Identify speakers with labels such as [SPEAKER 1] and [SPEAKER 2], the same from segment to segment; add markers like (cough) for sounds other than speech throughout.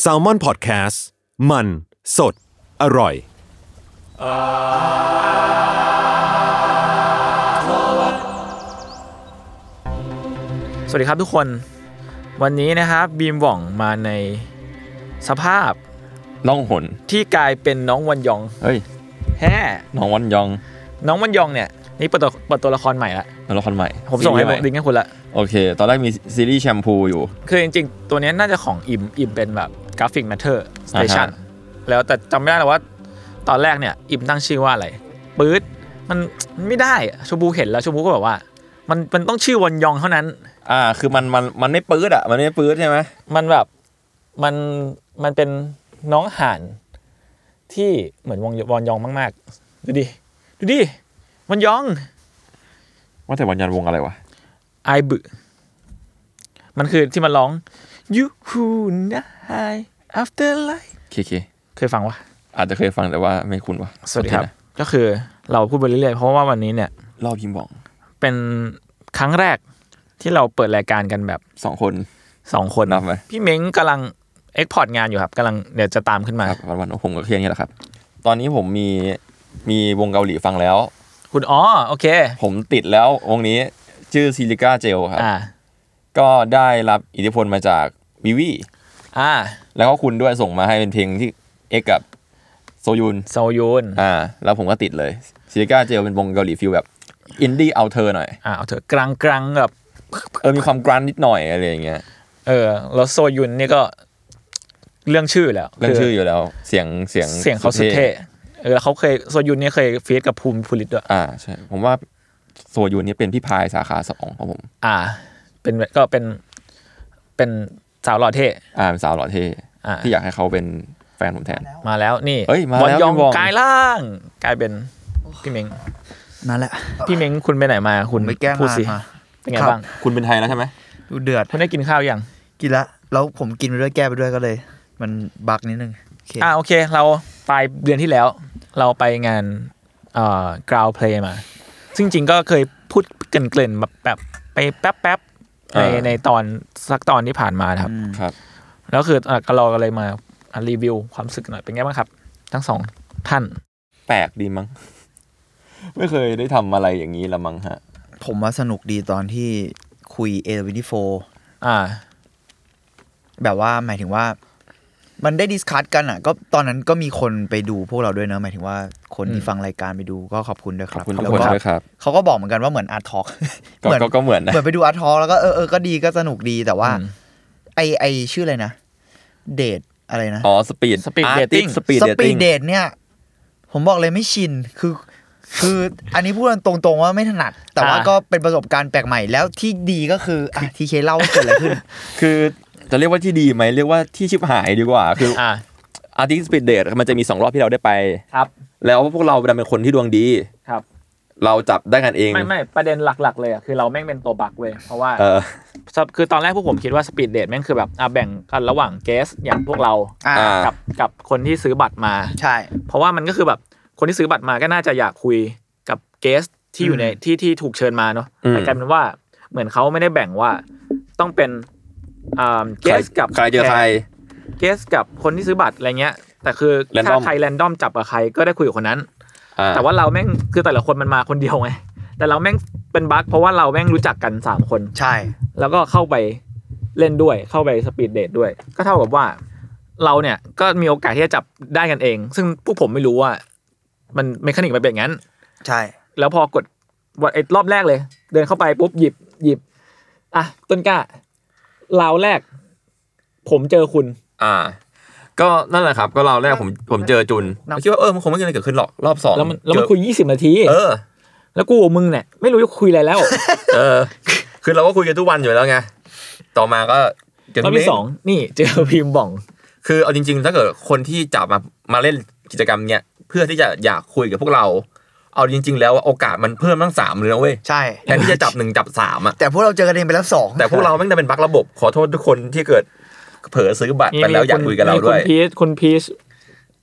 [SPEAKER 1] แซลมอนพอดแคสต์มันสดอร่อย
[SPEAKER 2] สวัสดีครับทุกคนวันนี้นะครับบีมหว่องมาในสภาพ
[SPEAKER 3] ล่องหน
[SPEAKER 2] ที่กลายเป็นน้องวันยอง
[SPEAKER 3] เฮ้ย
[SPEAKER 2] แฮ่
[SPEAKER 3] น้องวันยอง
[SPEAKER 2] น้องวันยองเนี่ยนี่เปิดตัวเปิดตัวละครใหม่ละ
[SPEAKER 3] ตัวละครใหม่
[SPEAKER 2] ผมส่งให้
[SPEAKER 3] ซีรีส์
[SPEAKER 2] ดิง
[SPEAKER 3] ให
[SPEAKER 2] ก์ให้คุณละ
[SPEAKER 3] โอเค ตอนแรกมีซีรีส์แชมพูอยู่
[SPEAKER 2] คือจริงๆ ตัวเนี้ยน่าจะของอิมอิมเป็นแบบกราฟิกแมทเทอร์สเตชัน
[SPEAKER 3] อ่าฮ
[SPEAKER 2] แล้วแต่จำไม่ได้แล้วว่าตอนแรกเนี่ยอิมตั้งชื่อว่าอะไรปื๊ดมันมันไม่ได้อะชมพูเห็นแล้วชมพูก็แบบว่า มันมันต้องชื่อวันยองเท่านั้น
[SPEAKER 3] อ่า คือมันมันมันไม่ปื๊ดอ่ะ มันไม่ปื๊ดใช่ไหม
[SPEAKER 2] มันแบบมันมันเป็นน้องห่านที่เหมือนวงวอนยองมาก ๆ ดูดิ ดูดิวอนยอง
[SPEAKER 3] ว่าแต่วันยันวงอะไรวะ
[SPEAKER 2] ไอายบึมันคือที่มันร้อง you who die after life
[SPEAKER 3] เคเค
[SPEAKER 2] เคยฟังวะ
[SPEAKER 3] อาจจะเคยฟังแต่ว่าไม่คุ้นวะ
[SPEAKER 2] สวัสดีครับ
[SPEAKER 3] โอเนะ
[SPEAKER 2] ก็คือเราพูดไปเรื่อย ๆ เพราะว่าวันนี้เนี่ย
[SPEAKER 3] รอบพิมพ์บอก
[SPEAKER 2] เป็นครั้งแรกที่เราเปิดรายการกันแบบ
[SPEAKER 3] สองคน
[SPEAKER 2] สองคน
[SPEAKER 3] นับไหม
[SPEAKER 2] พี่เม้งกำลังเอ็กพอร์ตงานอยู่ครับกำลังเดี๋ยวจะตามขึ้นมา
[SPEAKER 3] ครับ วันวันๆผมก็แค่นี้แหละครับ ตอนนี้ผมมีมีวงเกาหลีฟังแล้ว
[SPEAKER 2] คุณอ๋อโอเค
[SPEAKER 3] ผมติดแล้ววงนี้ชื่อซิลิก้าเจลครับ
[SPEAKER 2] อ่า
[SPEAKER 3] ก็ได้รับอิทธิพลมาจากวิวี
[SPEAKER 2] อ่า
[SPEAKER 3] แล้วก็คุณด้วยส่งมาให้เป็นเพลงที่เอกกับโซยุน
[SPEAKER 2] โซยุน
[SPEAKER 3] อ่าแล้วผมก็ติดเลยซิลิก้าเจลเป็นวงเกาหลีฟิลแบบ อินดี้เอาเธอหน่อย
[SPEAKER 2] อ่าเอาเถอะกลางกลางๆแบบ
[SPEAKER 3] เออ มีความกรันนิดหน่อยอะไรอย่างเงี้ย
[SPEAKER 2] เออแล้วโซยุนนี่ก็เรื่องชื่อแล้ว
[SPEAKER 3] เรื่องชื่ออยู่แล้ว เสียงเสียง
[SPEAKER 2] เสียงเขาสุดเท่เออเขาเคยโซยุนเนี่ยเคยฟีดกับภูมิภูริตด้วย
[SPEAKER 3] อ่าใช่ ผมว่าโซยูนนี่เป็นพี่พายสาขาสองของผม
[SPEAKER 2] อ่า เป็นก็เป็นเป็นสาวหล่อเท่
[SPEAKER 3] อ่าเป็นสาวหล่อเท่
[SPEAKER 2] อ่า
[SPEAKER 3] ที่อยากให้เขาเป็นแฟนผมแทน
[SPEAKER 2] มาแล้วนี่
[SPEAKER 3] เอ้ยมาแล้
[SPEAKER 2] อ
[SPEAKER 3] ว
[SPEAKER 2] นยอง
[SPEAKER 3] พี่บอง
[SPEAKER 2] กลายร่าง กลายเป็นพี่เม้ง
[SPEAKER 4] นั่นแหละ
[SPEAKER 2] พี่เม้งคุณไปไหนมาคุณ
[SPEAKER 4] ไปแก้ง
[SPEAKER 2] พูด
[SPEAKER 4] งาน
[SPEAKER 2] สิ
[SPEAKER 4] มา
[SPEAKER 2] เป็นไง
[SPEAKER 4] ครับ
[SPEAKER 2] บ้าง
[SPEAKER 3] คุณเป็นไทยแล้วใช่ไหม
[SPEAKER 4] ดูเดือด
[SPEAKER 2] คุณได้กินข้าวยัง
[SPEAKER 4] กินละ แล้วผมกินไปด้วยแก้ไปด้วยก็เลย มันบักนิดนึงโอเค
[SPEAKER 2] อ่าโอเค เราปลายเดือนที่แล้ว เราไปงานเอ่อ ground play มา ซึ่งจริงๆก็เคยพูดเกรินๆแบบแบบไปแป๊บแป๊บๆในในตอนสักตอนที่ผ่านมานะครับ
[SPEAKER 3] ครับ
[SPEAKER 2] แล้วคืออ่ะก็เราก็เลยมาอ่ะรีวิวความรู้สึกหน่อยเป็นไงบ้างครับ ทั้งสองท่าน
[SPEAKER 3] แปลกดีมั้ง ไม่เคยได้ทำอะไรอย่างนี้ละมั้งฮะ
[SPEAKER 4] ผมว่าสนุกดีตอนที่คุย a อ24
[SPEAKER 2] อ่า
[SPEAKER 4] แบบว่าหมายถึงว่า มันได้ดิสคัตกันอ่ะ ก็ตอนนั้นก็มีคนไปดูพวกเราด้วยเนอะหมายถึงว่าคนที่ฟังรายการไปดูก็ขอบคุณด้วยค
[SPEAKER 3] ขอ
[SPEAKER 4] รั
[SPEAKER 3] บบ คุณทุก
[SPEAKER 4] แล้ว
[SPEAKER 3] คน
[SPEAKER 4] ก็
[SPEAKER 3] ด้วยครับ
[SPEAKER 4] เขาก็บอกเหมือนกันว่าเหมือนอาร์ทอก
[SPEAKER 3] (laughs) ก็ก็ก็เหมือนนะ
[SPEAKER 4] เหมือนไปดูอาร์ทอแล้วก็เออเออก็ดีก็สนุกดีแต่ว่า
[SPEAKER 2] อืม
[SPEAKER 4] ไอไอชื่ออะไรนะเดทอะไรนะ
[SPEAKER 3] อ๋อสปีด
[SPEAKER 2] Speed dating
[SPEAKER 3] สปีด
[SPEAKER 4] ส
[SPEAKER 3] เดต
[SPEAKER 4] ปี
[SPEAKER 3] ติ้
[SPEAKER 4] ด
[SPEAKER 3] ง
[SPEAKER 4] เดทเนี่ย ผมบอกเลยไม่ชินคือ คือ อันนี้พูดกันตรงๆว่าไม่ถนัด แต่ว่า
[SPEAKER 2] อ่า
[SPEAKER 4] ก็เป็นประสบการณ์แปลกใหม่แล้วที่ดีก็คืออ่ะทีเคเล่าว่าเกิดอะไรขึ้น
[SPEAKER 3] คือจะเรียกว่าที่ดีไหมเรียกว่าที่ชิบหายดีกว่าคือ
[SPEAKER 2] อ่า
[SPEAKER 3] อาร์ติสปิดเดทมันจะมีสองรอบที่เราได้ไป
[SPEAKER 2] ครับ
[SPEAKER 3] แล้วพวกเราดันเป็นคนที่ดวงดี
[SPEAKER 2] ครับ
[SPEAKER 3] เราจับได้กันเอง
[SPEAKER 2] ไม่ไม่ประเด็นหลักๆ เลยอ่ะคือเราแม่งเป็นตัวบักเว้ยเพราะว่า
[SPEAKER 3] เออ
[SPEAKER 2] คือตอนแรกพวกผมคิดว่าสปีดเดทแม่งคือแบบอ่ะแบ่งกันระหว่างเกสอย่างพวกเรา
[SPEAKER 4] อ่า
[SPEAKER 3] (laughs) อ่า
[SPEAKER 2] กับกับคนที่ซื้อบัตรมา
[SPEAKER 4] ใช่
[SPEAKER 2] เพราะว่ามันก็คือแบบคนที่ซื้อบัตรมาก็น่าจะอยากคุยกับเกสที่อยู่ในที่ที่ถูกเชิญมาเนาะแต่กลายเป็นว่าเหมือนเขาไม่ได้แบ่งว่าต้องเป็นอ่าเก
[SPEAKER 3] ใคร
[SPEAKER 2] สกับ
[SPEAKER 3] ใครเจอใคร
[SPEAKER 2] เกสกับคนที่ซื้อบัตรอะไรเงี้ย แต่คือ
[SPEAKER 3] Random
[SPEAKER 2] ถ้าใครแรนดอมจับกับใครก็ได้คุยกับคนนั้น
[SPEAKER 3] อ่
[SPEAKER 2] แต่ว่าเราแม่งคือแต่ละคนมันมาคนเดียวไงแต่เราแม่งเป็นบั๊กเพราะว่าเราแม่งรู้จักกันสามคน
[SPEAKER 4] ใช่
[SPEAKER 2] แล้วก็เข้าไป เล่นด้วยเข้าไปสปีดเดทด้วย ก็เท่ากับว่า เราเนี่ยก็มีโอกาสที่จะจับได้กันเอง ซึ่งพวกผมไม่รู้ว่า มันเมคานิกมันเป็นอย่างนั้น
[SPEAKER 4] ใช่
[SPEAKER 2] แล้วพอกดวันไอ้รอบแรกเลย เดินเข้าไปปุ๊บหยิบหยิบ อ่ะต้นกล้าราวแรก ผมเจอคุณ
[SPEAKER 3] อ่า ก็นั่นแหละครับก็เราวแรกผมผมเจอจุนผมคิดว่าเออมันคงไม่มีอะไรเกิดขึ้นหรอกรอบสอง
[SPEAKER 2] แล้วมันแล้วมัน
[SPEAKER 3] เจอ
[SPEAKER 2] คุยยี่สิบนาที
[SPEAKER 3] เออ
[SPEAKER 2] แล้วกูกับมึงเนี่ยไม่รู้จะคุยอะไรแล้ว
[SPEAKER 3] เออ คือเราก็คุยกันทุกวันอยู่แล้วไง ต่อมาก็เจ
[SPEAKER 2] รอบที่สองนี่เจอพิมพ์บ่อง
[SPEAKER 3] คือเอาจริง ๆ ถ้าเกิดคนที่จะมามาเล่นกิจกรรมเนี้ยเพื่อที่จะอยากคุยกับพวกเรา เอาจริง ๆ แล้วอะโอกาสมันเพิ่มตั้งสามเลยนะเว้ย
[SPEAKER 4] ใช่
[SPEAKER 3] แทนที่จะจับหนึ่งจับสามอ่ะ
[SPEAKER 4] แต่พวกเราเจอกันเองไปแล้วสอง
[SPEAKER 3] แต่พวกเราแม่งจะเป็นบั๊กระบบ ขอโทษทุกคนที่เกิดเผลอซื้อบัตรไปแล้วอยากคุยกับเรา
[SPEAKER 2] มี
[SPEAKER 3] ด้วย
[SPEAKER 2] คุณพีชคุณพีช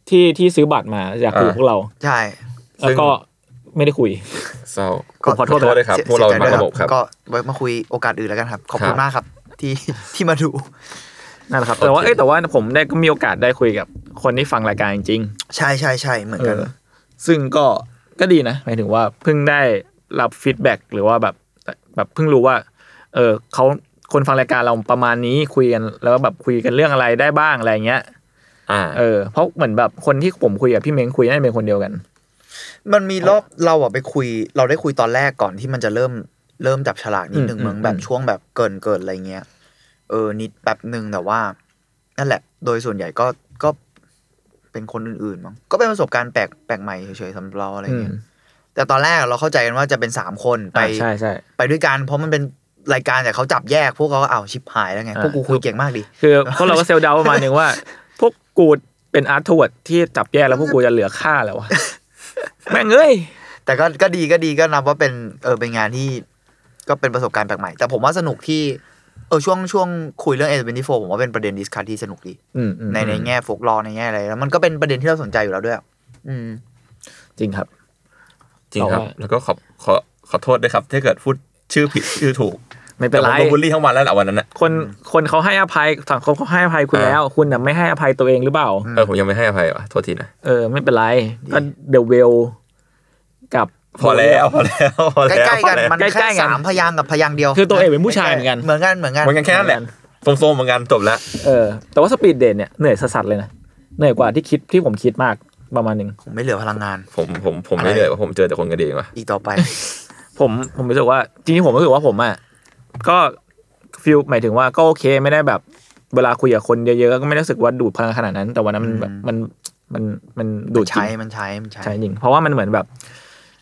[SPEAKER 2] ที่ที่ซื้อบัตรมาอยากคุยกับ
[SPEAKER 3] อ่า
[SPEAKER 2] พวกเรา
[SPEAKER 4] ใช่
[SPEAKER 2] แล้วก็ไม่ได้คุย
[SPEAKER 3] เศร้า
[SPEAKER 4] ก็
[SPEAKER 3] ขอโทษด้วยครับ
[SPEAKER 4] สีย
[SPEAKER 3] พวกเราเป็น
[SPEAKER 4] สี
[SPEAKER 3] บั๊ก
[SPEAKER 4] ยใจ
[SPEAKER 3] ระบ
[SPEAKER 4] ด้วย
[SPEAKER 3] บครับ
[SPEAKER 4] ก็ไว้มาคุยโอกาสอื่นแล้วกันครับ ขอบ
[SPEAKER 3] ค
[SPEAKER 4] คุ
[SPEAKER 3] รั
[SPEAKER 4] ณ
[SPEAKER 3] บ
[SPEAKER 4] มากครับ ที่ที่มาดู
[SPEAKER 2] นั่นแหละครับ แต่ว่าเอ้ยแต่ว่าผมได้ก็มีโอกาสได้คุยกับคนที่ฟังรายการจริง
[SPEAKER 4] ใช่ใช่ใช่เหมือนกัน
[SPEAKER 2] ๆซึ่งก็ก็ดีนะหมายถึงว่าเพิ่งได้รับฟีดแบ็กหรือว่าแบบแบบเพิ่งรู้ว่า เออเขาคนฟังรายการเราประมาณนี้คุยกันแล้วก็แบบคุยกันเรื่องอะไรได้บ้างอะไรเงี้ย
[SPEAKER 3] อ่า
[SPEAKER 2] เออเพราะเหมือนแบบคนที่ผมคุยกับพี่เม้งคุยน่าจะเป็นคนเดียวกัน
[SPEAKER 4] มันมีรอบเราอะไปคุย เราได้คุยตอนแรกก่อนที่มันจะเริ่มเริ่มจับฉลากนิดหนึ่ง
[SPEAKER 2] อืม
[SPEAKER 4] มึงแบบ
[SPEAKER 2] อืม
[SPEAKER 4] ช่วงแบบเกินเกินอะไรเงี้ยเออนิดแป๊บหนึ่งแต่ว่า นั่นแหละ โดยส่วนใหญ่ก็ก็เป็นคนอื่นๆมั้งก็เป็นประสบการณ์แปลกแปลกใหม่เฉยๆสำหรับเราอะไร
[SPEAKER 2] อืม
[SPEAKER 4] เงี้ยแต่ตอนแรกเราเข้าใจกันว่าจะเป็นสามคนไป
[SPEAKER 2] อ่าใช่ใช่
[SPEAKER 4] ไปด้วยกันเพราะมันเป็นรายการแต่เขาจับแยกพวกเขาก็อ้าวชิบหายแล้วไง
[SPEAKER 2] อ่า
[SPEAKER 4] พวกกูคุยเก่งมากดิ
[SPEAKER 2] คือพวกเราก็เซลล์เดาประมาณหนึ่งว่า (laughs) พวกกูเป็นอาร์ตทวดที่จับแย่แล้วพวกกูจะเหลือค่าแล้วว (laughs) ะแม่งเอ้ย
[SPEAKER 4] แต่ก็ก็ดีก็ดีก็นับว่าเป็นเออเป็นงานที่ก็เป็นประสบการณ์แปลกใหม่ แต่ผมว่าสนุกที่เออช่วงช่วงคุยเรื่องเอเวนตี้โฟผมว่าเป็นประเด็นดิสคัทที่สนุกดี
[SPEAKER 2] อืมอืม
[SPEAKER 4] ในในแง่โฟกลอในแง่อะไรแล้วมันก็เป็นประเด็นที่เราสนใจอยู่แล้วด้วย อืม
[SPEAKER 2] จริงครับ
[SPEAKER 3] จริงครับ
[SPEAKER 2] เอาว่า
[SPEAKER 3] แล้วก็ขอขอขอโทษด้วยครับ ถ้าเกิดพูดชื่อผิดชื่อถูก
[SPEAKER 2] ไม่เป็
[SPEAKER 3] แต่
[SPEAKER 2] น
[SPEAKER 3] ผ
[SPEAKER 2] ไร
[SPEAKER 3] มโดนบูลลี่ทั้งวันแล้วแหละวันนั้นน่ะ
[SPEAKER 2] คนคนเขาให้อภัยสังคมเขาให้อภัยคุณ
[SPEAKER 3] อ่า
[SPEAKER 2] แล้ว คุณน่ะไม่ให้อภัยตัวเองหรือเปล่า
[SPEAKER 3] เออผมยังไม่ให้อภัยวะโทษทีนะ
[SPEAKER 2] เออ ไม่เป็นไร ก็เด e w เวลกับ
[SPEAKER 3] พอ
[SPEAKER 4] (laughs)
[SPEAKER 3] แล้วพอแล้วพอแล้ว
[SPEAKER 4] ใกล้ๆกันมัน
[SPEAKER 2] ใก
[SPEAKER 4] แค่
[SPEAKER 2] ล้ๆกัน
[SPEAKER 4] สามพยางค์กับพยางค์เดียว
[SPEAKER 2] คือตัวเองเป็นผู้ชายเหมือนกัน
[SPEAKER 4] เหมือนกันเหมือนกัน
[SPEAKER 3] มันกันแค่นั้นแหละโซมๆเหมือนกันจบละ
[SPEAKER 2] เออ แต่ว่าสปีดเดทเนี่ยเหนื่อยสัสๆเลยนะเหนื่อยกว่าที่คิดที่ผมคิดมากประมาณหนึ่ง
[SPEAKER 4] ผมไม่เหลือพลังงาน
[SPEAKER 3] ผมผมผมไม่
[SPEAKER 4] อะไร
[SPEAKER 3] เหนื่อยว่าผมเจอแต่คนกันเองว่ะ
[SPEAKER 4] อีกต่อไป
[SPEAKER 2] ผมผมรู้สึกว่าจริงๆผมรู้สึกว่าผมอ่ะก็ฟิลหมายถึงว่าก็โอเคไม่ได้แบบเวลาคุยกับคนเยอะๆก็ไม่ได้รู้สึกว่าดูดพลังขนาดนั้น แต่วันนั้นมันแบบ
[SPEAKER 4] อืม
[SPEAKER 2] มันมันมันดูดจริ
[SPEAKER 4] ใช้
[SPEAKER 2] ง
[SPEAKER 4] มันใช้มันใช้
[SPEAKER 2] ใช่จริง เพราะว่ามันเหมือนแบบ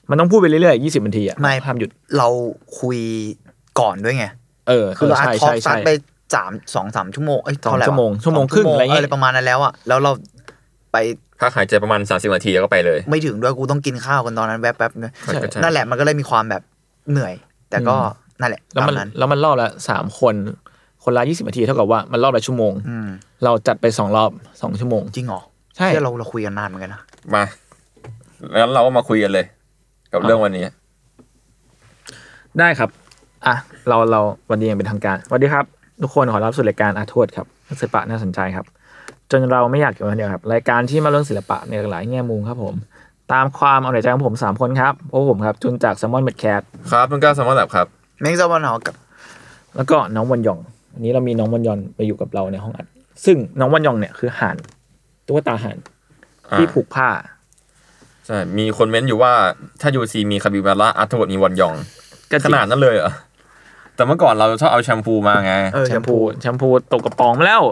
[SPEAKER 2] มันต้องพูดไปเรื่อยๆยี่สิบนาทีอ่ะ
[SPEAKER 4] ไม่
[SPEAKER 2] ห้ามหยุด
[SPEAKER 4] เราคุยก่อนด้วยไง
[SPEAKER 2] เออ
[SPEAKER 4] คือเราอัด
[SPEAKER 2] ใช่
[SPEAKER 4] ทอล์
[SPEAKER 2] ใช่
[SPEAKER 4] กซั
[SPEAKER 2] ใช่
[SPEAKER 4] ดไปสามสองสามชั่วโมงเอ้ย
[SPEAKER 2] สอง
[SPEAKER 4] เท่าไหร่วะ
[SPEAKER 2] ชั่วโมงชั่วโมงครึ่ง
[SPEAKER 4] ส
[SPEAKER 2] อะไรเงี้ย
[SPEAKER 4] ประมาณนั้นแล้วอ่ะแล้วเราไป
[SPEAKER 3] ถ้าหายใจประมาณ30นาทีแล้วก็ไปเลย
[SPEAKER 4] ไม่ถึงด้วยกูต้องกินข้าวกันตอนนั้นแวบๆบนะ
[SPEAKER 3] ก็ก็ใช่
[SPEAKER 4] นั่นแหละมันก็เลยมีความแบบเหนื่อย แต่ก็นั่นแหละ
[SPEAKER 2] แล้ว
[SPEAKER 4] ตาม
[SPEAKER 2] มัน
[SPEAKER 4] นั้น
[SPEAKER 2] แล้วมันรอบละสามคน คนละยี่สิบนาทีเท่ากับว่ามันรอบละชั่วโมง
[SPEAKER 4] อืม
[SPEAKER 2] เราจัดไปสองรอบสองชั่วโมง
[SPEAKER 4] จริงเหรอ
[SPEAKER 2] ใช่
[SPEAKER 4] เชื่อเราเราคุยกันนานเหมือนกันนะ
[SPEAKER 3] มางั้นเราก็มาคุยกันเลย กับเรื่องวันนี้
[SPEAKER 2] ได้ครับอ่ะเราเราวันนี้ยังเป็นทางการสวัสดีครับทุกคนขอรับสู่รายการอาทวดครับศิลปะน่าสนใจครับ จนเราไม่อยากอยู่คนเดียวครับ รายการที่มาเรื่องศิลปะในหลากหลายแง่มุมครับผม ตามความเอาใจใจของผม 3 คนครับพวกผมครับจุนจากแซมมอนเมดแคท
[SPEAKER 3] ครับมันก็สมมติแบบครับ
[SPEAKER 4] แม่งจะวันเอากับ
[SPEAKER 2] แล้วก็น้องวันหยอง อันนี้เรามีน้องวันหยองไปอยู่กับเราในห้องอัด ซึ่งน้องวันหยองเนี่ยคือห่านตุ๊กตาห่าน
[SPEAKER 3] อ่า
[SPEAKER 2] ที่ผูกผ้า
[SPEAKER 3] ใช่มีคนเม้นอยู่ว่าถ้ายูซีมีคาบิบาร่าอัตโตมีวอนยอง
[SPEAKER 2] ก็จ
[SPEAKER 3] ข
[SPEAKER 2] ริง
[SPEAKER 3] นาดนั้นเลยเหรอแต่เมื่อก่อนเราชอบเอาแชมพูมาไง
[SPEAKER 2] เออแชมพูแชมพูตกกระป๋องมาแล้ว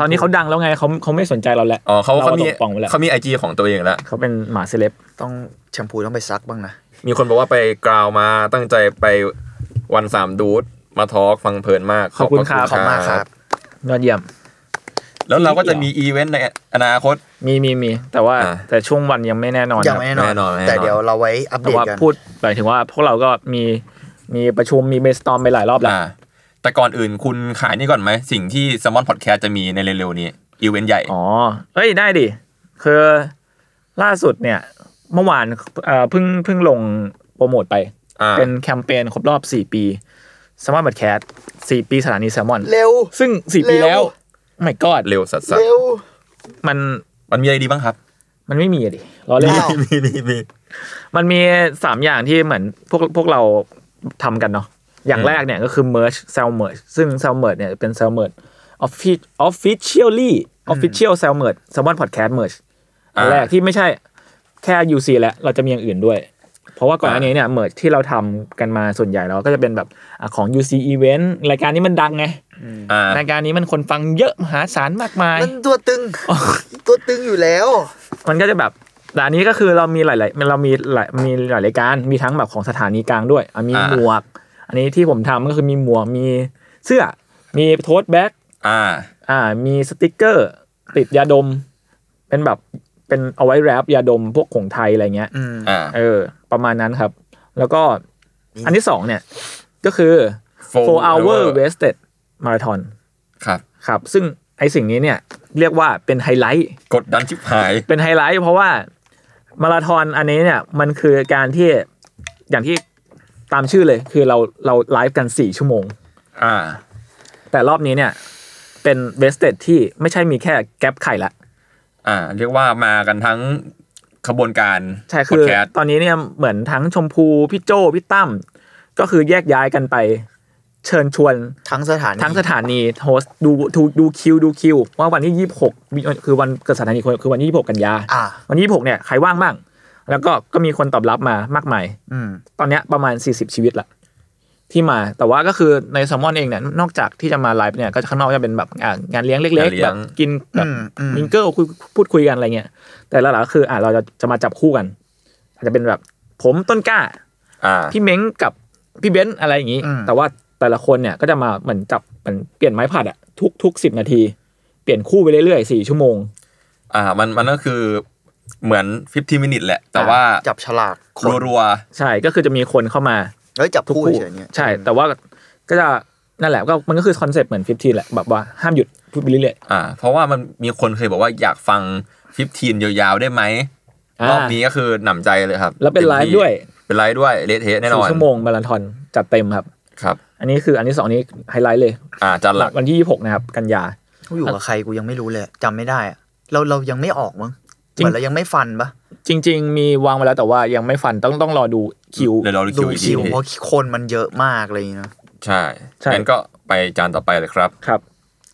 [SPEAKER 2] ตอนนี้เขาดังแล้วไงเขาเขาไม่สนใจเราแล้ว
[SPEAKER 3] อ๋อเขาเขา
[SPEAKER 2] เขาต
[SPEAKER 3] มี
[SPEAKER 2] กกระป๋องไปแล้ว
[SPEAKER 3] เขามีไอจีของตัวเองแล้ว
[SPEAKER 2] เขาเป็นหมาเซเลบ
[SPEAKER 4] ต้องแชมพูต้องไปซักบ้างนะ
[SPEAKER 3] มีคนบอกว่าไปกราวมาตั้งใจไปวันสามดูดมาทอล์กฟังเพลินมาก
[SPEAKER 2] ขอบคุณครับ
[SPEAKER 4] ขอบคุณมากครับ
[SPEAKER 2] ยอดเยี่ยม
[SPEAKER 3] แล้วเราก็จะมีอีเวนต์ในอนาคต
[SPEAKER 2] มีมีมีแต่ว่า
[SPEAKER 3] อ่า
[SPEAKER 2] แต่ช่วงวันยังไม่แน่นอน
[SPEAKER 4] ยั
[SPEAKER 2] ครั
[SPEAKER 4] ง
[SPEAKER 2] บ
[SPEAKER 4] ไม่แน่นอน
[SPEAKER 3] แน่นอนแน่นอน
[SPEAKER 4] แต่เดี๋ยวเราไว้อัป
[SPEAKER 2] แต่
[SPEAKER 4] เดต
[SPEAKER 2] ว่า
[SPEAKER 4] กัน
[SPEAKER 2] พูดหมายถึงว่าพวกเราก็มีมีประชุมมีเบสตอมไปหลายรอบแล้ว
[SPEAKER 3] อ่าแต่ก่อนอื่นคุณขายนี่ก่อนไหม สิ่งที่สมอนพอดแคสต์จะมีในเร็วๆนี้อีเวนต์ใหญ่
[SPEAKER 2] อ๋อเอ้ยได้ดิ คือล่าสุดเนี่ย เมื่อวานเอ่อเพิ่งเพิ่งลงโปรโมทไป
[SPEAKER 3] อ่า
[SPEAKER 2] เป็นแคมเปญครบรอบ 4 ปีแซมมอนบัดแคสสี่ปีสถานีแซมมอน
[SPEAKER 4] เร็ว
[SPEAKER 2] ซึ่ง 4 ปี
[SPEAKER 4] เร็ว
[SPEAKER 2] แล้วไม่กอด
[SPEAKER 3] เร็วสัส
[SPEAKER 4] เร็ว
[SPEAKER 2] มัน
[SPEAKER 3] ๆมันมีอะไรดีบ้างครับ
[SPEAKER 2] มันไม่มีอะดิรอเล่น
[SPEAKER 4] อ้าว
[SPEAKER 3] (laughs) มีมีมี
[SPEAKER 2] มันมีสามอย่างที่เหมือนพวกพวกเราทำกันเนาะ อย่างแรกเนี่ยก็คือ merge s e l merge ซึ่ง s e l merge เนี่ยเป็น s e l merge offic- officially official s e l merge salmon podcast merge อันแรกที่ไม่ใช่แค่ UC แล้วเราจะมีอย่างอื่นด้วย เพราะว่าก่อนอันนี้เนี่ยเมิร์ที่เราทำกันมาส่วนใหญ่เราก็จะเป็นแบบอ่ะของ UC event รายการนี้มันดังไง
[SPEAKER 3] อ่าร
[SPEAKER 2] ายการนี้มันคนฟังเยอะมหาศาลมากมาย
[SPEAKER 4] มันตัวตึง ตัวตึงอยู่แล้ว
[SPEAKER 2] มันก็จะแบบแต่อันนี้ก็คือเรามีหลายๆเรามีหลายมีหลายรายการ มีทั้งแบบของสถานีกลางด้วยอ่ะมี
[SPEAKER 3] อ่า
[SPEAKER 2] หมวก อันนี้ที่ผมทำก็คือมีหมวก มีเสื้อ มีโทสแบ็ก
[SPEAKER 3] อ่า
[SPEAKER 2] อ่า มีสติกเกอร์ ติดยาดม เป็นแบบ เป็นเอาไว้แรปยาดมพวกของไทยอะไรเงี้ย
[SPEAKER 4] อืม
[SPEAKER 3] อ่า
[SPEAKER 2] เออ ประมาณนั้นครับ แล้วก็อันที่สองเนี่ย ก็คือ 4 hour wasted marathon
[SPEAKER 3] ครับ
[SPEAKER 2] ครับ ซึ่งไอสิ่งนี้เนี่ย เรียกว่าเป็นไฮไลท์
[SPEAKER 3] กดดันชิบหาย
[SPEAKER 2] เป็นไฮไลท์เพราะว่ามาราธอนอันนี้เนี่ยมันคือการที่อย่างที่ตามชื่อเลยคือเราเราไลฟ์กัน 4 ชั่วโมง
[SPEAKER 3] อ่า
[SPEAKER 2] แต่รอบนี้เนี่ยเป็นเวสเ e d ที่ไม่ใช่มีแค่แก๊ปไข่ละ
[SPEAKER 3] อ่า เรียกว่ามากันทั้งขบวนการ
[SPEAKER 2] ใช่
[SPEAKER 3] พ
[SPEAKER 2] คื
[SPEAKER 3] ด
[SPEAKER 2] อ
[SPEAKER 3] แคสต์
[SPEAKER 2] ตอนนี้เนี่ยเหมือนทั้งชมพูพี่โจพี่ตั้มก็คือแยกย้ายกันไป เชิญชวน
[SPEAKER 4] ทั้งสถาน
[SPEAKER 2] ทั้งสถานีโฮสต์ดูดูดูคิวดูคิวว่าวันที่ 26 คือวันเกิดสถานีคือวันที่26 กันยา
[SPEAKER 4] อ่ะ
[SPEAKER 2] วันที่26เนี่ยใครว่างบ้าง แล้วก็ก็มีคนตอบรับมามากมาย
[SPEAKER 4] อืม
[SPEAKER 2] ตอนเนี้ยประมาณ 40 ชีวิตละที่มาแต่ว่าก็คือในแซลมอนเองเนี่ยนอกจากที่จะมาไลฟ์เนี่ยก็จะข้างนอกจะเป็นแบบอ่ะงานเลี้ยงเล็กๆแบบกินแบบ
[SPEAKER 4] อืมอืม
[SPEAKER 2] มิงเกิลคุยพูดคุยกันอะไรเงี้ยแต่ละหลักๆคืออ่ะเราจะจะมาจับคู่กัน อาจจะเป็นแบบผมต้นกล้า
[SPEAKER 3] อ่า
[SPEAKER 2] พี่เม้งกับพี่เบนซ์อะไรอย่างงี้
[SPEAKER 4] อืม
[SPEAKER 2] แต่ว่าแต่ละคนเนี่ยก็จะมาเหมือนจับเหมือนเปลี่ยนไม้ผัดอะทุกทุกสิบนาที เปลี่ยนคู่ไปเรื่อยๆสี่ชั่วโมง
[SPEAKER 3] อ่า มันมันก็คือเหมือน 15 minute แหละ แต่ว่า
[SPEAKER 4] จับฉลากค
[SPEAKER 3] รัวน รัว
[SPEAKER 2] ใช่ก็คือจะมีคนเข้ามา
[SPEAKER 4] เฮ้ยจับ
[SPEAKER 2] ทุก
[SPEAKER 4] คู่
[SPEAKER 2] คู่
[SPEAKER 4] เฉยๆเนี่ย
[SPEAKER 2] ใช่ แต่ว่าก็จะนั่นแหละก็มันก็คือคอนเซปต์เหมือนฟิฟทีแหละแบบว่าห้ามหยุดพูดไปเรื่อย
[SPEAKER 3] ๆอ่า เพราะว่ามันมีคนเคยบอกว่าอยากฟัง 15 ยาวๆ ได้ไหม
[SPEAKER 2] ๆาร
[SPEAKER 3] อบนี้ก็คือหนำใจเลยครับ
[SPEAKER 2] แล้วเป็นไลฟ์
[SPEAKER 3] ต็มที่
[SPEAKER 2] ด้วย
[SPEAKER 3] เป็นไลฟ์ด้วยเละเทะแน่นอ
[SPEAKER 2] สี่
[SPEAKER 3] น
[SPEAKER 2] ชั่วโมงมาราธอนจัดเต็มครับ
[SPEAKER 3] ครับ
[SPEAKER 2] อันนี้คืออันที่สองนี้ไฮไลท์เลย
[SPEAKER 3] อ่าจันหลัก
[SPEAKER 2] วันที่ยี่หกนะครับ กันยา
[SPEAKER 4] กูอยู่กับใครกูยังไม่รู้เลยจำไม่ได้อะเราเรายังไม่ออกมั้ง
[SPEAKER 2] จริง
[SPEAKER 4] เหมือนเรายังไม่ฟันปะ
[SPEAKER 2] จริง ๆ มีวางมาแล้วแต่ว่ายังไม่ฟันต้องต้องรอดูคิว
[SPEAKER 3] เดี๋ยวเราดู
[SPEAKER 4] ดู
[SPEAKER 3] คิวอีกที
[SPEAKER 4] คิวเพราะคนมันเยอะมากอะไรอย่างเลยนะ
[SPEAKER 3] ใช่
[SPEAKER 2] ใช่
[SPEAKER 3] งั้นก็ไปจานต่อไปเลยครับ
[SPEAKER 2] ครับ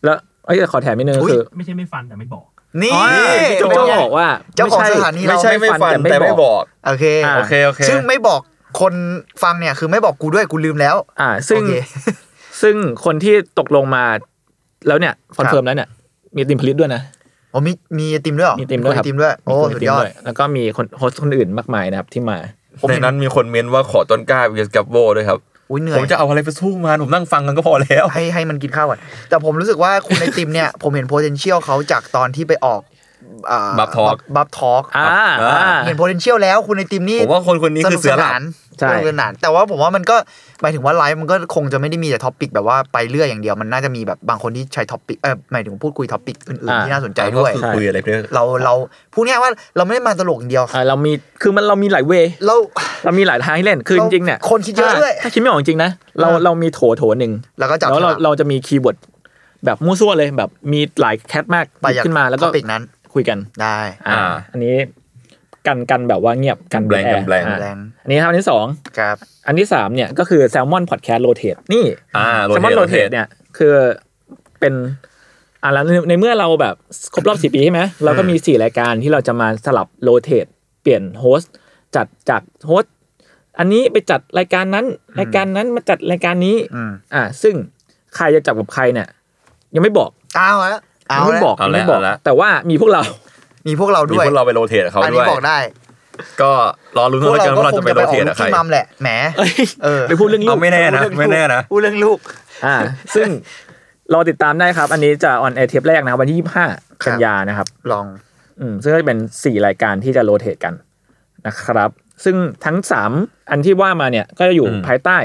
[SPEAKER 2] แล้วเอ้ยขอแถมนิดนึงก็
[SPEAKER 4] อุ๊ย
[SPEAKER 2] คือ
[SPEAKER 5] ไม่ใช่ไม่ฟันแต่ไม่บอก
[SPEAKER 4] นี่
[SPEAKER 2] อ๋อพี่โจบอกว่า
[SPEAKER 4] เจ้าของ
[SPEAKER 2] ไม่
[SPEAKER 4] ส
[SPEAKER 2] ใช่
[SPEAKER 4] ถานี
[SPEAKER 3] ไม่ใช่ไม่ฟันแต่ไม่บอก
[SPEAKER 4] โอเค
[SPEAKER 2] อ่ะ
[SPEAKER 3] โอเคโอเค
[SPEAKER 4] ซึ่งไม่บอกคนฟังเนี่ยคือไม่บอกกูด้วยกูลืมแล้ว
[SPEAKER 2] อ่า ซึ่ง
[SPEAKER 4] โอเค
[SPEAKER 2] ซึ่งคนที่ตกลงมาแล้วเนี่ยคอนเฟิร์มแล้วเนี่ยมีติมผลิตด้วยนะ
[SPEAKER 4] โอ้มีมีไอติมด้วยเหรอ
[SPEAKER 2] มีไอติมด้วยครับ
[SPEAKER 4] ไอติมด้วย โอ้
[SPEAKER 2] มีคน
[SPEAKER 4] สุด
[SPEAKER 2] ติม
[SPEAKER 4] ยอด
[SPEAKER 2] วแล้วก็มีคนโฮสต์คนอื่นมากมายนะครับที่มา
[SPEAKER 3] ในนั้นมีคนเม้นว่าขอต้นกล้าเวสกับโบด้วยครับ
[SPEAKER 4] อุ้ยเหนื่
[SPEAKER 3] ผ
[SPEAKER 4] อย
[SPEAKER 3] มจะเอาอะไรไปสู้มันผมนั่งฟังกันก็พอแล้ว
[SPEAKER 4] ให้ให้มันกินข้าวก่อนแต่ผมรู้สึกว่าคุณไอติมเนี่ย (laughs) ผมเห็น potential เขาจากตอนที่ไปออกอ่า
[SPEAKER 3] Bub Talk
[SPEAKER 4] บับทอก
[SPEAKER 2] อ่า
[SPEAKER 3] อ่า
[SPEAKER 2] อ่า
[SPEAKER 4] เห็น potential แล้วคุณไอติมนี่
[SPEAKER 3] ผมว่าคนคนนี้คือเสือหลัก
[SPEAKER 2] ใช่
[SPEAKER 4] สนุกสนานแต่ว่าผมว่ามันก็หมายถึงว่าไลฟ์มันก็คงจะไม่ได้มีแต่ท็อปิกแบบว่าไปเรื่อยอย่างเดียวมันน่าจะมีแบบบางคนที่ใช้ท็อปิกเออหมายถึงพูดคุยท็อปิกอื่นๆ
[SPEAKER 2] อ่า
[SPEAKER 4] ที่น่าสนใจด้วย
[SPEAKER 3] ก็คือคุยอะไรไปเรื่อย
[SPEAKER 4] เราเราพูดง่ายๆว่าเราไม่ได้มาตลกอย่างเดียว
[SPEAKER 2] อ่าเรามีคือมันเรามีหลายเวย์
[SPEAKER 4] เรา
[SPEAKER 2] เรามีหลายทางให้เล่นคือจ
[SPEAKER 4] เรา
[SPEAKER 2] ริงๆเนี่ย
[SPEAKER 4] คนคิดเยอะ
[SPEAKER 2] ถ้า
[SPEAKER 4] ด้วย
[SPEAKER 2] ถ้าคิดไม่ออกจริงๆนะเรา
[SPEAKER 4] อ่า
[SPEAKER 2] เรามีโถโถหนึ่ง
[SPEAKER 4] แล้วก็จับ
[SPEAKER 2] แล้วเรา
[SPEAKER 4] ฉลาก
[SPEAKER 2] เราจะมีคีย์เวิร์ดแบบมั่วซั่วเลยแบบมีหลายแคทมาก
[SPEAKER 4] ไปอย่าง
[SPEAKER 2] ขึ้นมาแล้วก็
[SPEAKER 4] topic นั้น
[SPEAKER 2] คุยกัน
[SPEAKER 4] ได้
[SPEAKER 2] อ่า
[SPEAKER 3] อ่า
[SPEAKER 2] อันนี้กันกันแบบว่าเงียบกัน
[SPEAKER 3] แบล็ง
[SPEAKER 2] อ
[SPEAKER 3] กันแบล็ง
[SPEAKER 2] อ่า
[SPEAKER 4] แบล็ง
[SPEAKER 2] อันนี้ครับอันที่สอง
[SPEAKER 4] ครับ
[SPEAKER 2] อันที่สามเนี่ยก็คือแซลมอนพอดแคสต์โรเตทนี่
[SPEAKER 3] อ่า
[SPEAKER 2] แซลมอนโรเทตเนี่ยคือเป็นอ่ะแล้วในในเมื่อเราแบบครบรอบสี่ปีใช่ไหมเราก็มีสี่รายการที่เราจะมาสลับโรเทตเปลี่ยนโฮสต์จัดจากโฮสต์อันนี้ไปจัดรายการนั้น รายการนั้นมาจัดรายการนี้
[SPEAKER 4] อืม
[SPEAKER 2] อ่าซึ่งใครจะจับกับใครเนี่ย ยังไม่บอก
[SPEAKER 4] เอาละเอา
[SPEAKER 2] ยังไม่
[SPEAKER 4] ละ
[SPEAKER 2] บอก
[SPEAKER 3] เอา
[SPEAKER 2] ยัง
[SPEAKER 3] แล้ว
[SPEAKER 2] ไม่บอก
[SPEAKER 3] เอาแล้ว
[SPEAKER 2] แต่ว่ามีพวกเรา
[SPEAKER 4] มีพวกเรา
[SPEAKER 3] มี
[SPEAKER 4] ด้วย
[SPEAKER 3] พวกเราไปโรเทตกับเขา
[SPEAKER 4] อัน
[SPEAKER 3] ด้
[SPEAKER 4] นี้
[SPEAKER 3] วย
[SPEAKER 4] บอกได้
[SPEAKER 3] ก็รอรู้น
[SPEAKER 4] พวก
[SPEAKER 3] แล้ว
[SPEAKER 4] เรา
[SPEAKER 3] กัน
[SPEAKER 4] ก็
[SPEAKER 3] ว่าเรา
[SPEAKER 4] ค
[SPEAKER 3] จะ
[SPEAKER 4] ง
[SPEAKER 3] ไป
[SPEAKER 4] จะ
[SPEAKER 3] โร
[SPEAKER 4] ไปออ
[SPEAKER 3] เท
[SPEAKER 4] ก
[SPEAKER 3] ต
[SPEAKER 4] ลู
[SPEAKER 3] กับ
[SPEAKER 4] ก
[SPEAKER 3] ใคร
[SPEAKER 4] ที่มัมแหละแหม
[SPEAKER 2] เอ้ย
[SPEAKER 4] เออ
[SPEAKER 2] ไปพูดเรื่องลู
[SPEAKER 3] เอา
[SPEAKER 2] ก
[SPEAKER 3] ไม่แน่นะ ไม่แน่นะ
[SPEAKER 4] พูดเรื่องลูก
[SPEAKER 2] อ่า ซึ่งรอติดตามได้ครับ อันนี้จะออนแอร์เทปแรกนะวันที่ยี่สิบห้า
[SPEAKER 4] ครับ
[SPEAKER 2] กันยานะครับ
[SPEAKER 4] ลอง
[SPEAKER 2] อืมซึ่งก็จะเป็น 4 รายการที่จะโรเตทกันนะครับ ซึ่งทั้ง 3 อันที่ว่ามาเนี่ยก็จะอยู่
[SPEAKER 3] อืม
[SPEAKER 2] ภายใต้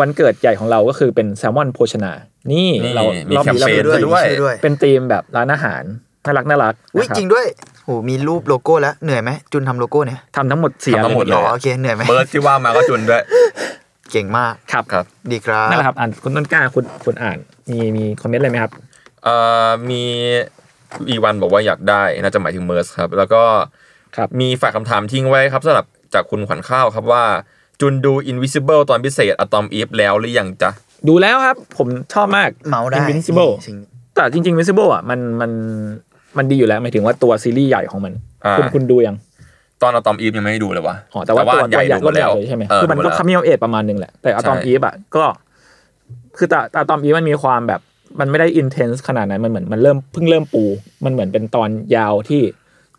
[SPEAKER 2] วันเกิดใหญ่ของเราก็คือเป็นแซลมอนโภชนา นี่
[SPEAKER 3] นี่
[SPEAKER 2] เรา
[SPEAKER 3] มี
[SPEAKER 2] เรา
[SPEAKER 3] แคม
[SPEAKER 2] มี
[SPEAKER 3] เปญ
[SPEAKER 2] เรามี
[SPEAKER 3] ด้วย
[SPEAKER 4] มีชื่อด้วย
[SPEAKER 2] เป็นธีมแบบร้านอาหาร น่ารักน่ารัก
[SPEAKER 4] อุ้ย
[SPEAKER 2] นะครับ
[SPEAKER 4] จริงด้วยโหมีรูปโลโก้แล้วเหนื่อยไหมจุนทำโลโก้เนี่ย
[SPEAKER 2] ทำทั้งหมดเสีย
[SPEAKER 3] ทำทั้งหมด
[SPEAKER 2] เลย
[SPEAKER 3] นื่
[SPEAKER 4] อ๋
[SPEAKER 3] อ
[SPEAKER 4] อย โอเคเหนื่อยไหม
[SPEAKER 3] เบิร์ดที่ว่ามาก็จุนด้วย
[SPEAKER 4] เก่งมาก
[SPEAKER 2] ครับ
[SPEAKER 3] ครับ
[SPEAKER 4] ดีครับ
[SPEAKER 2] นั่นแหละครับอ่านคุณต้นกล้าคุณคุณอ่านมีมีคอมเมนต์อะไรไหมครับ
[SPEAKER 3] เอ่อมีอีวันบอกว่าอยากได้น่าจะหมายถึงเมอร์สครับ แล้วก็
[SPEAKER 2] ครับ
[SPEAKER 3] มีฝากคำถามทิ้งไว้ครับสำหรับจากคุณขวัญข้าวครับว่า จุนดู Invisible ตอนพิเศษ Atom Eve แล้วหรือยังจ๊ะ
[SPEAKER 2] ดูแล้วครับ ผมชอบมาก
[SPEAKER 4] เมาได้
[SPEAKER 2] Invincible
[SPEAKER 4] จริง
[SPEAKER 2] แต่จริงๆ Visible อ่ะมันมันมันดีอยู่แล้วหมายถึงว่าตัวซีรีส์ใหญ่ของมัน
[SPEAKER 3] อ่า
[SPEAKER 2] คุณคุณดูยัง
[SPEAKER 3] ตอน Atom Eve ยังไม่ได้ดูเลยวะ
[SPEAKER 2] อ๋อแต่ว่าตัวตัวใหญ่
[SPEAKER 3] ดู
[SPEAKER 2] ก็
[SPEAKER 3] มา
[SPEAKER 2] ใหญ่เลยใช่ไหม
[SPEAKER 3] เออ
[SPEAKER 2] คือมันก็
[SPEAKER 3] ดูาแล้ว
[SPEAKER 2] คัมมิ่งออฟเอประมาณหนึงแหละ แต่อะตอม
[SPEAKER 3] ใช่
[SPEAKER 2] อีฟอ่ะก็ คือแต่อะตอมอีฟมันมีความแบบ มันไม่ได้อินเทนส์ขนาดนั้นมันเหมือนมันเริ่มเพิ่งเริ่มปู มันเหมือนเป็นตอนยาวที่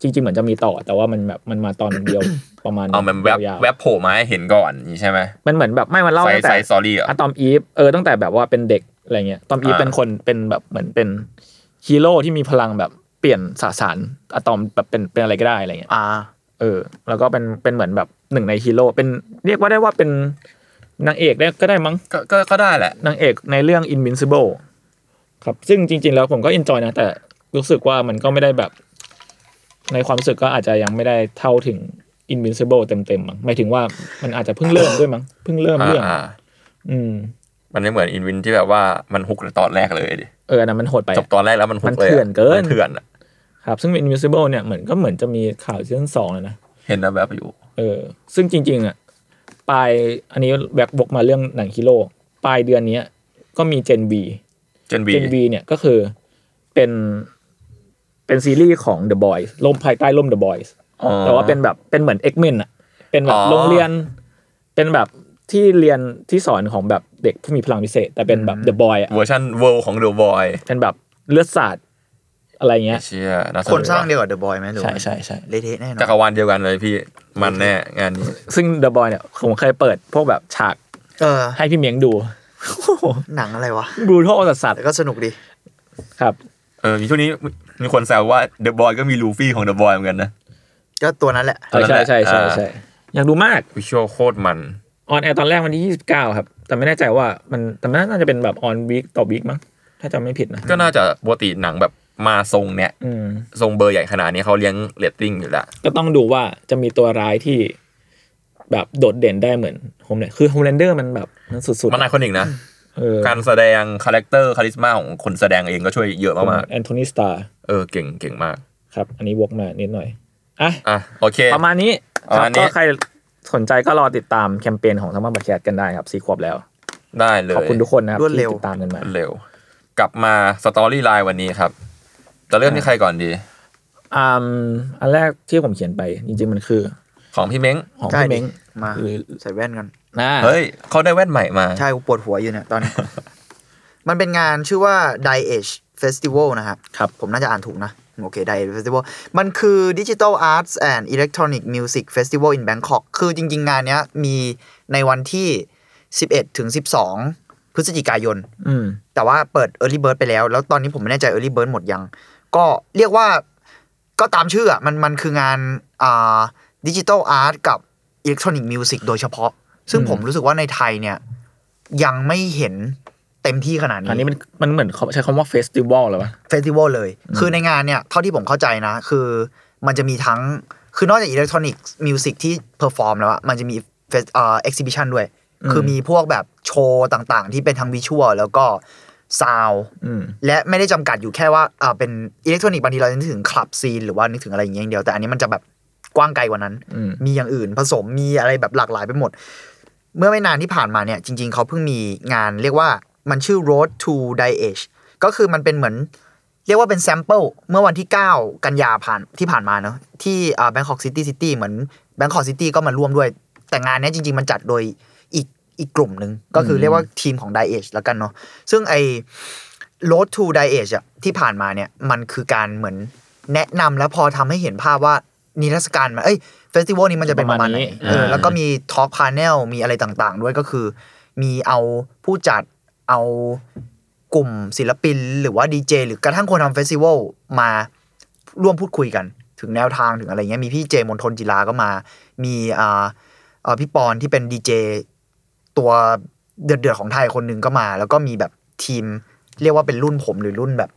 [SPEAKER 2] จริง ๆ เหมือนจะมีต่อ แต่ว่ามันแบบมันมาตอนเดียว (coughs) ประมาณ
[SPEAKER 3] เอามันแวบ
[SPEAKER 2] ยาวๆ
[SPEAKER 3] แวบโผล่มาให้เห็นก่อนอย่างงี้ใช่ไหม
[SPEAKER 2] มันเหมือนแบบไม่มันเล่า
[SPEAKER 3] ไซ
[SPEAKER 2] ตั้ง
[SPEAKER 3] ไซ
[SPEAKER 2] แต่
[SPEAKER 3] สอรี่อ่ะ
[SPEAKER 2] อะตอมอีฟเออตั้งแต่แบบว่าเป็นเด็กอะไรเงี้ยตอมอีฟ
[SPEAKER 3] อ่า
[SPEAKER 2] เป็นคนเป็นแบบเหมือนเป็นฮีโร่ที่มีพลังแบบเปลี่ยนสสารอะตอมแบบเป็นเป็นอะไรก็ได้อะไรเงี้ย
[SPEAKER 4] อ่า
[SPEAKER 2] เออแล้วก็เป็นเป็นเหมือนแบบหนึ่งในฮีโร่เป็นเรียกว่าได้ว่าเป็นนางเอกได้ก็ได้มั้ง
[SPEAKER 3] ก็ก็ก็ได้แหละ
[SPEAKER 2] นางเอกในเรื่อง Invincible ครับซึ่งจริง ๆ แล้วผมก็ enjoy นะ แต่รู้สึกว่ามันก็ไม่ได้แบบ ในความรู้สึกก็อาจจะยังไม่ได้เท่าถึง Invincible เต็มๆมั้งหมายถึงว่ามันอาจจะเพิ่งเริ่มด้วยมั้งเพิ่งเริ่มเรื่อง
[SPEAKER 3] อ่า
[SPEAKER 2] อืม
[SPEAKER 3] ๆมันไม่เหมือนอินวินที่แบบว่ามันฮุกตอนแรกเลยดิ
[SPEAKER 2] เอออันนั้นมันโหดไป
[SPEAKER 3] จบตอนแรกแล้วมันฮุกเล
[SPEAKER 2] มัน
[SPEAKER 3] ยอะ
[SPEAKER 2] เถื่อนเกิน
[SPEAKER 3] มัเถื่อนอะ
[SPEAKER 2] ครับซึ่ง Invincible เนี่ยเหมือนก็เหมือนจะมีข่าวซีซั่นสองแล้วนะ
[SPEAKER 3] เห็นนะแบบอยู่
[SPEAKER 2] เออซึ่งจริง ๆอ่ะปลายอันนี้แบกบกมาเรื่องหนังฮีโร่ปลายเดือนเนี้ยก็มี Gen V
[SPEAKER 3] เจนบี
[SPEAKER 2] Gen V เนี่ยก็คือเป็นเป็นซีรีส์ของ The Boys ล่มภายใต้ล่ม The Boys แต่ว่าเป็นแบบเป็นเหมือน X-Men อ่ะเป็นแบบ
[SPEAKER 3] อ๋อ
[SPEAKER 2] โรงเรียน เป็นแบบที่เรียนที่สอนของแบบเด็กผู้มีพลังพิเศษ แต่เป็นแบบ The Boy อ่ะ
[SPEAKER 3] เวอร์ชันเวิลของเดอะบอย
[SPEAKER 2] เป็นแบบเลือดสาดอะไรเงี้ย
[SPEAKER 3] เชียะ
[SPEAKER 4] คนสร้างเดียวกับเดอะบอยไหมหรือ
[SPEAKER 2] ใช่
[SPEAKER 4] ว่า
[SPEAKER 2] ใช่ใช่
[SPEAKER 4] เละเทะแน่นอ
[SPEAKER 3] จั
[SPEAKER 4] น
[SPEAKER 3] กรวาลเดียวกันเลยพี่มันแน่งานนี้
[SPEAKER 2] ซึ่ง The Boy เนี่ยผมเคยเปิดพวกแบบฉาก
[SPEAKER 4] เออ
[SPEAKER 2] ให้พี่เมียงดู
[SPEAKER 4] หนังอะไรวะ
[SPEAKER 2] บรูทอลสัต
[SPEAKER 4] แต่
[SPEAKER 2] ว์
[SPEAKER 4] ก็สนุกดี
[SPEAKER 2] ครับ
[SPEAKER 3] เออมีช่วงนี้มีคนแซวว่าเดอะบอยก็มีลูฟี่ของเดอะบอยเหมือนกันนะ
[SPEAKER 4] ก็ตัวนั้นแหละ
[SPEAKER 2] ใช่ใช่ใช่ใช่ใช่อยากดูมาก
[SPEAKER 3] วิชวลโคตรมัน
[SPEAKER 2] ออนแอร์ตอนแรกวันที่ 29 ครับ แต่ไม่แน่ใจว่ามันแต่มันน่าจะเป็นแบบออนวีคต่อวีคมั้งถ้าจำไม่ผิดนะ
[SPEAKER 3] ก็น่าจะปกติหนังแบบมาทรงเนี้ย
[SPEAKER 2] อืม
[SPEAKER 3] ทรงเบอร์ใหญ่ขนาดนี้เขาเลี้ยงเรตติ้งอยู่ละ
[SPEAKER 2] ก็ต้องดูว่าจะมีตัวร้ายที่แบบโดดเด่นได้เหมือนโฮมเนี่ยคือโฮมแลนเดอร์มันแบบมันสุด
[SPEAKER 3] มันไอคอนิกนะ
[SPEAKER 2] ๆเออ
[SPEAKER 3] การแสดงคาแรคเตอร์คาลิสมาของคนแสดงเองก็ช่วยเยอะมาก
[SPEAKER 2] แอนโทนีสตาร์
[SPEAKER 3] ๆเออเก่งเก่งมาก
[SPEAKER 2] ครับ อันนี้วกมานิดหน่อยอ่ะ
[SPEAKER 3] อ่ะ โอเค
[SPEAKER 2] ประมาณนี้
[SPEAKER 3] ประ
[SPEAKER 2] ค
[SPEAKER 3] มา
[SPEAKER 2] รั
[SPEAKER 3] ณ
[SPEAKER 2] บ
[SPEAKER 3] นี้
[SPEAKER 2] ก็ใครสนใจก็รอติดตามแคมเปญของสมาร์ทบัตแคสกันได้ครับสี่ขวบแล้ว
[SPEAKER 3] ได้เลย
[SPEAKER 2] ขอบคุณทุกคนนะครับ
[SPEAKER 4] รวดเร็ว
[SPEAKER 2] ที่ติดตามกันมา
[SPEAKER 3] เร็ว กลับมาสตอรี่ไลน์วันนี้ครับ จะเริ่มที่ใครก่อนดี
[SPEAKER 2] อืมอันแรกที่ผมเขียนไป จริง ๆ มันคือ
[SPEAKER 3] ของพี่เม้ง
[SPEAKER 2] ของ
[SPEAKER 4] ใกล้
[SPEAKER 2] พี่
[SPEAKER 4] ดิ
[SPEAKER 2] เม้ง
[SPEAKER 4] มา
[SPEAKER 2] หรือ
[SPEAKER 4] ใส่แว่นกัน
[SPEAKER 2] นะ
[SPEAKER 3] เฮ้ย เขาได้แว่นใหม่มา
[SPEAKER 4] ใช่กูปวดหัวอยู่เนี่ยตอนนี้ (laughs) มันเป็นงานชื่อว่า Die Age Festival นะครับ
[SPEAKER 2] ครับ
[SPEAKER 4] ผมน่าจะอ่านถูกนะ โอเค Die Age Festival มันคือ Digital Arts and Electronic Music Festival in Bangkok คือจริง ๆ งานเนี้ยมีในวันที่ 11 ถึง 12 พฤศจิกายน
[SPEAKER 2] อืม
[SPEAKER 4] แต่ว่าเปิด Early Bird ไปแล้ว แล้วตอนนี้ผมไม่แน่ใจ Early Bird หมดยัง ก็เรียกว่าก็ตามชื่ออะมันมันคืองานอ่าดิจิทัลอาร์ตกับอิเล็กทรอนิกส์มิวสิกโดยเฉพาะ ซึ่ง
[SPEAKER 2] อืม
[SPEAKER 4] ผมรู้สึกว่าในไทยเนี่ย ยังไม่เห็นเต็มที่ขนาด
[SPEAKER 2] อันนี้
[SPEAKER 4] นี้
[SPEAKER 2] มันมันเหมือนเขาใช้คำว่าเฟสติวัลหรอวะ
[SPEAKER 4] เฟสติวัลเลย คือในงานเนี่ย เท่าที่ผมเข้าใจนะ คือมันจะมีทั้ง คือนอกจากอิเล็กทรอนิกส์มิวสิกที่เพอร์ฟอร์มแล้วอะมันจะมีเฟสอ่าเอ็กซิบิชันด้วย
[SPEAKER 2] อืม
[SPEAKER 4] คือมีพวกแบบโชว์ต่างๆ ที่เป็นทั้งวิชวลแล้วก็ซาว
[SPEAKER 2] อืม
[SPEAKER 4] และไม่ได้จำกัดอยู่แค่ว่าอ่าเป็นอิเล็กทรอนิกส์บางทีเราจะนึกถึงคลับซีนหรือว่านึกถึงอะไรอย่างเงี้ยอย่างเดียวแต่อันนี้มันจะแบบกว้างไกลกว่านั้น
[SPEAKER 2] อืม
[SPEAKER 4] มีอย่างอื่นผสมมีอะไรแบบหลากหลายไปหมด เมื่อไม่นานที่ผ่านมาเนี่ย จริง ๆเขาเพิ่งมีงานเรียกว่ามันชื่อ Road to Die Age ก็คือมันเป็นเหมือน เรียกว่าเป็นแซมเปิลเมื่อวันที่ 9 กันยาผ่านที่ผ่านมาเนาะที่อ่าแบงคอกซิตี้ซิตี้เหมือนแบงคอกซิตี้ก็มาร่วมด้วย แต่งานเนี้ยจริง ๆ มันจัดโดยอีกอีกกลุ่มหนึ่งก็คือเรียกว่าทีมของ Die Age แล้วกันเนาะซึ่งไอ้ Road to Die Age อะที่ผ่านมาเนี่ยมันคือการเหมือนแนะนำแล้วพอทำให้เห็นภาพว่านิทรรศการมันเอ้ยเฟสติวัลนี้มันจะเป็นประมาณไหน
[SPEAKER 2] ประมาณนี้
[SPEAKER 4] เออแล้วก็มีทอล์กพาเนลมีอะไรต่างๆ ด้วยก็คือ มีเอาผู้จัดเอากลุ่มศิลปิน หรือว่าดีเจหรือกระทั่งคนทำเฟสติวัลมาร่วมพูดคุยกัน ถึงแนวทางถึงอะไรเงี้ยมีพี่เจมนทนจิลาก็มา มีอ่า เอ่อพี่ปอนที่เป็นดีเจตัวเดือดๆของไทยคนหนึ่งก็มา แล้วก็มีแบบทีม เรียกว่าเป็นรุ่นผมหรือรุ่นแบบ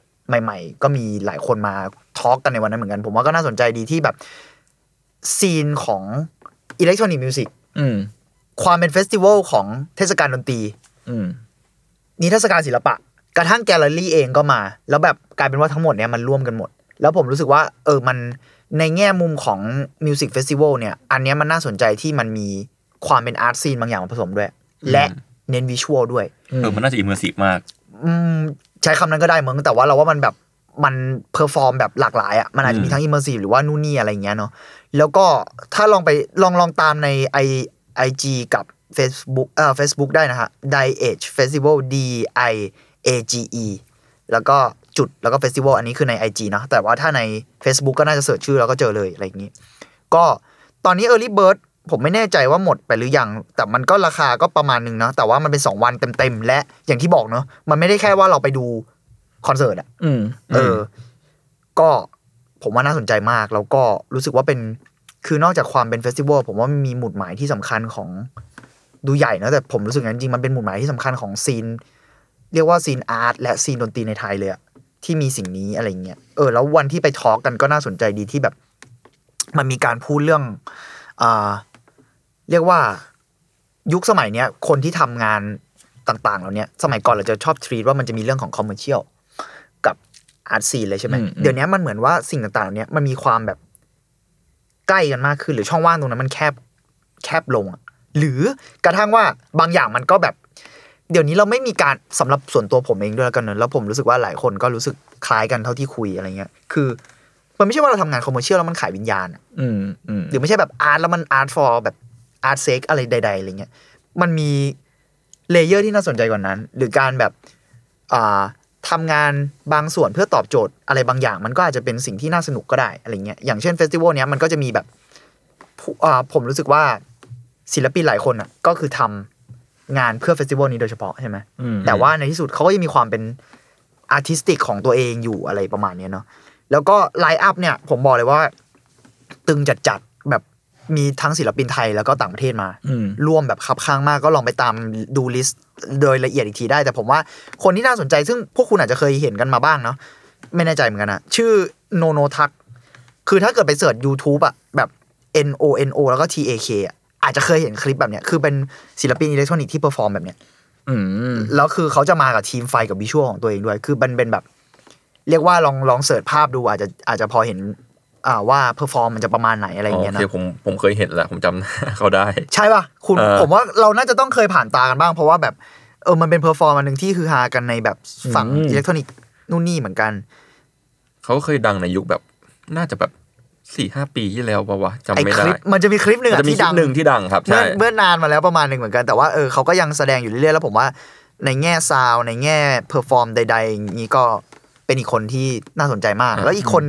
[SPEAKER 4] ใหม่ๆ ก็มีหลายคนมาทอล์กกันในวันนั้นเหมือนกัน ผมว่าก็น่าสนใจดีที่แบบซีนของอิเล็กทรอนิกส์มิวสิก
[SPEAKER 2] อืม
[SPEAKER 4] ความเป็นเฟสติวัลของเทศกาลดนตรี
[SPEAKER 2] อืม
[SPEAKER 4] นิทรรศการศิลปะ กระทั่งแกลเลอรี่เองก็มา แล้วแบบกลายเป็นว่าทั้งหมดเนี่ยมันร่วมกันหมด แล้วผมรู้สึกว่า เออมันในแง่มุมของมิวสิกเฟสติวัลเนี่ย อันเนี้ยมันน่าสนใจที่มันมี ความเป็นอาร์ตซีนบางอย่างมาผสมด้วย และเน้นวิชวลด้วย
[SPEAKER 3] เออมันน่าจะอิมเมอร์ซีฟมาก
[SPEAKER 4] อืมใช้คำนั้นก็ได้เหมือนแต่ว่าเราว่ามันแบบมันเพอร์ฟอร์มแบบหลากหลายอ่ะมันอาจจะมีทั้งอิมเมอร์ซีฟหรือว่านู่นนี่อะไรอย่างเงี้ยเนาะแล้วก็ถ้าลองไปลองลองตามในไอไอจีกับ Facebook เอ่อ Facebook ได้นะฮะ Die Age Festival D I A G E แล้วก็จุดแล้วก็เฟสติวัลอันนี้คือใน IG เนาะแต่ว่าถ้าใน Facebook ก็น่าจะเสิร์ชชื่อแล้วก็เจอเลยอะไรอย่างนี้ ก็ตอนนี้ Early Bird ผมไม่แน่ใจว่าหมดไปหรือยัง แต่มันก็ราคาก็ประมาณหนึงเนาะแต่ว่ามันเป็น 2 วันเต็ม ๆ และอย่างที่บอกเนาะมันไม่ได้แค่ว่าเราไปดูคอนเสิร์ตอะ
[SPEAKER 2] อืม
[SPEAKER 4] เออ ก็ผมว่าน่าสนใจมาก แล้วก็รู้สึกว่าเป็นคือนอกจากความเป็นเฟสติวัลผมว่ามีหมุดหมายที่สำคัญของดูใหญ่เนอะแต่ผมรู้สึกงั้นจริงมันเป็นหมุดหมายที่สำคัญของซีน เรียกว่าซีนอาร์ตและซีนดนตรีในไทยเลยอะที่มีสิ่งนี้อะไรเงี้ยเออ แล้ววันที่ไปทอล์กกันก็น่าสนใจดีที่แบบ มันมีการพูดเรื่องอ่าเรียกว่ายุคสมัยเนี้ย คนที่ทำงานต่างๆเหล่าเนี้ยสมัยก่อนเราจะชอบทรีตว่ามันจะมีเรื่องของคอมเมอร์เชียลกับอาร์ตซีนเลยใช่ไหม
[SPEAKER 2] อืมอืม
[SPEAKER 4] เดี๋ยวเนี้ยมันเหมือนว่าสิ่งต่างๆเหล่าเนี้ยมันมีความแบบใกล้กันมากขึ้น หรือช่องว่างตรงนั้นมันแคบแคบลงอะหรือกระทั่งว่าบางอย่างมันก็แบบ เดี๋ยวนี้เราไม่มีการสำหรับส่วนตัวผมเองด้วยแล้วกันเนอะแล้วผมรู้สึกว่าหลายคนก็รู้สึกคล้ายกันเท่าที่คุยอะไรเงี้ย คือ มันไม่ใช่ว่าเราทำงานคอมเมอร์เชียลแล้วมันขายวิญญาณอะ
[SPEAKER 2] อืมอืม
[SPEAKER 4] หรือไม่ใช่แบบอาร์ตแล้วมันอาร์ตฟอร์แบบอาร์ตเซกอะไรใดๆอะไรเงี้ยมันมีเลเยอร์ที่น่าสนใจกว่านั้น หรือการแบบอ่าทำงานบางส่วนเพื่อตอบโจทย์อะไรบางอย่าง มันก็อาจจะเป็นสิ่งที่น่าสนุกก็ได้อะไรเงี้ยอย่างเช่นเฟสติวัลเนี้ยมันก็จะมีแบบผู้อ่าผมรู้สึกว่าศิลปินหลายคนอ่ะก็คือทำงานเพื่อเฟสติวัลนี้โดยเฉพาะใช่ไหม
[SPEAKER 2] อืม
[SPEAKER 4] แต่ว่าในที่สุดเขาก็ยังมีความเป็นอาร์ติสติกของตัวเองอยู่อะไรประมาณเนี้ยเนาะแล้วก็ไลน์อัพเนี่ย ผมบอกเลยว่า ตึงจัดๆแบบมีทั้งศิลปินไทยแล้วก็ต่างประเทศมา
[SPEAKER 2] อืม
[SPEAKER 4] ร่วมแบบคับข้างมากก็ลองไปตามดูลิสต์โดยละเอียดอีกทีได้ แต่ผมว่าคนที่น่าสนใจซึ่งพวกคุณอาจจะเคยเห็นกันมาบ้างเนาะไม่แน่ใจเหมือนกันนะชื่อโนโนทักคือถ้าเกิดไปเสิร์ช YouTube อะแบบ N O N O แล้วก็ T A K อะอาจจะเคยเห็นคลิปแบบเนี้ยคือเป็นศิลปินอิเล็กทรอนิกส์ที่เปอร์ฟอร์มแบบเนี้ย
[SPEAKER 2] อืม
[SPEAKER 4] แล้วคือเขาจะมากับทีมไฟกับวิชวลของตัวเองด้วย คือมันเป็นแบบ เรียกว่าลองลองเสิร์ชภาพดูอาจจะอาจจะพอเห็น อ่าว่าเพอร์ฟอร์มมันจะประมาณไหนอะไรอย่างเงี้ย
[SPEAKER 3] โอ
[SPEAKER 4] นะ
[SPEAKER 3] เคผมผมเคยเห็นแหละผมจำหน้า (laughs) เขาได้
[SPEAKER 4] ใช่ป่ะคุณ
[SPEAKER 3] เออ
[SPEAKER 4] ผมว่าเราน่าจะต้องเคยผ่านตากันบ้าง เพราะว่าแบบเออมันเป็นเพอร์ฟอร์มอันหนึ่งที่คือฮากันในแบบฝั่ง
[SPEAKER 2] อืม
[SPEAKER 4] อิเล็กทรอนิกส์นู่นนี่เหมือนกัน
[SPEAKER 3] เขาเคยดังในยุคแบบน่าจะแบบสี่ห้าปีที่แล้วปะวะจำ
[SPEAKER 4] ไอ้
[SPEAKER 3] ไม่
[SPEAKER 4] ค
[SPEAKER 3] ได้
[SPEAKER 4] ลิปมันจะมีคลิปหนึ่ง
[SPEAKER 3] มัน
[SPEAKER 4] อะ
[SPEAKER 3] จะมี
[SPEAKER 4] ที่
[SPEAKER 3] คลิ
[SPEAKER 4] ดั
[SPEAKER 3] ป
[SPEAKER 4] ง
[SPEAKER 3] หนึ่งที่ดังครับ
[SPEAKER 4] เมื่อ
[SPEAKER 3] ใช่
[SPEAKER 4] เมื่อนานมาแล้วประมาณหนึ่งเหมือนกัน แต่ว่าเออเขาก็ยังแสดงอยู่เรื่อยๆ แล้วผมว่าในแง่ซาวด์ในแง่เพอร์ฟอร์มใดๆอย่างนี้ก็เป็นอีกคนที่น่าสนใจมาก
[SPEAKER 3] อืม
[SPEAKER 4] แล้วอีกคน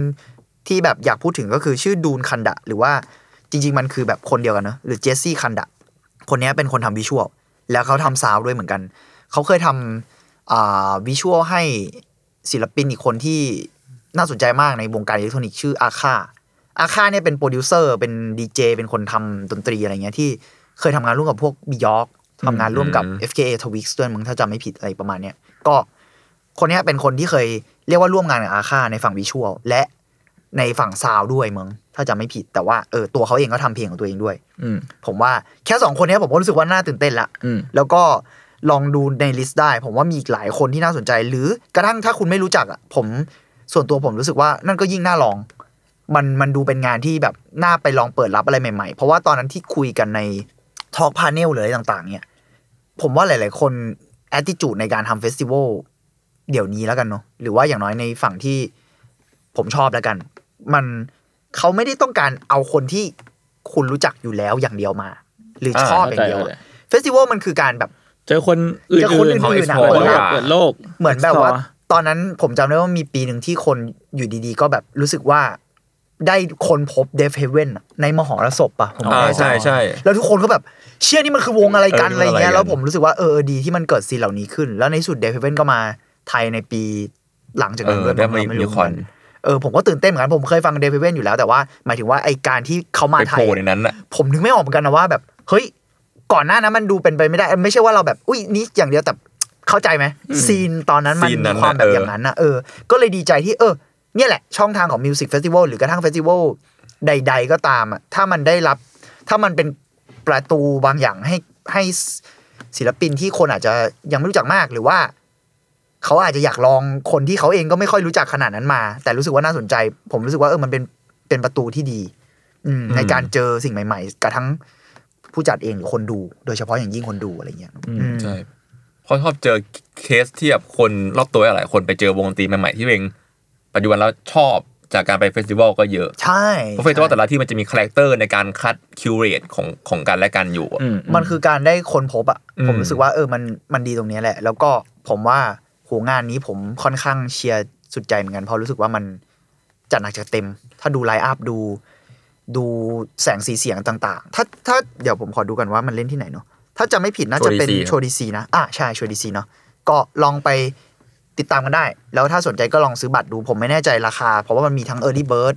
[SPEAKER 4] ที่แบบอยากพูดถึงก็คือชื่อดูนคันดะ หรือว่าจริง ๆ มันคือแบบคนเดียวกันเนอะหรือเจสซี่คันดะ คนเนี้ยเป็นคนทำวิชวลแล้วเขาทำซาวด์ด้วยเหมือนกัน เขาเคยทำอ่าวิชวลให้ศิลปินอีกคนที่น่าสนใจมากในวงการอิเล็กทรอนิกส์ชื่ออาค่า อาค่าเนี่ยเป็นโปรดิวเซอร์เป็นดีเจเป็นคนทำดนตรีอะไรเงี้ยที่เคยทำงานร่วมกับพวกบิยอกทำงานร่วมกับ
[SPEAKER 3] อืม
[SPEAKER 4] FKA Twix ด้วยมึงถ้าจำไม่ผิดอะไรประมาณเนี้ยก็คนเนี้ยเป็นคนที่เคยเรียกว่าร่วมงานกับอาค่าในฝั่งวิชวลและในฝั่งซาวด์ด้วยมึงถ้าจำไม่ผิดแต่ว่าเออตัวเขาเองก็ทำเพลงของตัวเองด้วย
[SPEAKER 2] อืม
[SPEAKER 4] ผมว่าแค่สองคนเนี้ยผมก็รู้สึกว่าน่าตื่นเต้นละ
[SPEAKER 2] อืม
[SPEAKER 4] แล้วก็ลองดูในลิสต์ได้ ผมว่ามีอีกหลายคนที่น่าสนใจ หรือกระทั่งถ้าคุณไม่รู้จักอ่ะผมส่วนตัวผมรู้สึกว่านั่นก็ยิ่งน่าลอง มันมันดูเป็นงานที่แบบน่าไปลองเปิดรับอะไรใหม่ๆ เพราะว่าตอนนั้นที่คุยกันในทอล์กพาเนลหรืออะไรต่าง ๆ เนี่ย ผมว่าหลาย ๆ คนแอ t ติจูดในการทำเฟสติวัลเดี๋ยวนี้แล้วกันเนาะหรือว่าอย่างน้อยในฝั่งที่ผมชอบแล้วกัน มันเขาไม่ได้ต้องการเอาคนที่คุณรู้จักอยู่แล้วอย่างเดียวมา หรือชอบอย่างเดียว
[SPEAKER 2] เข้าใจ
[SPEAKER 4] อะ
[SPEAKER 2] เลย
[SPEAKER 4] เฟสติวัลมันคือการแบบ
[SPEAKER 2] เจอคนอื่น
[SPEAKER 4] เจอคนอื่นๆ
[SPEAKER 2] เขา
[SPEAKER 4] อะ
[SPEAKER 2] explore
[SPEAKER 3] เปิดโลก
[SPEAKER 2] เปิดโลก
[SPEAKER 4] เหมือนแบบว่า
[SPEAKER 2] Explore
[SPEAKER 4] ตอนนั้นผมจำได้ว่ามีปีหนึ่งที่คนอยู่ดีๆ ก็แบบรู้สึกว่าได้คนพบเดฟเฮเว่นในมหรสพปะผมไม่
[SPEAKER 3] อ่า
[SPEAKER 4] แน่จ
[SPEAKER 3] ใช่ใช่
[SPEAKER 4] แล้วทุกคนก็แบบเชื่อนี่มันคือวงอะไรกัน
[SPEAKER 3] เออ
[SPEAKER 4] อะไรอย่างเงี้ย
[SPEAKER 3] มันอะไรกัน
[SPEAKER 4] แล้วผมรู้สึกว่าเออดีที่มันเกิดซีนเหล่านี้ขึ้น แล้วในที่สุดเดฟเฮเว่นก็มาไทยในปีหลังจาก
[SPEAKER 3] เอ
[SPEAKER 4] นั้น
[SPEAKER 3] อ
[SPEAKER 4] ด้วย
[SPEAKER 3] ได้
[SPEAKER 4] ผม
[SPEAKER 3] มา
[SPEAKER 4] ไม่
[SPEAKER 3] ยู
[SPEAKER 4] รู้
[SPEAKER 3] ค
[SPEAKER 4] เหมื
[SPEAKER 3] อ
[SPEAKER 4] อน นกันเออผมก็ตื่นเต้นเหมือนกันผมเคยฟังเดฟเฮเว่นอยู่แล้วแต่ว่าหมายถึงว่าไอการที่เขามา
[SPEAKER 3] ไป
[SPEAKER 4] ไท
[SPEAKER 3] โผ
[SPEAKER 4] ย
[SPEAKER 3] ล่ในนั้นน่ะ
[SPEAKER 4] ผมนึกไม่ออกเหมือนกันนะว่าแบบ เฮ้ย ก่อนหน้านั้นมันดูเป็นไปไม่ได้ ไม่ใช่ว่าเราแบบ อุ้ยนี่อย่างเดียวแต่เข้าใจไหมซีนตอนนั้นมัน
[SPEAKER 3] ซีนนั้
[SPEAKER 4] มี
[SPEAKER 3] น
[SPEAKER 4] ความ
[SPEAKER 3] น่ะเอออ
[SPEAKER 4] แบบอย่างนั้นนะเออ ก็เลยดีใจที่เออ เนี่ยแหละ ช่องทางของมิวสิกเฟสติวัลหรือกระทั่งเฟสติวัลใด ๆ ก็ตามอ่ะถ้ามันได้รับ ถ้ามันเป็นประตูบางอย่างให้ให้ศิลปินที่คนอาจจะยังไม่รู้จักมากหรือว่า เขาอาจจะอยากลองคนที่เขาเองก็ไม่ค่อยรู้จักขนาดนั้นมา แต่รู้สึกว่าน่าสนใจ ผมรู้สึกว่าเออมันเป็นเป็นประตูที่ดี อืมในการเจอสิ่งใหม่ ๆ กระทั่ง ผู้จัดเองหรือคนดู โดยเฉพาะอย่างยิ่งคนดูอะไรเงี้ยอืม
[SPEAKER 3] ใช่เพราะชอบเจอเคสที่แบบคนรอบตัวหลายๆคนไปเจอวงดนตรีใหม่ๆที่เองปัจจุบันแล้วชอบจากการไปเฟสติวัลก็เยอะ
[SPEAKER 4] ใช่
[SPEAKER 3] เพราะเฟสติวัลแต่ละที่มันจะมีคาแรคเตอร์ในการคัดคิวเรตของของกันและกันอยู่อะ
[SPEAKER 2] อืม
[SPEAKER 4] มันคือการได้คนพบอ่ะ
[SPEAKER 3] อืม
[SPEAKER 4] ผมรู้สึกว่าเออมันมันดีตรงเนี้ยแหละ แล้วก็ผมว่าโหงานนี้ผมค่อนข้างเชียร์สุดใจเหมือนกันเพราะรู้สึกว่ามันจัดหนักจัดเต็ม ถ้าดูไลน์อัพดู ดูแสงสีเสียงต่าง ๆ ถ้าถ้าเดี๋ยวผมขอดูกันว่ามันเล่นที่ไหนเนาะถ้าจะไม่ผิดน่าจะเป็น
[SPEAKER 3] โชว์ DC
[SPEAKER 4] โชว์ดีซีนะอ่ะใช่โชว์ดีซีเนาะก็ลองไปติดตามกันได้ แล้วถ้าสนใจก็ลองซื้อบัตรดู ผมไม่แน่ใจราคา เพราะว่ามันมีทั้ง Early Bird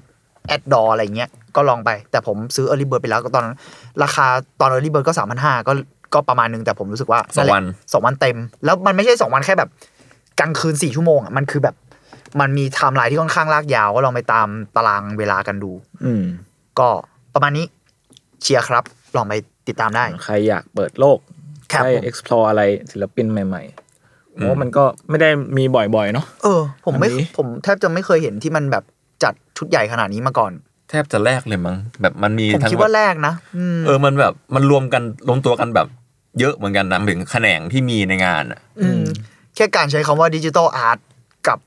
[SPEAKER 4] แอดดออะไรเงี้ยก็ลองไป แต่ผมซื้อ Early Bird ไปแล้วก็ตอนนั้นราคาตอน Early Bird ก็ 3,500ก็ก็ประมาณนึง แต่ผมรู้สึกว่า
[SPEAKER 3] สองวัน
[SPEAKER 4] แหละสองวันเต็ม แล้วมันไม่ใช่สองวันแค่แบบกลางคืนสี่ชั่วโมงอ่ะมันคือแบบมันมีไทม์ไลน์ที่ค่อนข้างลากยาวก็ลองไปตามตารางเวลากันดู
[SPEAKER 2] อืม
[SPEAKER 4] ก็ประมาณนี้เชียร์ครับ ลองไปติดตามได้
[SPEAKER 2] ใครอยากเปิดโลก
[SPEAKER 4] ครับ
[SPEAKER 2] ได้
[SPEAKER 4] ผม
[SPEAKER 2] explore อะไรศิลปินใหม่ๆเพราะว่ามันก็ไม่ได้มีบ่อยๆเนาะ
[SPEAKER 4] เออ ผมไม่
[SPEAKER 2] อันนี้
[SPEAKER 4] ผมแทบจะไม่เคยเห็นที่มันแบบจัดชุดใหญ่ขนาดนี้มาก่อน
[SPEAKER 3] แทบจะแรกเลยมั้งแบบมันมี
[SPEAKER 4] ผม
[SPEAKER 3] ทั้ง
[SPEAKER 4] คิดว่าแรกนะอืม
[SPEAKER 3] เออมันแบบมันรวมกันรวมตัวกันแบบเยอะเหมือนกันนะถึงแขนงที่มีในงานอะ
[SPEAKER 4] มแค่การใช้คำว่าดิจิ t a ลอาร์ตกับ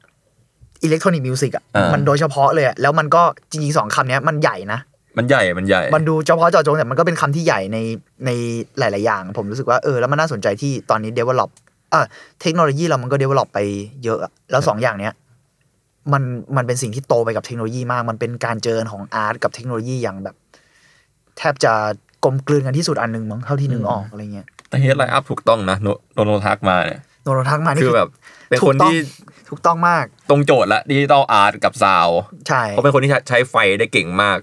[SPEAKER 4] อิเล็กทรอนิกส์มิวสิกอ่ะ
[SPEAKER 3] อ่ามั
[SPEAKER 4] มันโดยเฉพาะเลยอะแล้วมันก็จริงๆสองคำเนี้ยมันใหญ่นะ
[SPEAKER 3] มันใหญ่มันใหญ่
[SPEAKER 4] มันดูเฉพาะเจาะจงแต่มันก็เป็นคำที่ใหญ่ในในหลาย ๆ อย่าง ผมรู้สึกว่าเออแล้วมันน่าสนใจที่ตอนนี้ develop เออเทคโนโลยีเรามันก็ develop ไปเยอะอะแล้วสองอย่างเนี้ยมันมันเป็นสิ่งที่โตไปกับเทคโนโลยีมาก มันเป็นการเจริญของอาร์ตกับเทคโนโลยีอย่างแบบ แทบจะกลมกลืนกันที่สุดอันหนึ่งมั้งเท่าที่นึกออกอะไรเงี้ย
[SPEAKER 3] แต่เฮดไลน์อัพถูกต้องนะโนโนโนทักมาเนี่ย
[SPEAKER 4] โนโรทักมานี่
[SPEAKER 3] คือแบบเป็นคนที่
[SPEAKER 4] ถูกต้องมาก
[SPEAKER 3] ตรงโจทย์ละดิจิตอลอาร์ตกับซาว
[SPEAKER 4] ใช่
[SPEAKER 3] เพราะเป็นคนที่ใช้ใช้ไฟได้เก่งมาก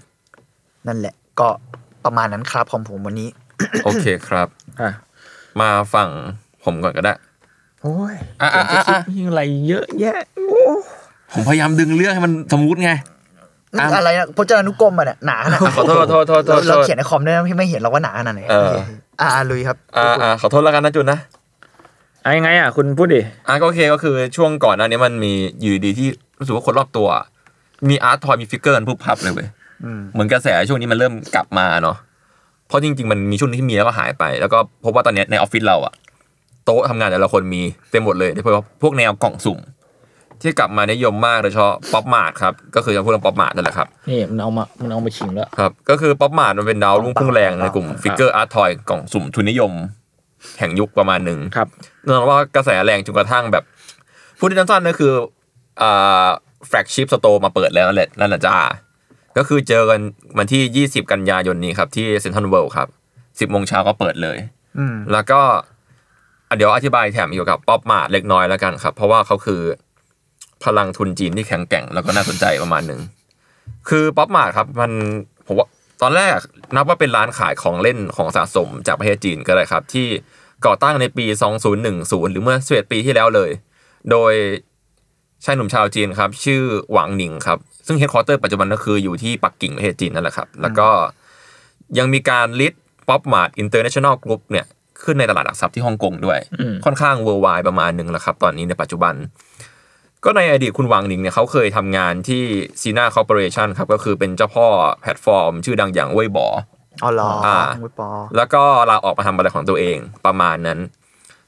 [SPEAKER 4] นั่นแหละ ก็ประมาณนั้นครับของผมวันนี้
[SPEAKER 3] (coughs) โอเคครับ
[SPEAKER 2] อ่ะ
[SPEAKER 3] มาฝั่งผมก่อนก็ได้
[SPEAKER 2] โอ้ย
[SPEAKER 3] อ่ะ
[SPEAKER 2] เดี๋ยวจะคิด
[SPEAKER 3] อ่ะ
[SPEAKER 2] มีอะไรเยอะแยะ
[SPEAKER 3] ผมพยายามดึงเรื่องให้มันสมูทไง อ่ะ
[SPEAKER 4] อะไรนะพจนานุกรมอ่ะเนี่ยหนาขนาด
[SPEAKER 3] ขอโทษขอโทษขอโทษขอ
[SPEAKER 4] เราเรา
[SPEAKER 3] โทษ
[SPEAKER 4] เขียนในคอมด้วยนะพี่ไม่เห็นเราว่าหนาขนาดไหน
[SPEAKER 3] เออ
[SPEAKER 4] โอเคอ่าลุยครับ
[SPEAKER 3] อ่าอ่าขอโทษแล้วกันนะจุนนะ
[SPEAKER 2] อะยังไงอ่ะ คุณพูดดิ
[SPEAKER 3] อ่ะก็โอเคก็คือช่วงก่อนหน้านี้มันมีอยู่ดีๆที่รู้สึกว่าคนรอบตัว มีอาร์ตทอยมีฟิกเกอร์กันพุบพับเลยเว้ยเหมือนกระแสช่วงนี้มันเริ่มกลับมาเนาะเพราะจริง ๆ มันมีช่วงที่มีแล้วก็หายไป แล้วก็พบว่าตอนเนี้ยในออฟฟิศเราอะโต๊ะทำงานแต่ละคนมีเต็มหมดเลยโดยเฉพาะพวกแนวกล่องสุ่ม ที่กลับมานิยมมากโดยเฉพาะป๊อปมาร์ทครับก็คือจะพูดเรื่องป๊อปมาร์ทนั่นแหละครับ
[SPEAKER 2] นี่มันเอามา มันเอามาชิงแล้ว
[SPEAKER 3] ครับก็คือป๊อปมาร์ดมันเป็นดาวรุ่งพุ่งแรงในกลุ่มฟิกเกอร์อาร์ตทอยกล่องสุ่มทุนนิยม แห่งยุคประมาณหนึ่ง
[SPEAKER 2] ครับ
[SPEAKER 3] เนื่องจากว่ากระแสแรงจนกระทั่งแบบพูดที่สั้นๆก็คืออ่าแฟลกชิพสโตร์มาเปิดแล้วนั่นแหละนั่นแหละจ้า ก็คือเจอกันวันที่ 20 กันยายนนี้ครับ ที่เซ็นทรัลเวิลด์ครับ 10โมงเช้าก็เปิดเลย
[SPEAKER 4] อืม
[SPEAKER 3] แล้วก็อ่ะเดี๋ยวอธิบายแถมเกี่ยวกับป๊อปมาร์ดเล็กน้อยแล้วกันครับ เพราะว่าเขาคือพลังทุนจีนที่แข็งแกร่งแล้วก็น่าสนใจประมาณหนึ่ง คือป๊อปมาร์ดครับมันผมว่าตอนแรกนับว่าเป็นร้านขายของเล่นของสะสมจากประเทศจีนก็เลยครับ ที่ก่อตั้งในปี 2010 หรือเมื่อ11ปีที่แล้วเลย โดยชายหนุ่มชาวจีนครับ ชื่อหวังหนิงครับ ซึ่งเฮดคอร์เตอร์ปัจจุบันก็คืออยู่ที่ปักกิ่งประเทศจีนนั่นแหละครับ แล้วก็ยังมีการลิสต์ป๊อปมาร์ดอินเตอร์เนชั่นแนลกรุ๊ปเนี่ย ขึ้นในตลาดหลักทรัพย์ที่ฮ่องกงด้วย ค่อนข้างเวอร์ไวประมาณหนึ่งแล้วครับ ตอนนี้ในปัจจุบัน ก็ในอดีตคุณหวังหนิงเนี่ยเขาเคยทำงานที่ซีนาคอร์ปอเรชันครับ ก็คือเป็นเจ้าพ่อแพลตฟอร์ม ชื่อดังอย่างเว่ยบอ
[SPEAKER 4] อ๋อเหรอ
[SPEAKER 3] อ่า
[SPEAKER 4] เว้ยปอ
[SPEAKER 3] แล้วก็ลาออกมาทำอะไรของตัวเองประมาณนั้น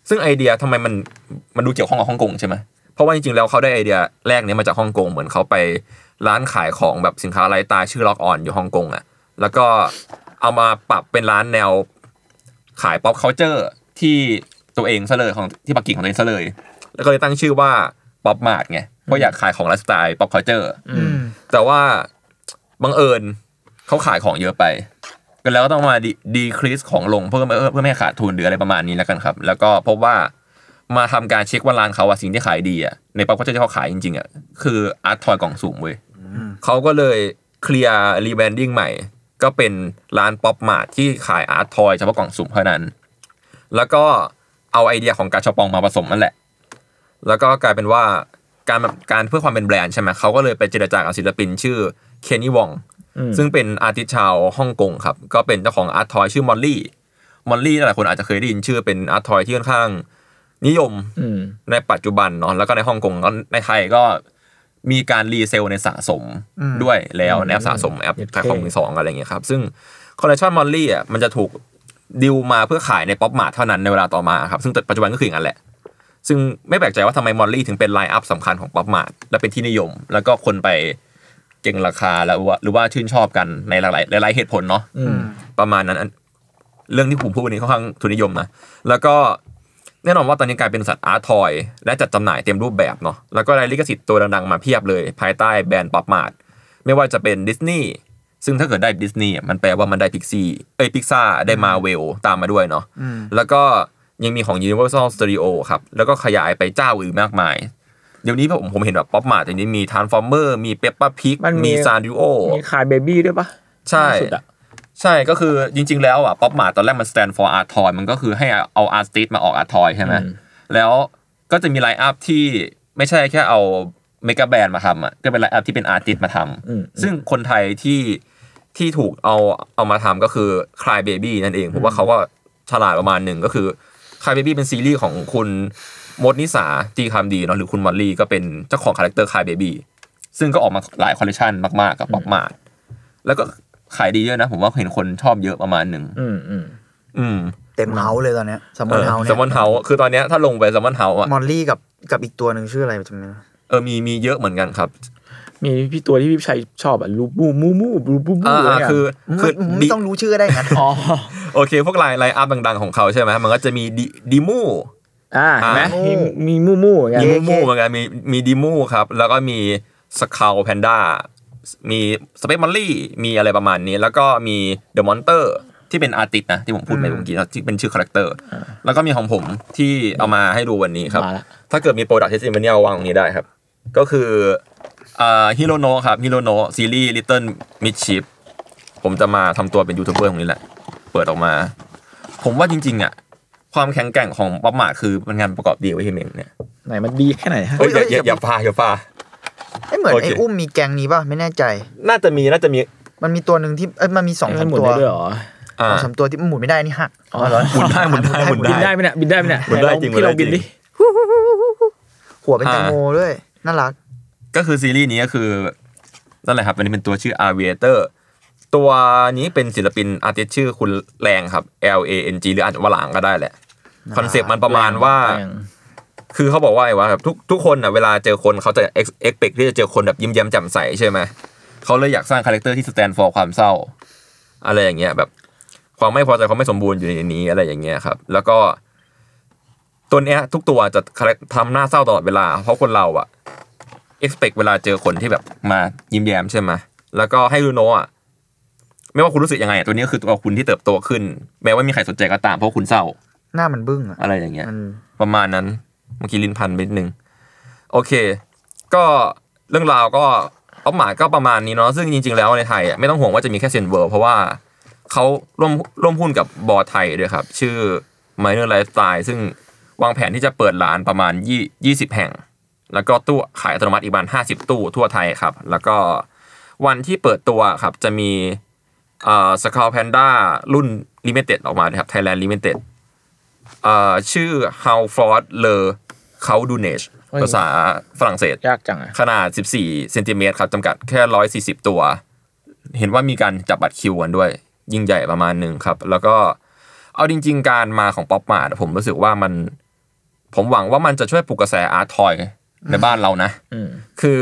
[SPEAKER 3] ซึ่งไอเดียทำไมมันมันดูเกี่ยวข้องกับฮ่องกงใช่ไหมเพราะว่าจริงๆแล้วเขาได้ไอเดียแรกเนี้มาจากฮ่องกงเหมือนเขาไปร้านขายของแบบสินค้าไร้ตายชื่อล็อกออนอยู่ฮ่องกงอ่ะ แล้วก็เอามาปรับเป็นร้านแนวขายป๊อปเคาน์เตอร์ที่ตัวเองซะเลยของที่ปักกิ่งของตัวเองซะเลย แล้วก็เลยตั้งชื่อว่าป๊อปมาร์ทไงเพราะอยากขายของไลฟ์สไตล์ป๊อปเคาน์เตอร์
[SPEAKER 4] อืม
[SPEAKER 3] แต่ว่าบังเอิญเขาขายของเยอะไปก็แล้วก็ต้องมาดีครีสของลงเพื่อไม่เพื่อไม่ให้ขาดทุนหรืออะไรประมาณนี้แล้วกันครับ แล้วก็พบว่ามาทำการเช็คว่าร้านเขาอะสิ่งที่ขายดีอะในป๊อปก็จะที่เขาขายจริงๆอะคืออาร์ตทอยกล่องสุ่มเว้ยเขาก็เลยเคลียร์รีแบรนดิ้งใหม่ ก็เป็นร้านป๊อปมาร์ทที่ขายอาร์ตทอยเฉพาะกล่องสุ่มเท่านั้น แล้วก็เอาไอเดียของการชอปองมาผสมนั่นแหละ แล้วก็กลายเป็นว่าการการเพื่อความเป็นแบรนด์ใช่ไหมเขาก็เลยไปเจรจากับศิลปินชื่อเคนนี่วองซึ่งเป็นอาร์ติสต์ชาวฮ่องกงครับ ก็เป็นเจ้าของอาร์ตทอยชื่อมอลลี่มอลลี่หลายคนอาจจะเคยได้ยินชื่อเป็นอาร์ตทอยที่ค่อนข้างนิยม
[SPEAKER 2] อืม
[SPEAKER 3] ในปัจจุบันเนาะแล้วก็ในฮ่องกงแล้วในไทยก็มีการรีเซลในสะสมด้วยแล้วในแอปสะสมแอป
[SPEAKER 2] เย็ดเท่
[SPEAKER 3] ขายของมือสองอะไรอย่างเงี้ยครับซึ่งคอลเลคชันมอลลี่อ่ะมันจะถูก ดิวมาเพื่อขายในป๊อปมาร์ทเท่านั้นในเวลาต่อมาครับซึ่งปัจจุบันก็คืออย่างนั้นแหละ ซึ่งไม่แปลกใจว่าทำไมมอลลี่ถึงเป็นไลน์อัพสำคัญของป๊อปมาร์ทและเป็นที่นิยม แล้วก็คนไปเก่งราคาแล้วว่าหรือว่าชื่นชอบกันในหลายๆหลายๆเหตุผลเนาะประมาณนั้นอันเรื่องที่ผมพูดวันนี้ค่อนข้างทุนนิยมนะแล้วก็แน่นอนว่าตอนนี้กลายเป็นสัตว์อาร์ตทอย และจัดจำหน่ายเต็มรูปแบบเนาะแล้วก็ได้ลิขสิทธิ์ตัวดังๆมาเพียบเลย ภายใต้แบรนด์ป๊อปมาร์ทไม่ว่าจะเป็นดิสนีย์ ซึ่งถ้าเกิดได้ดิสนีย์มันแปลว่ามันได้พิกซี่เอ้ยพิกซ่าได้มาเวลตามมาด้วยเนาะแล้วก็ยังมีของ Universal Studio ครับ แล้วก็ขยายไปเจ้าอื่นมากมาย เดี๋ยวนี้ผมผมเห็นแบบป๊อปมาร์ทอย่างนี้มี Transformer มี Peppa Pig
[SPEAKER 2] มันมี
[SPEAKER 3] มี s a n d u o
[SPEAKER 2] มีขายเบบี้ด้วยปะ
[SPEAKER 3] ใช่
[SPEAKER 2] ล่าสุดอะ
[SPEAKER 3] ใช่ก็คือจริง ๆ แล้วอ่ะป๊อปมาตอนแรกมัน stand for art toy มันก็คือให้เอา art s t i s มาออก art toy ใช่ไหมแล้วก็จะมีไลน์อัพที่ไม่ใช่แค่เอาเมกะแบรนด์มาทำอ่ะก็เป็นไลน์อัพที่เป็น artist มาทำซึ่งคนไทยที่ที่ถูกเอาเอามาทำก็คือ cry baby นั่นเอง ผมว่าเขาก็ฉลาดประมาณหนึ่งก็คือ cry baby เป็นซีรีส์ของคุณมดนิสาจีคำดีเนาะหรือคุณมอลลี่ก็เป็นเจ้าของคาแรคเตอร์ cry baby ซึ่งก็ออกมาหลายคอลเลคชันมากๆกับป๊อปมาแล้วก็ขายดีเยอะนะ ผมว่าเห็นคนชอบเยอะประมาณหนึ่ง
[SPEAKER 2] อืมอืม
[SPEAKER 3] อืม
[SPEAKER 4] เต็มเฮาส์เลยตอนเนี้ยสม
[SPEAKER 3] เอ
[SPEAKER 4] อน
[SPEAKER 3] อ
[SPEAKER 4] เฮาส์
[SPEAKER 3] แซ
[SPEAKER 4] เนี่
[SPEAKER 3] มมอนเฮาคือตอนเนี้ยถ้าลงไปแซมมอนเฮาอ่ะ
[SPEAKER 4] ยมอลลี่กับกับอีกตัวหนึ่งชื่ออะไรจำไม่ได้
[SPEAKER 3] เออมีมีเยอะเหมือนกันครับ
[SPEAKER 2] มีพี่ตัวที่พี่ชัยชอบอะลูบูมูมูบูบูบู
[SPEAKER 3] อ่า
[SPEAKER 2] อะไร
[SPEAKER 3] อ่า
[SPEAKER 2] อะ
[SPEAKER 3] คือ
[SPEAKER 4] ไม่
[SPEAKER 3] คือ
[SPEAKER 4] ไม่
[SPEAKER 3] ดิ
[SPEAKER 4] ต้องรู้ชื่อก็ได้งั้น
[SPEAKER 2] อ๋อ
[SPEAKER 3] โอเค พวกไลน์ไลน์อัพดังๆของเขาใช่ไหมมันก็จะมีดิดิมู
[SPEAKER 2] อ่าเห็นไหม
[SPEAKER 3] อ่า
[SPEAKER 2] มีมีมูมูอย่างเงี้
[SPEAKER 3] มี
[SPEAKER 2] ย
[SPEAKER 3] มูมูเหมือนกันมีมีดิมูครับ แล้วก็มีสคา l แพนด้ามีสเปซมอลลี่มีอะไรประมาณนี้ แล้วก็มีเดอะมอนเตอร์ที่เป็นอาร์ติสนะ ที่ผมพูดไปเมื่อกี้นะที่เป็นชื่อคาแรคเตอร์ แล้วก็มีของผมที่เอามาให้ดูวันนี้ครับ
[SPEAKER 2] มาละ
[SPEAKER 3] ถ้าเกิดมีโปรดักต์เทสติมเนียวางตรงนี้ได้ครับ ก็คือฮิโรโนะครับฮิโรโนซีรีส์ Little Midship ผมจะมาทำตัวเป็นยูทูบเบอร์ตรงนี้แหละ เปิดออกมา ผมว่าจริง ๆ อ่ะ ความแข็งแกร่งของป๊อปมาคือมันงานประกอบดีไว้ที่เมงเนี่ย
[SPEAKER 2] ไหนมันดีแค่ไหนฮะ
[SPEAKER 3] เฮ้ยอย่าอย่าอย่าพาอย่าพา
[SPEAKER 4] เอ้ยเหมือน
[SPEAKER 3] โอเค
[SPEAKER 4] ไอ้อุ้มมีแกงนี้ป่ะไม่แน่ใจ
[SPEAKER 3] น่าจะมีน่าจะมี
[SPEAKER 4] มันมีตัวหนึ่งที่เอ้ยมันมีสองสาม
[SPEAKER 2] หมุน
[SPEAKER 4] ตัว
[SPEAKER 2] ได้ด้วยเหรอ
[SPEAKER 3] อ่า
[SPEAKER 4] สองสามตัวที่หมุนไม่ได้นี่หัก
[SPEAKER 2] อ๋อเหรอ
[SPEAKER 3] หมุนได้หมุนได้หมุน
[SPEAKER 2] บิน
[SPEAKER 3] ได้
[SPEAKER 2] ได้ไหมเนี่ยบินได้ไหมเนี่ย
[SPEAKER 3] หมุนได้
[SPEAKER 2] หลอ
[SPEAKER 3] จริง
[SPEAKER 2] พี่ลอง
[SPEAKER 3] หมุนได้
[SPEAKER 2] บิน
[SPEAKER 3] จริ
[SPEAKER 2] ดิ
[SPEAKER 3] ง
[SPEAKER 4] หัวเป็นแตงโมด้วยน่ารัก
[SPEAKER 3] ก็คือซีรีส์นี้ก็คือนั่นแหละครับอันนี้เป็นตัวชื่อ Aviator ตัวนี้เป็นศิลปินอาร์ติสชื่อคุณแรงครับ L A N G หรืออาจจะว่าหลางก็ได้แหละคอนเซปต์มันประมาณว่า คือเขาบอกว่าไงวะแบบทุกทุกคนอ่ะเวลาเจอคนเขาจะเอ็กเ t ที่จะเจอคนแบบยิ้มแย้มแจ่มใสใช่ไหมเขาเลยอยากสร้างคาแรคเตอร์ที่สแตนฟอร์ความเศร้า อะไรอย่างเงี้ยแบบ ความไม่พอใจความไม่สมบูรณ์อยู่ในนี้อะไรอย่างเงี้ยครับ แล้วก็ตัวเนี้ย ทุกตัวจะ character ทำหน้าเศร้าตลอดเวลา เพราะคนเราอ่ะ expect เวลาเจอคนที่แบบมายิ้มแย้มใช่ไหมแล้วก็ให้รู้โนะอ่ะไม่ว่าคุณรู้สึกยังไงอะตัวนี้ก็คือตัวคุณที่เติบโตขึ้น แม้ว่ามีใครสนใจก็ตามเพราะคุณเศร้า
[SPEAKER 4] หน้ามันบึ้งอ่ะ
[SPEAKER 3] อะไรอย่างเงี้ย
[SPEAKER 4] มัน
[SPEAKER 3] ประมาณนั้นเมื่อกี้ลิ้นพันไปนิดนึง โอเค ก็เรื่องราวก็เป้าหมายก็ประมาณนี้เนาะซึ่งจริง ๆ แล้วในไทยอ่ะไม่ต้องห่วงว่าจะมีแค่เซนเวิร์เพราะว่าเขาร่วมร่วมหุ้นกับบอไทยด้วยครับ ชื่อ Minor Lifestyle ซึ่งวางแผนที่จะเปิดร้านประมาณยี่20 แห่ง แล้วก็ตู้ขายอัตโนมัติอีกประมาณ50 ตู้ทั่วไทยครับ แล้วก็วันที่เปิดตัวครับจะมีสคาลแพนด้ารุ่นลิมิเต็ดออกมานะครับ Thailand Limited เอ่อชื่อ How f o r d Le c a u d u n e
[SPEAKER 2] เฮ้ย
[SPEAKER 3] ภาษาฝรั่งเศส
[SPEAKER 2] ยากจังอะ
[SPEAKER 3] ขนาด 14 เซนติเมตรครับจำกัดแค่ 140 ตัว เห็นว่ามีการจับบัตรคิวกันด้วย ยิ่งใหญ่ประมาณหนึ่งครับ แล้วก็เอาจริง ๆ การมาของป๊อปมาผมรู้สึกว่ามัน ผมหวังว่ามันจะช่วยปลุกกระแสอาร์ตทอยในบ้านเรานะ
[SPEAKER 2] อืม
[SPEAKER 3] คือ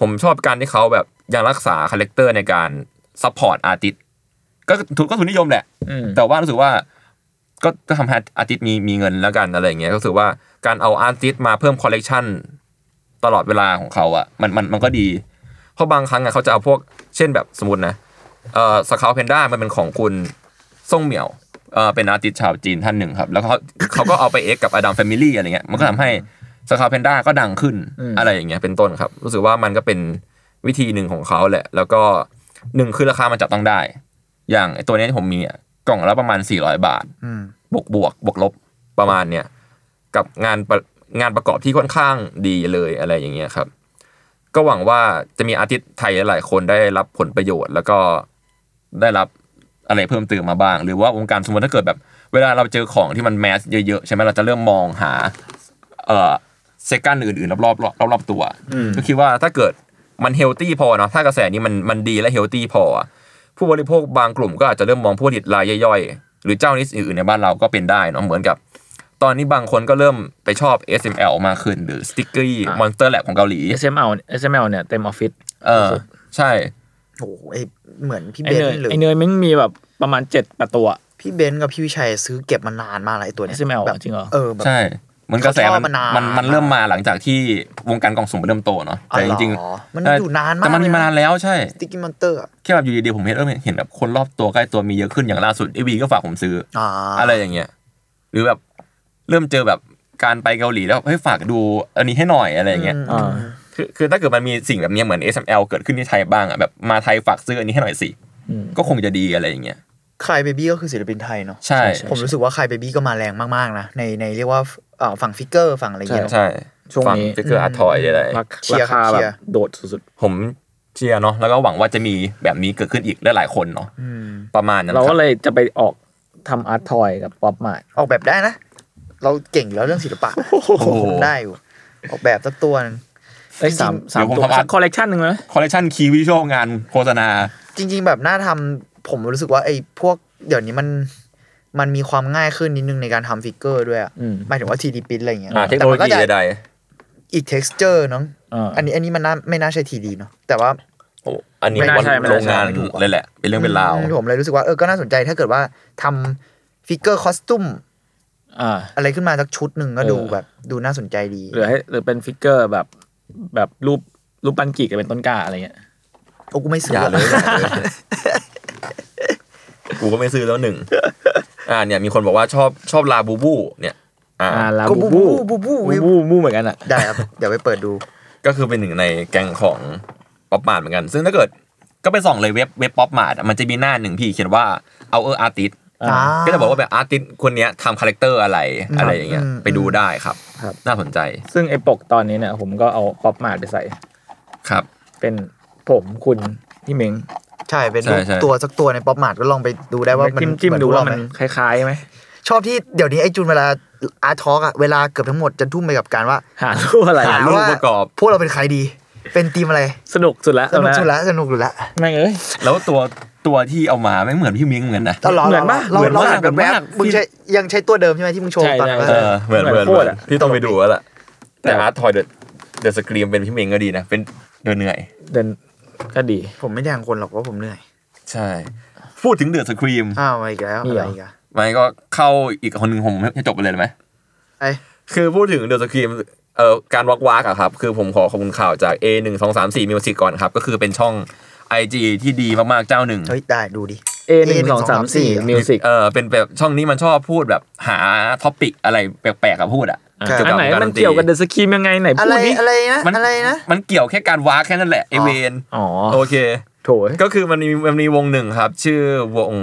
[SPEAKER 3] ผมชอบการที่เขาแบบยังรักษาคาแรคเตอร์ในการซัพพอร์ตอาร์ติสก็ทุนก็ทุนนิยมแหละ
[SPEAKER 2] อืม
[SPEAKER 3] แต่ว่ารู้สึกว่าก็ก็ทำให้อาร์ติสมีมีเงินแล้วกันอะไรอย่างเงี้ยก็รู้สึกว่าการเอาอาร์ติสมาเพิ่มคอลเลกชันตลอดเวลาของเขาอะมันมันมันก็ดี เพราะบางครั้งอะเขาจะเอาพวกเช่นแบบสมมตินะเอ่อสคาวเพนด้ามันเป็นของคุณส่งเหมียวเอ่อเป็นอาร์ติสชาวจีนท่านหนึ่งครับ แล้วเขา เขาก็เอาไปเอ็กกับอดัมแฟมิลี่อะไรเงี้ยมันก็ทำให้สคาวเพนด้าก็ดังขึ้นอะไรอย่างเงี้ยเป็นต้นครับ รู้สึกว่ามันก็เป็นวิธีหนึ่งของเขาแหละ แล้วก็หนึ่งคือราคามันจับต้องได้ อย่างไอ้ตัวเนี้ยที่ผมมีอะกล่องละประมาณ 400 บาท
[SPEAKER 4] อืม
[SPEAKER 3] บวกบวกบวกลบประมาณเนี่ยกับงานประงานประกอบที่ค่อนข้างดีเลยอะไรอย่างเงี้ยครับ ก็หวังว่าจะมีอาร์ติสต์ไทยหลายๆคนได้รับผลประโยชน์ แล้วก็ได้รับอะไรเพิ่มเติมมาบ้าง หรือว่าวงการสมมติถ้าเกิดแบบ เวลาเราเจอของที่มันแมสเยอะๆ ใช่ไหมเราจะเริ่มมองหา เอ่อเซกันอื่นๆรอบๆรอบๆรอบๆตัวก็คิดว่าถ้าเกิดมันเฮลตี้พอเนาะถ้ากระแสนี้มันมันดีและเฮลตี้พออะผู้บริโภคบางกลุ่มก็อาจจะเริ่มมองผู้ผลิตรายย่อยๆ หรือเจ้านิสอื่นๆในบ้านเราก็เป็นได้เนาะเหมือนกับ ตอนนี้บางคนก็เริ่มไปชอบ SML มากขึ้นหรือสติ๊กเกอร์มอนสเตอร์แลบของเกาหลี
[SPEAKER 2] SML SML เนี่ยเต็มออฟฟิศ
[SPEAKER 3] เออ ใช่
[SPEAKER 4] โอ้โหไอ้เหมือนพี่
[SPEAKER 2] ไอ
[SPEAKER 4] เบน
[SPEAKER 2] เนย
[SPEAKER 4] ซ์หรือ
[SPEAKER 2] ไอเนยมึงมีแบบประมาณเจ็ดประตัว
[SPEAKER 4] พี่เบนซ์กับพี่วิชัยซื้อเก็บมานานมากแล้วไอ้ตัวเนี้ย
[SPEAKER 2] SML
[SPEAKER 4] แบบ
[SPEAKER 2] จริงเหรอ
[SPEAKER 4] เออแบบ
[SPEAKER 3] ใช่เหมือนกระแสมัน
[SPEAKER 4] เขาชอบมานาน
[SPEAKER 3] มันมันเริ่มมาหลังจากที่วงการกล่องสุ่มมันเริ่มโตเนาะ
[SPEAKER 4] อ๋อ
[SPEAKER 3] แต่จริง
[SPEAKER 4] เหรอ
[SPEAKER 3] ๆ
[SPEAKER 4] มัน
[SPEAKER 3] เ
[SPEAKER 4] อยู่นานมาก
[SPEAKER 3] แต่มันมี
[SPEAKER 4] เลยนะ
[SPEAKER 3] มานานแล้วใช่
[SPEAKER 4] สติ๊กกี้มอนเตอร์
[SPEAKER 3] แค่แบบอยู่ดีๆผมเห็นเออเห็นแบบคนรอบตัวใกล้ตัวมีเยอะขึ้นอย่างล่าสุดไอวีก็ฝากผมซื้อ
[SPEAKER 4] อ่า
[SPEAKER 3] อะไรอย่างเงี้ยหรือแบบเริ่มเจอแบบการไปเกาหลีแล้วเฮ้ยฝากดูอันนี้ให้หน่อยอะไรอย่างเงี้ย
[SPEAKER 2] อ่า
[SPEAKER 3] คือคือถ้าเกิดมันมีสิ่งแบบเนี้ยเหมือน SML เกิดขึ้นที่ไทยบ้างอ่ะแบบมาไทยฝากซื้ออันนี้ให้หน่อยสิ
[SPEAKER 2] อืม
[SPEAKER 3] ก็คงจะดีอะไรอย่างเงี้ย
[SPEAKER 4] ใครเบบี้ก็คือศิลปินไทยเนาะ
[SPEAKER 3] ใช่
[SPEAKER 4] ผมรู้สึกว่าใครเบบี้ก็มาแรงมากๆนะ ในในเรียกว่าเอ่อฝั่งฟิกเกอร์ฝั่งอะไรอย่างเงี้ยเนอะ
[SPEAKER 3] ใช่
[SPEAKER 2] ช่วงนี้
[SPEAKER 3] ฝั่ฟิกเกอร์อาร์ทอยอะไร
[SPEAKER 2] ราคา
[SPEAKER 4] เชียร์
[SPEAKER 2] ราคา
[SPEAKER 4] ครับ
[SPEAKER 2] แบ
[SPEAKER 4] เชี
[SPEAKER 2] บ
[SPEAKER 4] ยร์
[SPEAKER 2] โดดสุด
[SPEAKER 3] ผมเชียร์เนาะแล้วก็หวังว่าจะมีแบบนี้เกิดขึ้นอีกหลายๆคนเนาะ
[SPEAKER 4] อืม
[SPEAKER 3] ประมาณ
[SPEAKER 2] ๆ
[SPEAKER 3] นั้น
[SPEAKER 2] เรา
[SPEAKER 3] ค
[SPEAKER 2] ก็
[SPEAKER 3] รับ
[SPEAKER 2] เลยจะไปออกทำอาร์ตทอยกับป๊อปมาด
[SPEAKER 4] ออกแบบได้นะ เราเก่งอยู่แล้วเรื่องศิลปะผมได้อยู่ ออกแบบสักตัวหนึง
[SPEAKER 2] เอ้ยสามสาม
[SPEAKER 3] เดี๋ยวผม
[SPEAKER 2] ตัว
[SPEAKER 3] ทำอาร์ต
[SPEAKER 2] สักคอลเลกชันหนึ่งไหม
[SPEAKER 3] คอลเลคชันคีวิชวลงานโฆษณา
[SPEAKER 4] จริง ๆ แบบน่าทำผมรู้สึกว่าไอ้พวกเดี๋ยวนี้มันมันมีความง่ายขึ้นนิดนึงในการทำฟิกเกอร์ด้วยอะ
[SPEAKER 2] อืม
[SPEAKER 4] หมายถึงว่า 3D print อะไรอย่างเงี้ย
[SPEAKER 3] อ่าเทคโนโล
[SPEAKER 4] แต่มัก็
[SPEAKER 3] ยี
[SPEAKER 4] จะ
[SPEAKER 3] ใด
[SPEAKER 4] อีก texture เนาะ
[SPEAKER 2] อ่า
[SPEAKER 4] อันนี้อันนี้มันน่าไม่น่าใช่ 3D เนาะแต่ว่า
[SPEAKER 3] ๆโอ้อันนี้
[SPEAKER 2] ไม่น่า
[SPEAKER 3] วัน
[SPEAKER 2] ใช่ไม่
[SPEAKER 3] โร
[SPEAKER 2] น่าง ใช่
[SPEAKER 3] งานเลยแหละ เป็นเรื่องเป็นราว
[SPEAKER 4] อืมผมเลยรู้สึกว่าเออก็น่าสนใจถ้าเกิดว่าทำฟิกเกอร์คอสตูม
[SPEAKER 2] อ่า
[SPEAKER 4] อะไรขึ้นมาสักชุดหนึ่งก็
[SPEAKER 2] เออ
[SPEAKER 4] ดูแบบดูน่าสนใจดี
[SPEAKER 2] หรือให้หรือเป็นฟิกเกอร์แบบแบบรูปรูปปันกิกกับเป็นต้นกล้าอะไรเงี้ย
[SPEAKER 4] โอ้กูไม่ซื้อย่
[SPEAKER 3] อา
[SPEAKER 4] อ
[SPEAKER 2] (laughs)
[SPEAKER 3] เลยอย่าเลยกูก็ไม่ซื้อแล้วหนึ่ง อ่าเนี่ยมีคนบอกว่าชอบชอบลาบูบูเนี่ย อ่า
[SPEAKER 2] อ่าลา
[SPEAKER 4] ก็
[SPEAKER 2] บู
[SPEAKER 4] บู
[SPEAKER 2] บู
[SPEAKER 4] บูบูบู
[SPEAKER 2] บูบูบูเหมือนกันอ่ะ
[SPEAKER 4] ได้ครับเดี๋ยวไปเปิดดู
[SPEAKER 3] ก็คือเป็นหนึ่งในแก๊งของป๊อปมาดเหมือนกัน ซึ่งถ้าเกิดก็ไปส่องเลยเว็บเว็บป๊อปมาดมันจะมีหน้าหนึ่งพี่เขียนว่าเอาเอออาร์ติส
[SPEAKER 2] อ่า
[SPEAKER 3] ก็จะบอกว่าแบบอาร์ติสคนเนี้ยทำคาแรคเตอร์อะไรอะไรอย่างเงี้ย
[SPEAKER 4] อืม
[SPEAKER 3] ไปดูได้ครับ
[SPEAKER 2] ครับ
[SPEAKER 3] น่าสนใจ
[SPEAKER 2] ซึ่งไอปกตอนนี้เนี่ยผมก็เอาป๊อปมาดไปใส่
[SPEAKER 3] ครับ
[SPEAKER 2] เป็นผมคุณพี่เม้ง
[SPEAKER 4] ใช่เป็น
[SPEAKER 3] ใช่ใช่
[SPEAKER 4] ตัวสักตัวในป๊อปมาร์ทก็ลองไปดูได้ว่ามัน
[SPEAKER 2] จิ้มจิ้ม
[SPEAKER 4] เหอน
[SPEAKER 2] ดู
[SPEAKER 4] พก
[SPEAKER 2] ว่า
[SPEAKER 4] เร
[SPEAKER 2] มัน
[SPEAKER 4] ไห
[SPEAKER 2] คล้ายๆไหม
[SPEAKER 4] ชอบที่เดี๋ยวนี้ไอ้จุนเวลาอาร์ทอกอะเวลาเกือบทั้งหมดจะทุ่มไปกับการว่า
[SPEAKER 2] หารูปอะไร
[SPEAKER 3] หารูป
[SPEAKER 4] ว่า
[SPEAKER 3] ประกอบ
[SPEAKER 4] พวกเราเป็นใครดี เป็นทีมอะไร
[SPEAKER 2] สนุกสุดละ
[SPEAKER 4] สนุก
[SPEAKER 2] ตอน
[SPEAKER 4] สุดละสนุกสุดละ
[SPEAKER 2] แม่งเอ้ย
[SPEAKER 3] แล้วตัวตัวที่เอามาไม่งเหมือนพี่มิ้งเหมือนนะ
[SPEAKER 4] ตลอด
[SPEAKER 2] เหมือนปะ
[SPEAKER 4] เรา
[SPEAKER 2] เหมือน
[SPEAKER 4] เรา
[SPEAKER 2] มาก
[SPEAKER 4] อ่านแบบ
[SPEAKER 2] เหมือ
[SPEAKER 4] แบ
[SPEAKER 2] น
[SPEAKER 4] บ
[SPEAKER 2] มาก
[SPEAKER 4] มึงใช้ยังใช้ตัวเดิมใช่ไหมที่มึงโชว์
[SPEAKER 2] ใช่
[SPEAKER 4] ตอนนั้น
[SPEAKER 2] ใช่
[SPEAKER 3] เอ
[SPEAKER 4] อะ
[SPEAKER 3] อเหมือนเหมือน
[SPEAKER 2] โคตรอะ
[SPEAKER 3] พี่ต้องไปดูแล้วล่ะแต่อาร์ตทอยเดอะเดอะสกรีมเป็นพี่เมงก็ดีนะ เป็นเดินเหนื่อย
[SPEAKER 2] เดินก็ดี
[SPEAKER 4] ผมไม่แทงคนหรอกว่าผมเหนื่อย
[SPEAKER 3] ใช่ พูดถึงเดอะสกรีม
[SPEAKER 4] อ้าวมาอีกแล้ว
[SPEAKER 2] มี
[SPEAKER 4] อะ
[SPEAKER 2] เหร
[SPEAKER 4] ไร
[SPEAKER 2] ออ
[SPEAKER 4] อีกอะ
[SPEAKER 3] มันก็เข้าอีกคนหนึ่งผมให้จบไปเลยได้ไหม
[SPEAKER 4] ไอ้
[SPEAKER 3] คือพูดถึงเดอะสกรีมเอ่อการวักวักอะครับ คือผมขอขอบคุณข่าวจาก A 1 2 3 4 Music ก่อนครับ ก็คือเป็นช่อง IG ที่ดีมากๆเจ้าหนึ่ง
[SPEAKER 4] เฮ้ยได้ดูดิ
[SPEAKER 2] A หนึ่งสองสามสี่มิวสิก
[SPEAKER 3] เออเป็นแบบช่องนี้มันชอบพูดแบบหาท็อปิกอะไรแปลกๆอะพูดอะ
[SPEAKER 2] อั
[SPEAKER 3] เกี่ยวน กับ
[SPEAKER 2] ไหน
[SPEAKER 3] การด
[SPEAKER 2] มัน
[SPEAKER 3] นตรี
[SPEAKER 2] เกี่ยวกับเดอะสคีมยังไงไหน
[SPEAKER 4] อะ
[SPEAKER 2] พู
[SPEAKER 4] ไร
[SPEAKER 2] ดดิ
[SPEAKER 4] อะไรนะ
[SPEAKER 3] มัน
[SPEAKER 4] อะไรนะ
[SPEAKER 3] มันเกี่ยวแค่การวักแค่นั้นแหละไอเวน
[SPEAKER 2] อ๋อ
[SPEAKER 3] โอเค
[SPEAKER 2] โถย
[SPEAKER 3] ก็คือมันมีมันมีวงหนึ่งครับ ชื่อวง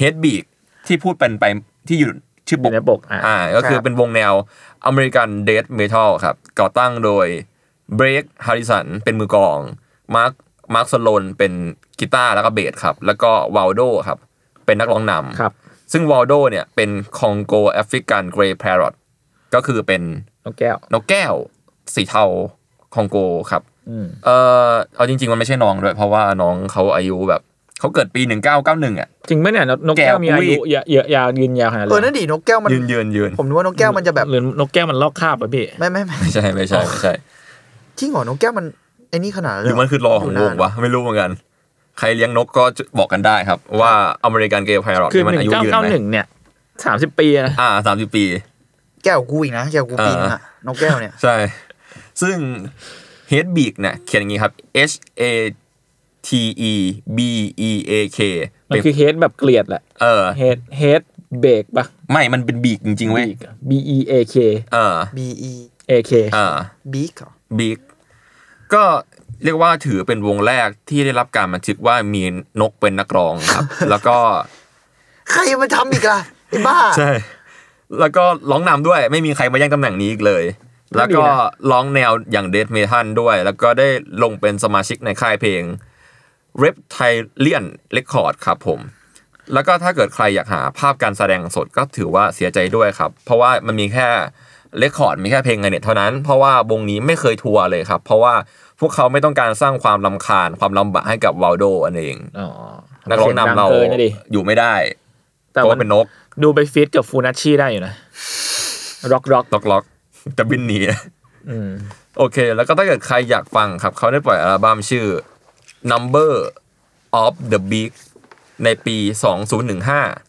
[SPEAKER 3] Headbeat ที่พูดเป็นไปที่อยู่ชื่อ
[SPEAKER 2] อ
[SPEAKER 3] ป
[SPEAKER 2] ยู่
[SPEAKER 3] ก
[SPEAKER 2] ในปกอ่ะ
[SPEAKER 3] อ่าก็คือ
[SPEAKER 4] ครับ
[SPEAKER 3] เป็นวงแนวอเมริกันเดทเมทัลครับ ก่อตั้งโดย Blake Harrison เป็นมือกลอง Mark Mark s a l o n เป็นกีตาร์แล้วก็เบสครับ แล้วก็ Waldo ครับ เป็นนักร้องนำ
[SPEAKER 2] ครับ
[SPEAKER 3] ซึ่ง Waldo เนี่ยเป็นคองโกแอฟริกันเกรย์ a r r o t ก็คือเป็น
[SPEAKER 2] นกแก้ว
[SPEAKER 3] นกแก้วสีเทาคองโกครับ
[SPEAKER 2] อืม
[SPEAKER 3] เออเอาจริง ๆ มันไม่ใช่น้องด้วย เพราะว่าน้องเขาอายุแบบเขาเกิดปี 1991 อ่ะ
[SPEAKER 2] จริงไหมเนี่ยนกนกแก้ว
[SPEAKER 3] แก้ว
[SPEAKER 2] มีอา
[SPEAKER 3] อุ้
[SPEAKER 2] ยุ
[SPEAKER 3] ย
[SPEAKER 2] เยอะเยอะยาวยืนยาวขนาด
[SPEAKER 4] เออนั่
[SPEAKER 2] นั้น
[SPEAKER 4] นดินกแก้วมัน
[SPEAKER 3] ยืนยืนยืน
[SPEAKER 4] ผมนึกว่านกแก้วมันจะแบบ
[SPEAKER 2] หรือนกแก้วมันลอกคราบอ่ะพี่
[SPEAKER 4] ไม่ไม่ไม่
[SPEAKER 3] ไม่ใช่ไม่ใช่ไม่ใช่
[SPEAKER 4] จริงเหรอนกแก้วมันไอ้นี่ขนาดนั้
[SPEAKER 3] ห
[SPEAKER 4] นเล
[SPEAKER 3] รื
[SPEAKER 4] ย
[SPEAKER 3] อมันคือรอของวงวะไม่รู้เหมือนกัน ใครเลี้ยงนกก็บอกกันได้ครับ ว่าอเมริกันเกย์ไพร์ลอต
[SPEAKER 2] คือ
[SPEAKER 3] มัน
[SPEAKER 2] หนึ่
[SPEAKER 3] อาง ยุ
[SPEAKER 2] เก้า
[SPEAKER 3] ยืน
[SPEAKER 2] เก้า
[SPEAKER 3] ไหม
[SPEAKER 2] หนึ่งเนี่ยสามสิบปีนะ
[SPEAKER 3] อ่าสามสิบปี
[SPEAKER 4] แก้วกูอีกนะแก้วกูปีนึงอะนกแก้ว (laughs) เนี่ย
[SPEAKER 3] ใช่ ซึ่ง h e a d b e a k เนี่ยเขียนอย่างนี้ครับ H A T E B E A K
[SPEAKER 2] มัน
[SPEAKER 3] เป็น
[SPEAKER 2] คือเฮดแบบเกลียดแหละ
[SPEAKER 3] เออ
[SPEAKER 2] เฮดเฮดเบรกปะ
[SPEAKER 3] ไม่มันเป็นบีกจริงๆเว้ย
[SPEAKER 2] B E A K
[SPEAKER 3] เออ
[SPEAKER 4] B E
[SPEAKER 2] A K
[SPEAKER 3] เออ
[SPEAKER 4] บีกเหรอ
[SPEAKER 3] บิ๊กก็เรียกว่าถือเป็นวงแรกที่ได้รับการบันทึกว่ามีนกเป็นนักร้องครับ (laughs) แล้วก็
[SPEAKER 4] ใครมาทำอีกล่ะไอ้บ้า
[SPEAKER 3] ใช่ แล้วก็ร้องนำด้วย ไม่มีใครมาแย่งตำแหน่งนี้อีกเลย แล้วก็
[SPEAKER 2] ก็ดีนะ
[SPEAKER 3] ร้องแนวอย่างเด a เมทัลด้วย แล้วก็ได้ลงเป็นสมาชิกในค่ายเพลง r e p t i l i a n Record ครับผม แล้วก็ถ้าเกิดใครอยากหาภาพการแสดงสดก็ถือว่าเสียใจด้วยครับ เพราะว่ามันมีแค่เรคคอร์ดมีแค่เพลงไงเนี่ยเท่านั้น เพราะว่าวงนี้ไม่เคยทัวร์เลยครับ เพราะว่าพวกเขาไม่ต้องการสร้างความลำคาญความลำบากให้กับวาลโดอันเอง
[SPEAKER 2] อ๋อ
[SPEAKER 3] นักร้องนำเรา
[SPEAKER 2] สียดักินนะดิ
[SPEAKER 3] อยู่ไม่ได้
[SPEAKER 2] แต่
[SPEAKER 3] เพราะ
[SPEAKER 2] มั
[SPEAKER 3] ว่าน เป็นนก
[SPEAKER 2] ดูไปฟิตกับฟูนัชชีได้อยู่นะร็อกร็อก
[SPEAKER 3] ล็อกล็อก (laughs) จะบินหนีนะ
[SPEAKER 2] อืม
[SPEAKER 3] โอเค แล้วก็ถ้าเกิดใครอยากฟังครับ เขาได้ปล่อยอัลบั้มชื่อ number of the big ในปี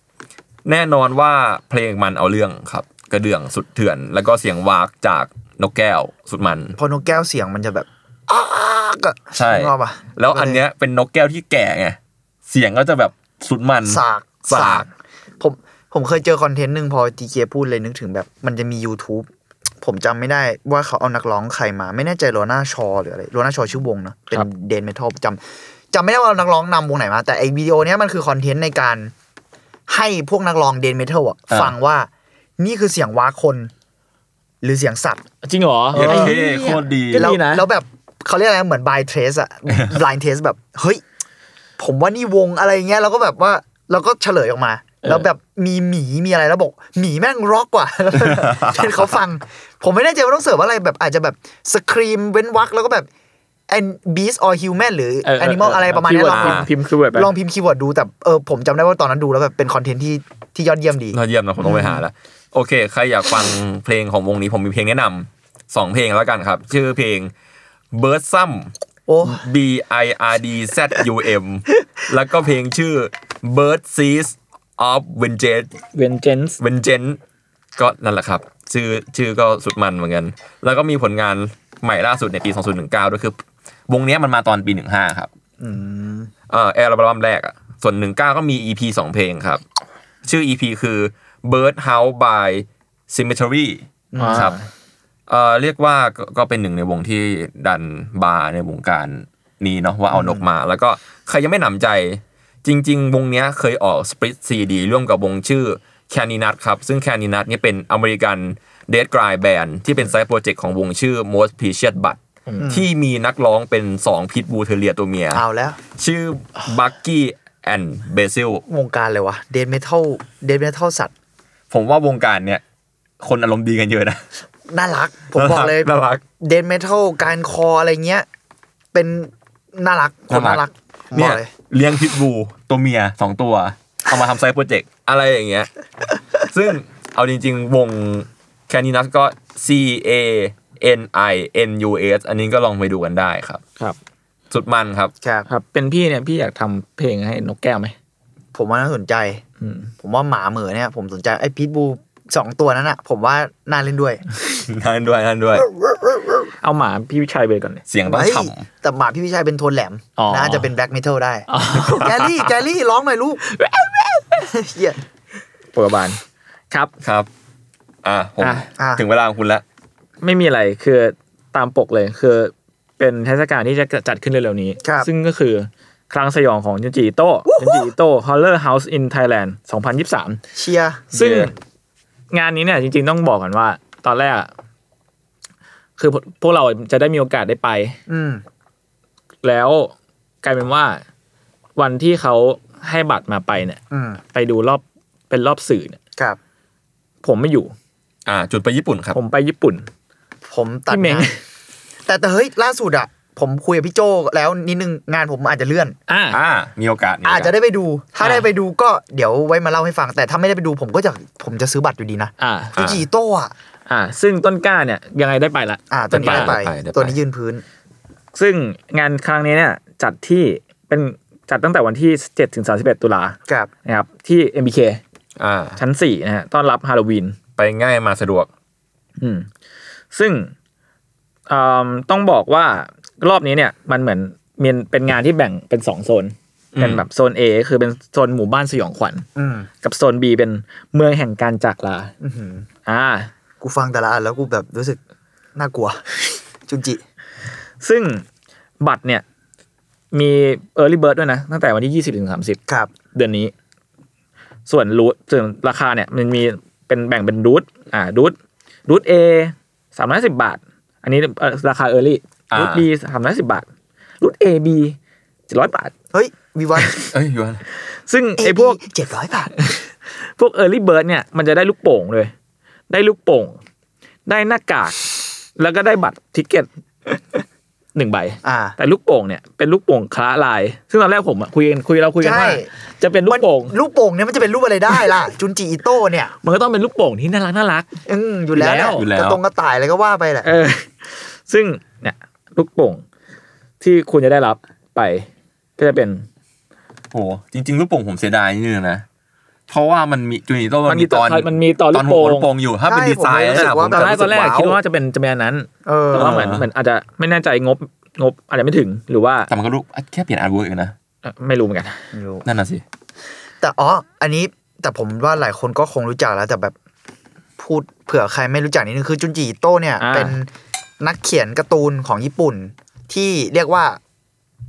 [SPEAKER 3] 2015 แน่นอนว่าเพลงมันเอาเรื่องครับ กระเดื่องสุดเถื่อน แล้วก็เสียงวากจากนกแก้วสุดมัน
[SPEAKER 4] พอนกแก้วเสียงมันจะแบบอ้าก็
[SPEAKER 3] ใช่
[SPEAKER 4] รอบอ่ะ
[SPEAKER 3] แล้วอันเนี้ยเป็นนกแก้วที่แก่ไง เสียงก็จะแบบสุดมัน
[SPEAKER 4] สาก
[SPEAKER 3] สาก
[SPEAKER 4] ผมผมเคยเจอคอนเทนต์หนึ่งพอทีเคพูดเลยนึกถึงแบบ มันจะมี YouTube ผมจำไม่ได้ว่าเขาเอานักร้องใครมา ไม่แน่ใจโรน่าชอหรืออะไรโรน่าชอชื่อวงเนอะเป็นเดนเมทัลจำจำไม่ได้ว่าเอานักร้องนำวงไหนมา แต่ไอวิดีโอเนี้ยมันคือคอนเทนต์ในการให้พวกนักร้องเดนเมทัลอะ
[SPEAKER 3] อ่า
[SPEAKER 4] ฟังว่านี่คือเสียงว้าคน หรือเสียงสัตว
[SPEAKER 2] จริงเหรอ
[SPEAKER 3] อย่างเท่โคตรดี
[SPEAKER 2] ก็
[SPEAKER 4] แล้ว
[SPEAKER 2] ดีนะ
[SPEAKER 4] แล้วแบบเขาเรียกอะไรเหมือน by trace อะ
[SPEAKER 2] (laughs)
[SPEAKER 4] blind trace แบบ เฮ้ย ผมว่านี่วงอะไรเงี้ยเราก็แบบว่าเราก็เฉลยออกมา แล้วแบบมีหมีมีอะไรแล้วบอกหมีแม่งร็อกกว่า แล้ว (laughs) เป็นเขาฟัง ผมไม่แน่ใจว่าต้องเสิร์ฟอะไรแบบอาจจะแบบสครีมเว้นวักแล้วก็แบบ and beast or human หรือ
[SPEAKER 2] เออเออ
[SPEAKER 4] animal อะไรประมาณเนี้ยลอง
[SPEAKER 2] พิมพ์พิมพ์คือแบบ
[SPEAKER 4] ลองพิมพ์คีย์เวิร์ดดูแต่เออผมจำได้ว่าตอนนั้นดูแล้วแบบเป็นคอนเทนต์ที่ที่ยอดเยี่ยมดี
[SPEAKER 3] ยอดเยี่ยมนะผมต้องไปหาแล้วโอเค ใครอยากฟังเพลงของวงนี้ผมมีเพลงแนะนำสองเพลงแล้วกันครับ ชื่อเพลง b i r d s u m
[SPEAKER 4] โอ้
[SPEAKER 3] B I R D Z U M แล้วก็เพลงชื่อ Bird Seas of Vengeance
[SPEAKER 2] เวนเจนส์
[SPEAKER 3] Vengeance ก็นั่นแหละครับ ชื่อชื่อก็สุดมันเหมือนกัน แล้วก็มีผลงานใหม่ล่าสุดในปี 2019 ด้วยคือ วงเนี้ยมันมาตอนปี 15 ครับเอ่อแอลบั้มแรกอ่ะ ส่วน 19 ก็มี EP 2 เพลงครับ ชื่อ EP คือ Bird House by Cemetery ครับเอ่อเรียกว่าก็ก็เป็นหนึ่งในวงที่ดันบาร์ในวงการนี้เนาะว่าเอานกมา แล้วก็ใครยังไม่หนำใจ จริง ๆ วงเนี้ยเคยออกสปริตซีดีร่วมกับวงชื่อแคนนีนัทครับ ซึ่งแคนนีนัทเนี่ยเป็นอเมริกันเดดกรายแบนที่เป็นไซต์โปรเจกต์ของวงชื่อ Most Precious b u t ที่มีนักร้องเป็น 2 พิทบูเทเลียตัวเมีย
[SPEAKER 4] เอาแล้ว
[SPEAKER 3] ชื่อบักกี้แอนเบซิล
[SPEAKER 4] วงการเลยวะเดนเมทัลเดนเมทัลสัตว
[SPEAKER 3] ผมว่าวงการเนี่ย คนอารมณ์ดีกันเยอะนะ
[SPEAKER 4] น่ารัก ผมบอกเลย
[SPEAKER 3] น่ารัก
[SPEAKER 4] เดนเมทัลการคออะไรเงี้ย เป็นน่ารักคนน่ารักผมบ
[SPEAKER 3] เนี่
[SPEAKER 4] อย กเลย
[SPEAKER 3] เลี้ยงพิทบูตัวเมียสองตัว เอามาทำไซต์โปรเจกต์ อะไรอย่างเงี้ย ซึ่งเอาจริง ๆ วงแคนนีนัสก็ C A N I N U S อันนี้ก็ลองไปดูกันได้ครับ
[SPEAKER 2] ครับ
[SPEAKER 3] สุดมันครับ
[SPEAKER 4] ครับ
[SPEAKER 2] ครับ เป็นพี่เนี่ยพี่อยากทำเพลงให้นกแก้วไหม
[SPEAKER 4] ผมว่าน่าสนใจ
[SPEAKER 2] อืม
[SPEAKER 4] ผมว่าหมาเหมือเนี่ย ผมสนใจไอ้พิทบูสองตัวนั้นอะผมว่าน่าเล่นด้วย
[SPEAKER 3] นั่นด้วยนั่นด้วย
[SPEAKER 2] เอาหมาพี่วิชัยไปก่อนเลย
[SPEAKER 3] เสียงต้อง
[SPEAKER 4] เฮ้ย
[SPEAKER 3] ฉ่
[SPEAKER 4] แต่หมาพี่พิชัยเป็นโทนแหลม
[SPEAKER 2] อ๋อ
[SPEAKER 4] น่าจะเป็นแบล็กเมทัลได้ แกลลี่แกลลี่ร้องหน่อยลูกเหี้ย
[SPEAKER 2] โปรบาลครับ
[SPEAKER 3] ำครับ อ่ะผม
[SPEAKER 2] อ่ะ
[SPEAKER 4] อ่ะ
[SPEAKER 3] ถึงเวลาของคุณแล้ว
[SPEAKER 2] ไม่มีอะไรคือตามปกเลยคือเป็นเทศกาลที่จะจัดขึ้นเร็วๆนี้
[SPEAKER 4] ครับ
[SPEAKER 2] ซึ่งก็คือครั้งสยองของจุนจิอิโต้จุนจิอิโต้ฮอลเลอร์เฮาส์อินไทยแลนด์2023
[SPEAKER 4] เชียร์
[SPEAKER 2] ซึ่ง
[SPEAKER 3] เย่
[SPEAKER 2] งานนี้เนี่ยจริงๆต้องบอกกันว่า ตอนแรกอะคือพวพวกเราจะได้มีโอกาสได้ไป
[SPEAKER 4] อืม
[SPEAKER 2] แล้วกลายเป็นว่าวันที่เขาให้บัตรมาไปเนี่ย
[SPEAKER 4] อืม
[SPEAKER 2] ไปดูรอบเป็นรอบสื่อเนี่ย
[SPEAKER 4] ครับ
[SPEAKER 2] ผมไม่อยู่
[SPEAKER 3] อ่ะจุดไปญี่ปุ่นครับ
[SPEAKER 2] ผมไปญี่ปุ่น
[SPEAKER 4] ผมตัด
[SPEAKER 2] พี่เม้ง
[SPEAKER 4] งานแต่แต่เฮ้ยล่าสุดอะผมคุยกับพี่โจแล้วนิดนึงงานผมอาจจะเลื่อน
[SPEAKER 2] อ่า
[SPEAKER 3] อ่ะมีโอกาสมีโกส
[SPEAKER 4] อาจจะได้ไปดู ถ้า
[SPEAKER 2] อ่า
[SPEAKER 4] ได้ไปดูก็เดี๋ยวไว้มาเล่าให้ฟัง แต่ถ้าไม่ได้ไปดูผมก็จะผมจะซื้อบัตรอยู่ดีนะ
[SPEAKER 2] อ่า
[SPEAKER 4] จูจิโต้อะ
[SPEAKER 2] อ่า ซึ่งต้นกล้าเนี่ยยังไงได้ไปละ
[SPEAKER 4] อ่า ตัวนี้ได้ไป
[SPEAKER 3] ได้ไป
[SPEAKER 4] ตัวนี้ยืนพื้น
[SPEAKER 2] ซึ่งงานครั้งนี้เนี่ยจัดที่เป็นจัดตั้งแต่วันที่7ถึง31 ตุลา
[SPEAKER 4] ครับ
[SPEAKER 2] นะครับที่ MBK
[SPEAKER 3] อ่ะ
[SPEAKER 2] ชั้น4นะฮะต้อนรับฮาโลวีน
[SPEAKER 3] ไปง่ายมาสะดวก
[SPEAKER 2] อืมซึ่งอืมต้องบอกว่ารอบนี้เนี่ย มันเหมือนมีเป็นงานที่แบ่งเป็นสองโซน เป็นแบบโซน A คือเป็นโซนหมู่บ้านสยองขวัญ
[SPEAKER 4] อืม
[SPEAKER 2] กับโซน B เป็นเมืองแห่งการจากลา
[SPEAKER 4] อื้อหือ
[SPEAKER 2] อ่า
[SPEAKER 4] กูฟังแต่ละอันแล้วกูแบบรู้สึกน่ากลัว จุนจิ
[SPEAKER 2] ซึ่งบัตรเนี่ย มี Early Bird ด้วยนะ ตั้งแต่วันที่ 20ถึง30
[SPEAKER 4] ครับ
[SPEAKER 2] เดือนนี้ ส่วนรูทส่วนราคาเนี่ย มันมีเป็นแบ่งเป็นรูทอ่ารูทรูทเอสามร้อยสิบบาท อันนี้เอ่อราคาเออร์ลี่
[SPEAKER 3] อ่า
[SPEAKER 2] รูทบีสามร้อยสิบบาทรูทเอบีเจ็ดร้อยบาท
[SPEAKER 4] เฮ้ย วิวัฒน์
[SPEAKER 3] เอ้ยอยู่อัน
[SPEAKER 2] ซึ่งไอ้พวก
[SPEAKER 4] เจ็ดร้อยบาท
[SPEAKER 2] พวกเออร์ลี่เบิร์ดเนี่ย มันจะได้ลูกโป่งเลย ได้ลูกโป่ง (laughs) ได้หน้ากาก แล้วก็ได้บัตรทิกเก็ต หนึ่งใบ
[SPEAKER 4] อ่า
[SPEAKER 2] แต่ลูกโป่งเนี่ยเป็นลูกโป่งคละลาย ซึ่งตอนแรกผมอะคุยกันคุยเราคุยกันว่า
[SPEAKER 4] ใช่
[SPEAKER 2] จะเป็นลูกโป่ง
[SPEAKER 4] ลูกโป่งเนี่ยมันจะเป็นรูปอะไรได้ล่ะ จุนจิอิโต้เนี่ย
[SPEAKER 2] มันก็ต้องเป็นลูกโป่งที่น่ารักน่ารัก
[SPEAKER 4] อืมอยู่แล้ว
[SPEAKER 2] อยู่
[SPEAKER 6] แล้ว
[SPEAKER 4] กระตรงกระต่ายอะไรก็ว่าไปแหละ
[SPEAKER 2] เออ ซึ่งเนี่ย ลูกโป่งที่คุณจะได้รับไป ก็จะเป็น
[SPEAKER 3] โหจริงๆลูกโป่งผมเสียดายนิดนึงนะ เพราะว่ามันมีจูนิโต้มันมีตอน
[SPEAKER 2] มันมีตอน
[SPEAKER 3] ตอนหัว
[SPEAKER 2] ลู
[SPEAKER 3] ลู
[SPEAKER 2] ก
[SPEAKER 3] ก
[SPEAKER 2] โป่
[SPEAKER 3] โป่
[SPEAKER 2] ง
[SPEAKER 3] งอยู่ถ้าเป็นดีไซน์นะผม
[SPEAKER 2] ตอนแรกต
[SPEAKER 3] จะ
[SPEAKER 2] อนแรก
[SPEAKER 3] สึ
[SPEAKER 2] คิดว่าจะเป็นจะเป็นอันนั้น
[SPEAKER 4] เออ
[SPEAKER 2] แต่ว่าเหมือนเหมือนอาจจะไม่แน่ใจงบงบอาจจะไม่ถึงหรือว่า
[SPEAKER 3] แต่มันก็รู้แค่เปลี่ยนอาร์ตเวิร์กเองนะ
[SPEAKER 2] เอ่อไม่รู้เหมือนกัน
[SPEAKER 3] นั่นน่ะสิ
[SPEAKER 4] แต่อ๋อ อันนี้แต่ผมว่าหลายคนก็คงรู้จักแล้ว แต่แบบพูดเผื่อใครไม่รู้จักนิดนึงคือจุนจิอิโต้เนี่ย
[SPEAKER 2] อ่า
[SPEAKER 4] เป็นนักเขียนการ์ตูนของญี่ปุ่น ที่เรียกว่า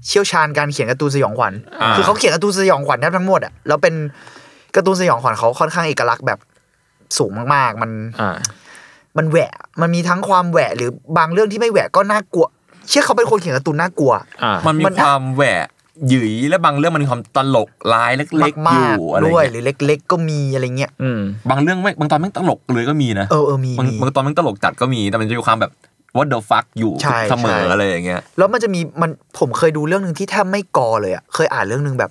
[SPEAKER 4] เชี่ยวชาญการเขียนการ์ตูนสยองขวัญ
[SPEAKER 3] า
[SPEAKER 4] คือเขาเขียนการ์ตูนสยองขวัญแทบทั้งหมดอ่ะแล้วเป็นการ์ตูนสยองขวัญเขาค่อนข้างเอกลักษณ์แบบสูงมากๆ มัน
[SPEAKER 2] อ่า
[SPEAKER 4] มันแหวะ มันมีทั้งความแหวะ หรือบางเรื่องที่ไม่แหวะก็น่ากลัว เชื่อเขาเป็นคนเขียนการ์ตูนน่ากลัว
[SPEAKER 2] อ่า
[SPEAKER 3] มันมี
[SPEAKER 4] มัน
[SPEAKER 3] ความแหวะหยีและบางเรื่องมันมีความตลกร้ายเล็กๆอ
[SPEAKER 4] มาก
[SPEAKER 3] ยู่อะไร
[SPEAKER 4] ๆด้วย
[SPEAKER 3] เงี้ย
[SPEAKER 4] หรือเล็ก ๆ ก็มีอะไรเงี้ย
[SPEAKER 2] อืม
[SPEAKER 3] บางเรื่องไม่บางตอนแม่งตลกเลยก็มีนะ
[SPEAKER 4] เออเออมี
[SPEAKER 3] บาง
[SPEAKER 4] มี
[SPEAKER 3] บางตอนแม่งตลกจัดก็มีแต่มันจะมีความแบบ what the fuck อยู่
[SPEAKER 4] ใช่
[SPEAKER 3] เสมอ
[SPEAKER 4] ใช่
[SPEAKER 3] อะไรอย่างเงี้ย
[SPEAKER 4] แล้วมันจะมีมันผมเคยดูเรื่องหนึ่งที่แทบไม่กอเลยอะเคยอ่านเรื่องหนึ่งแบบ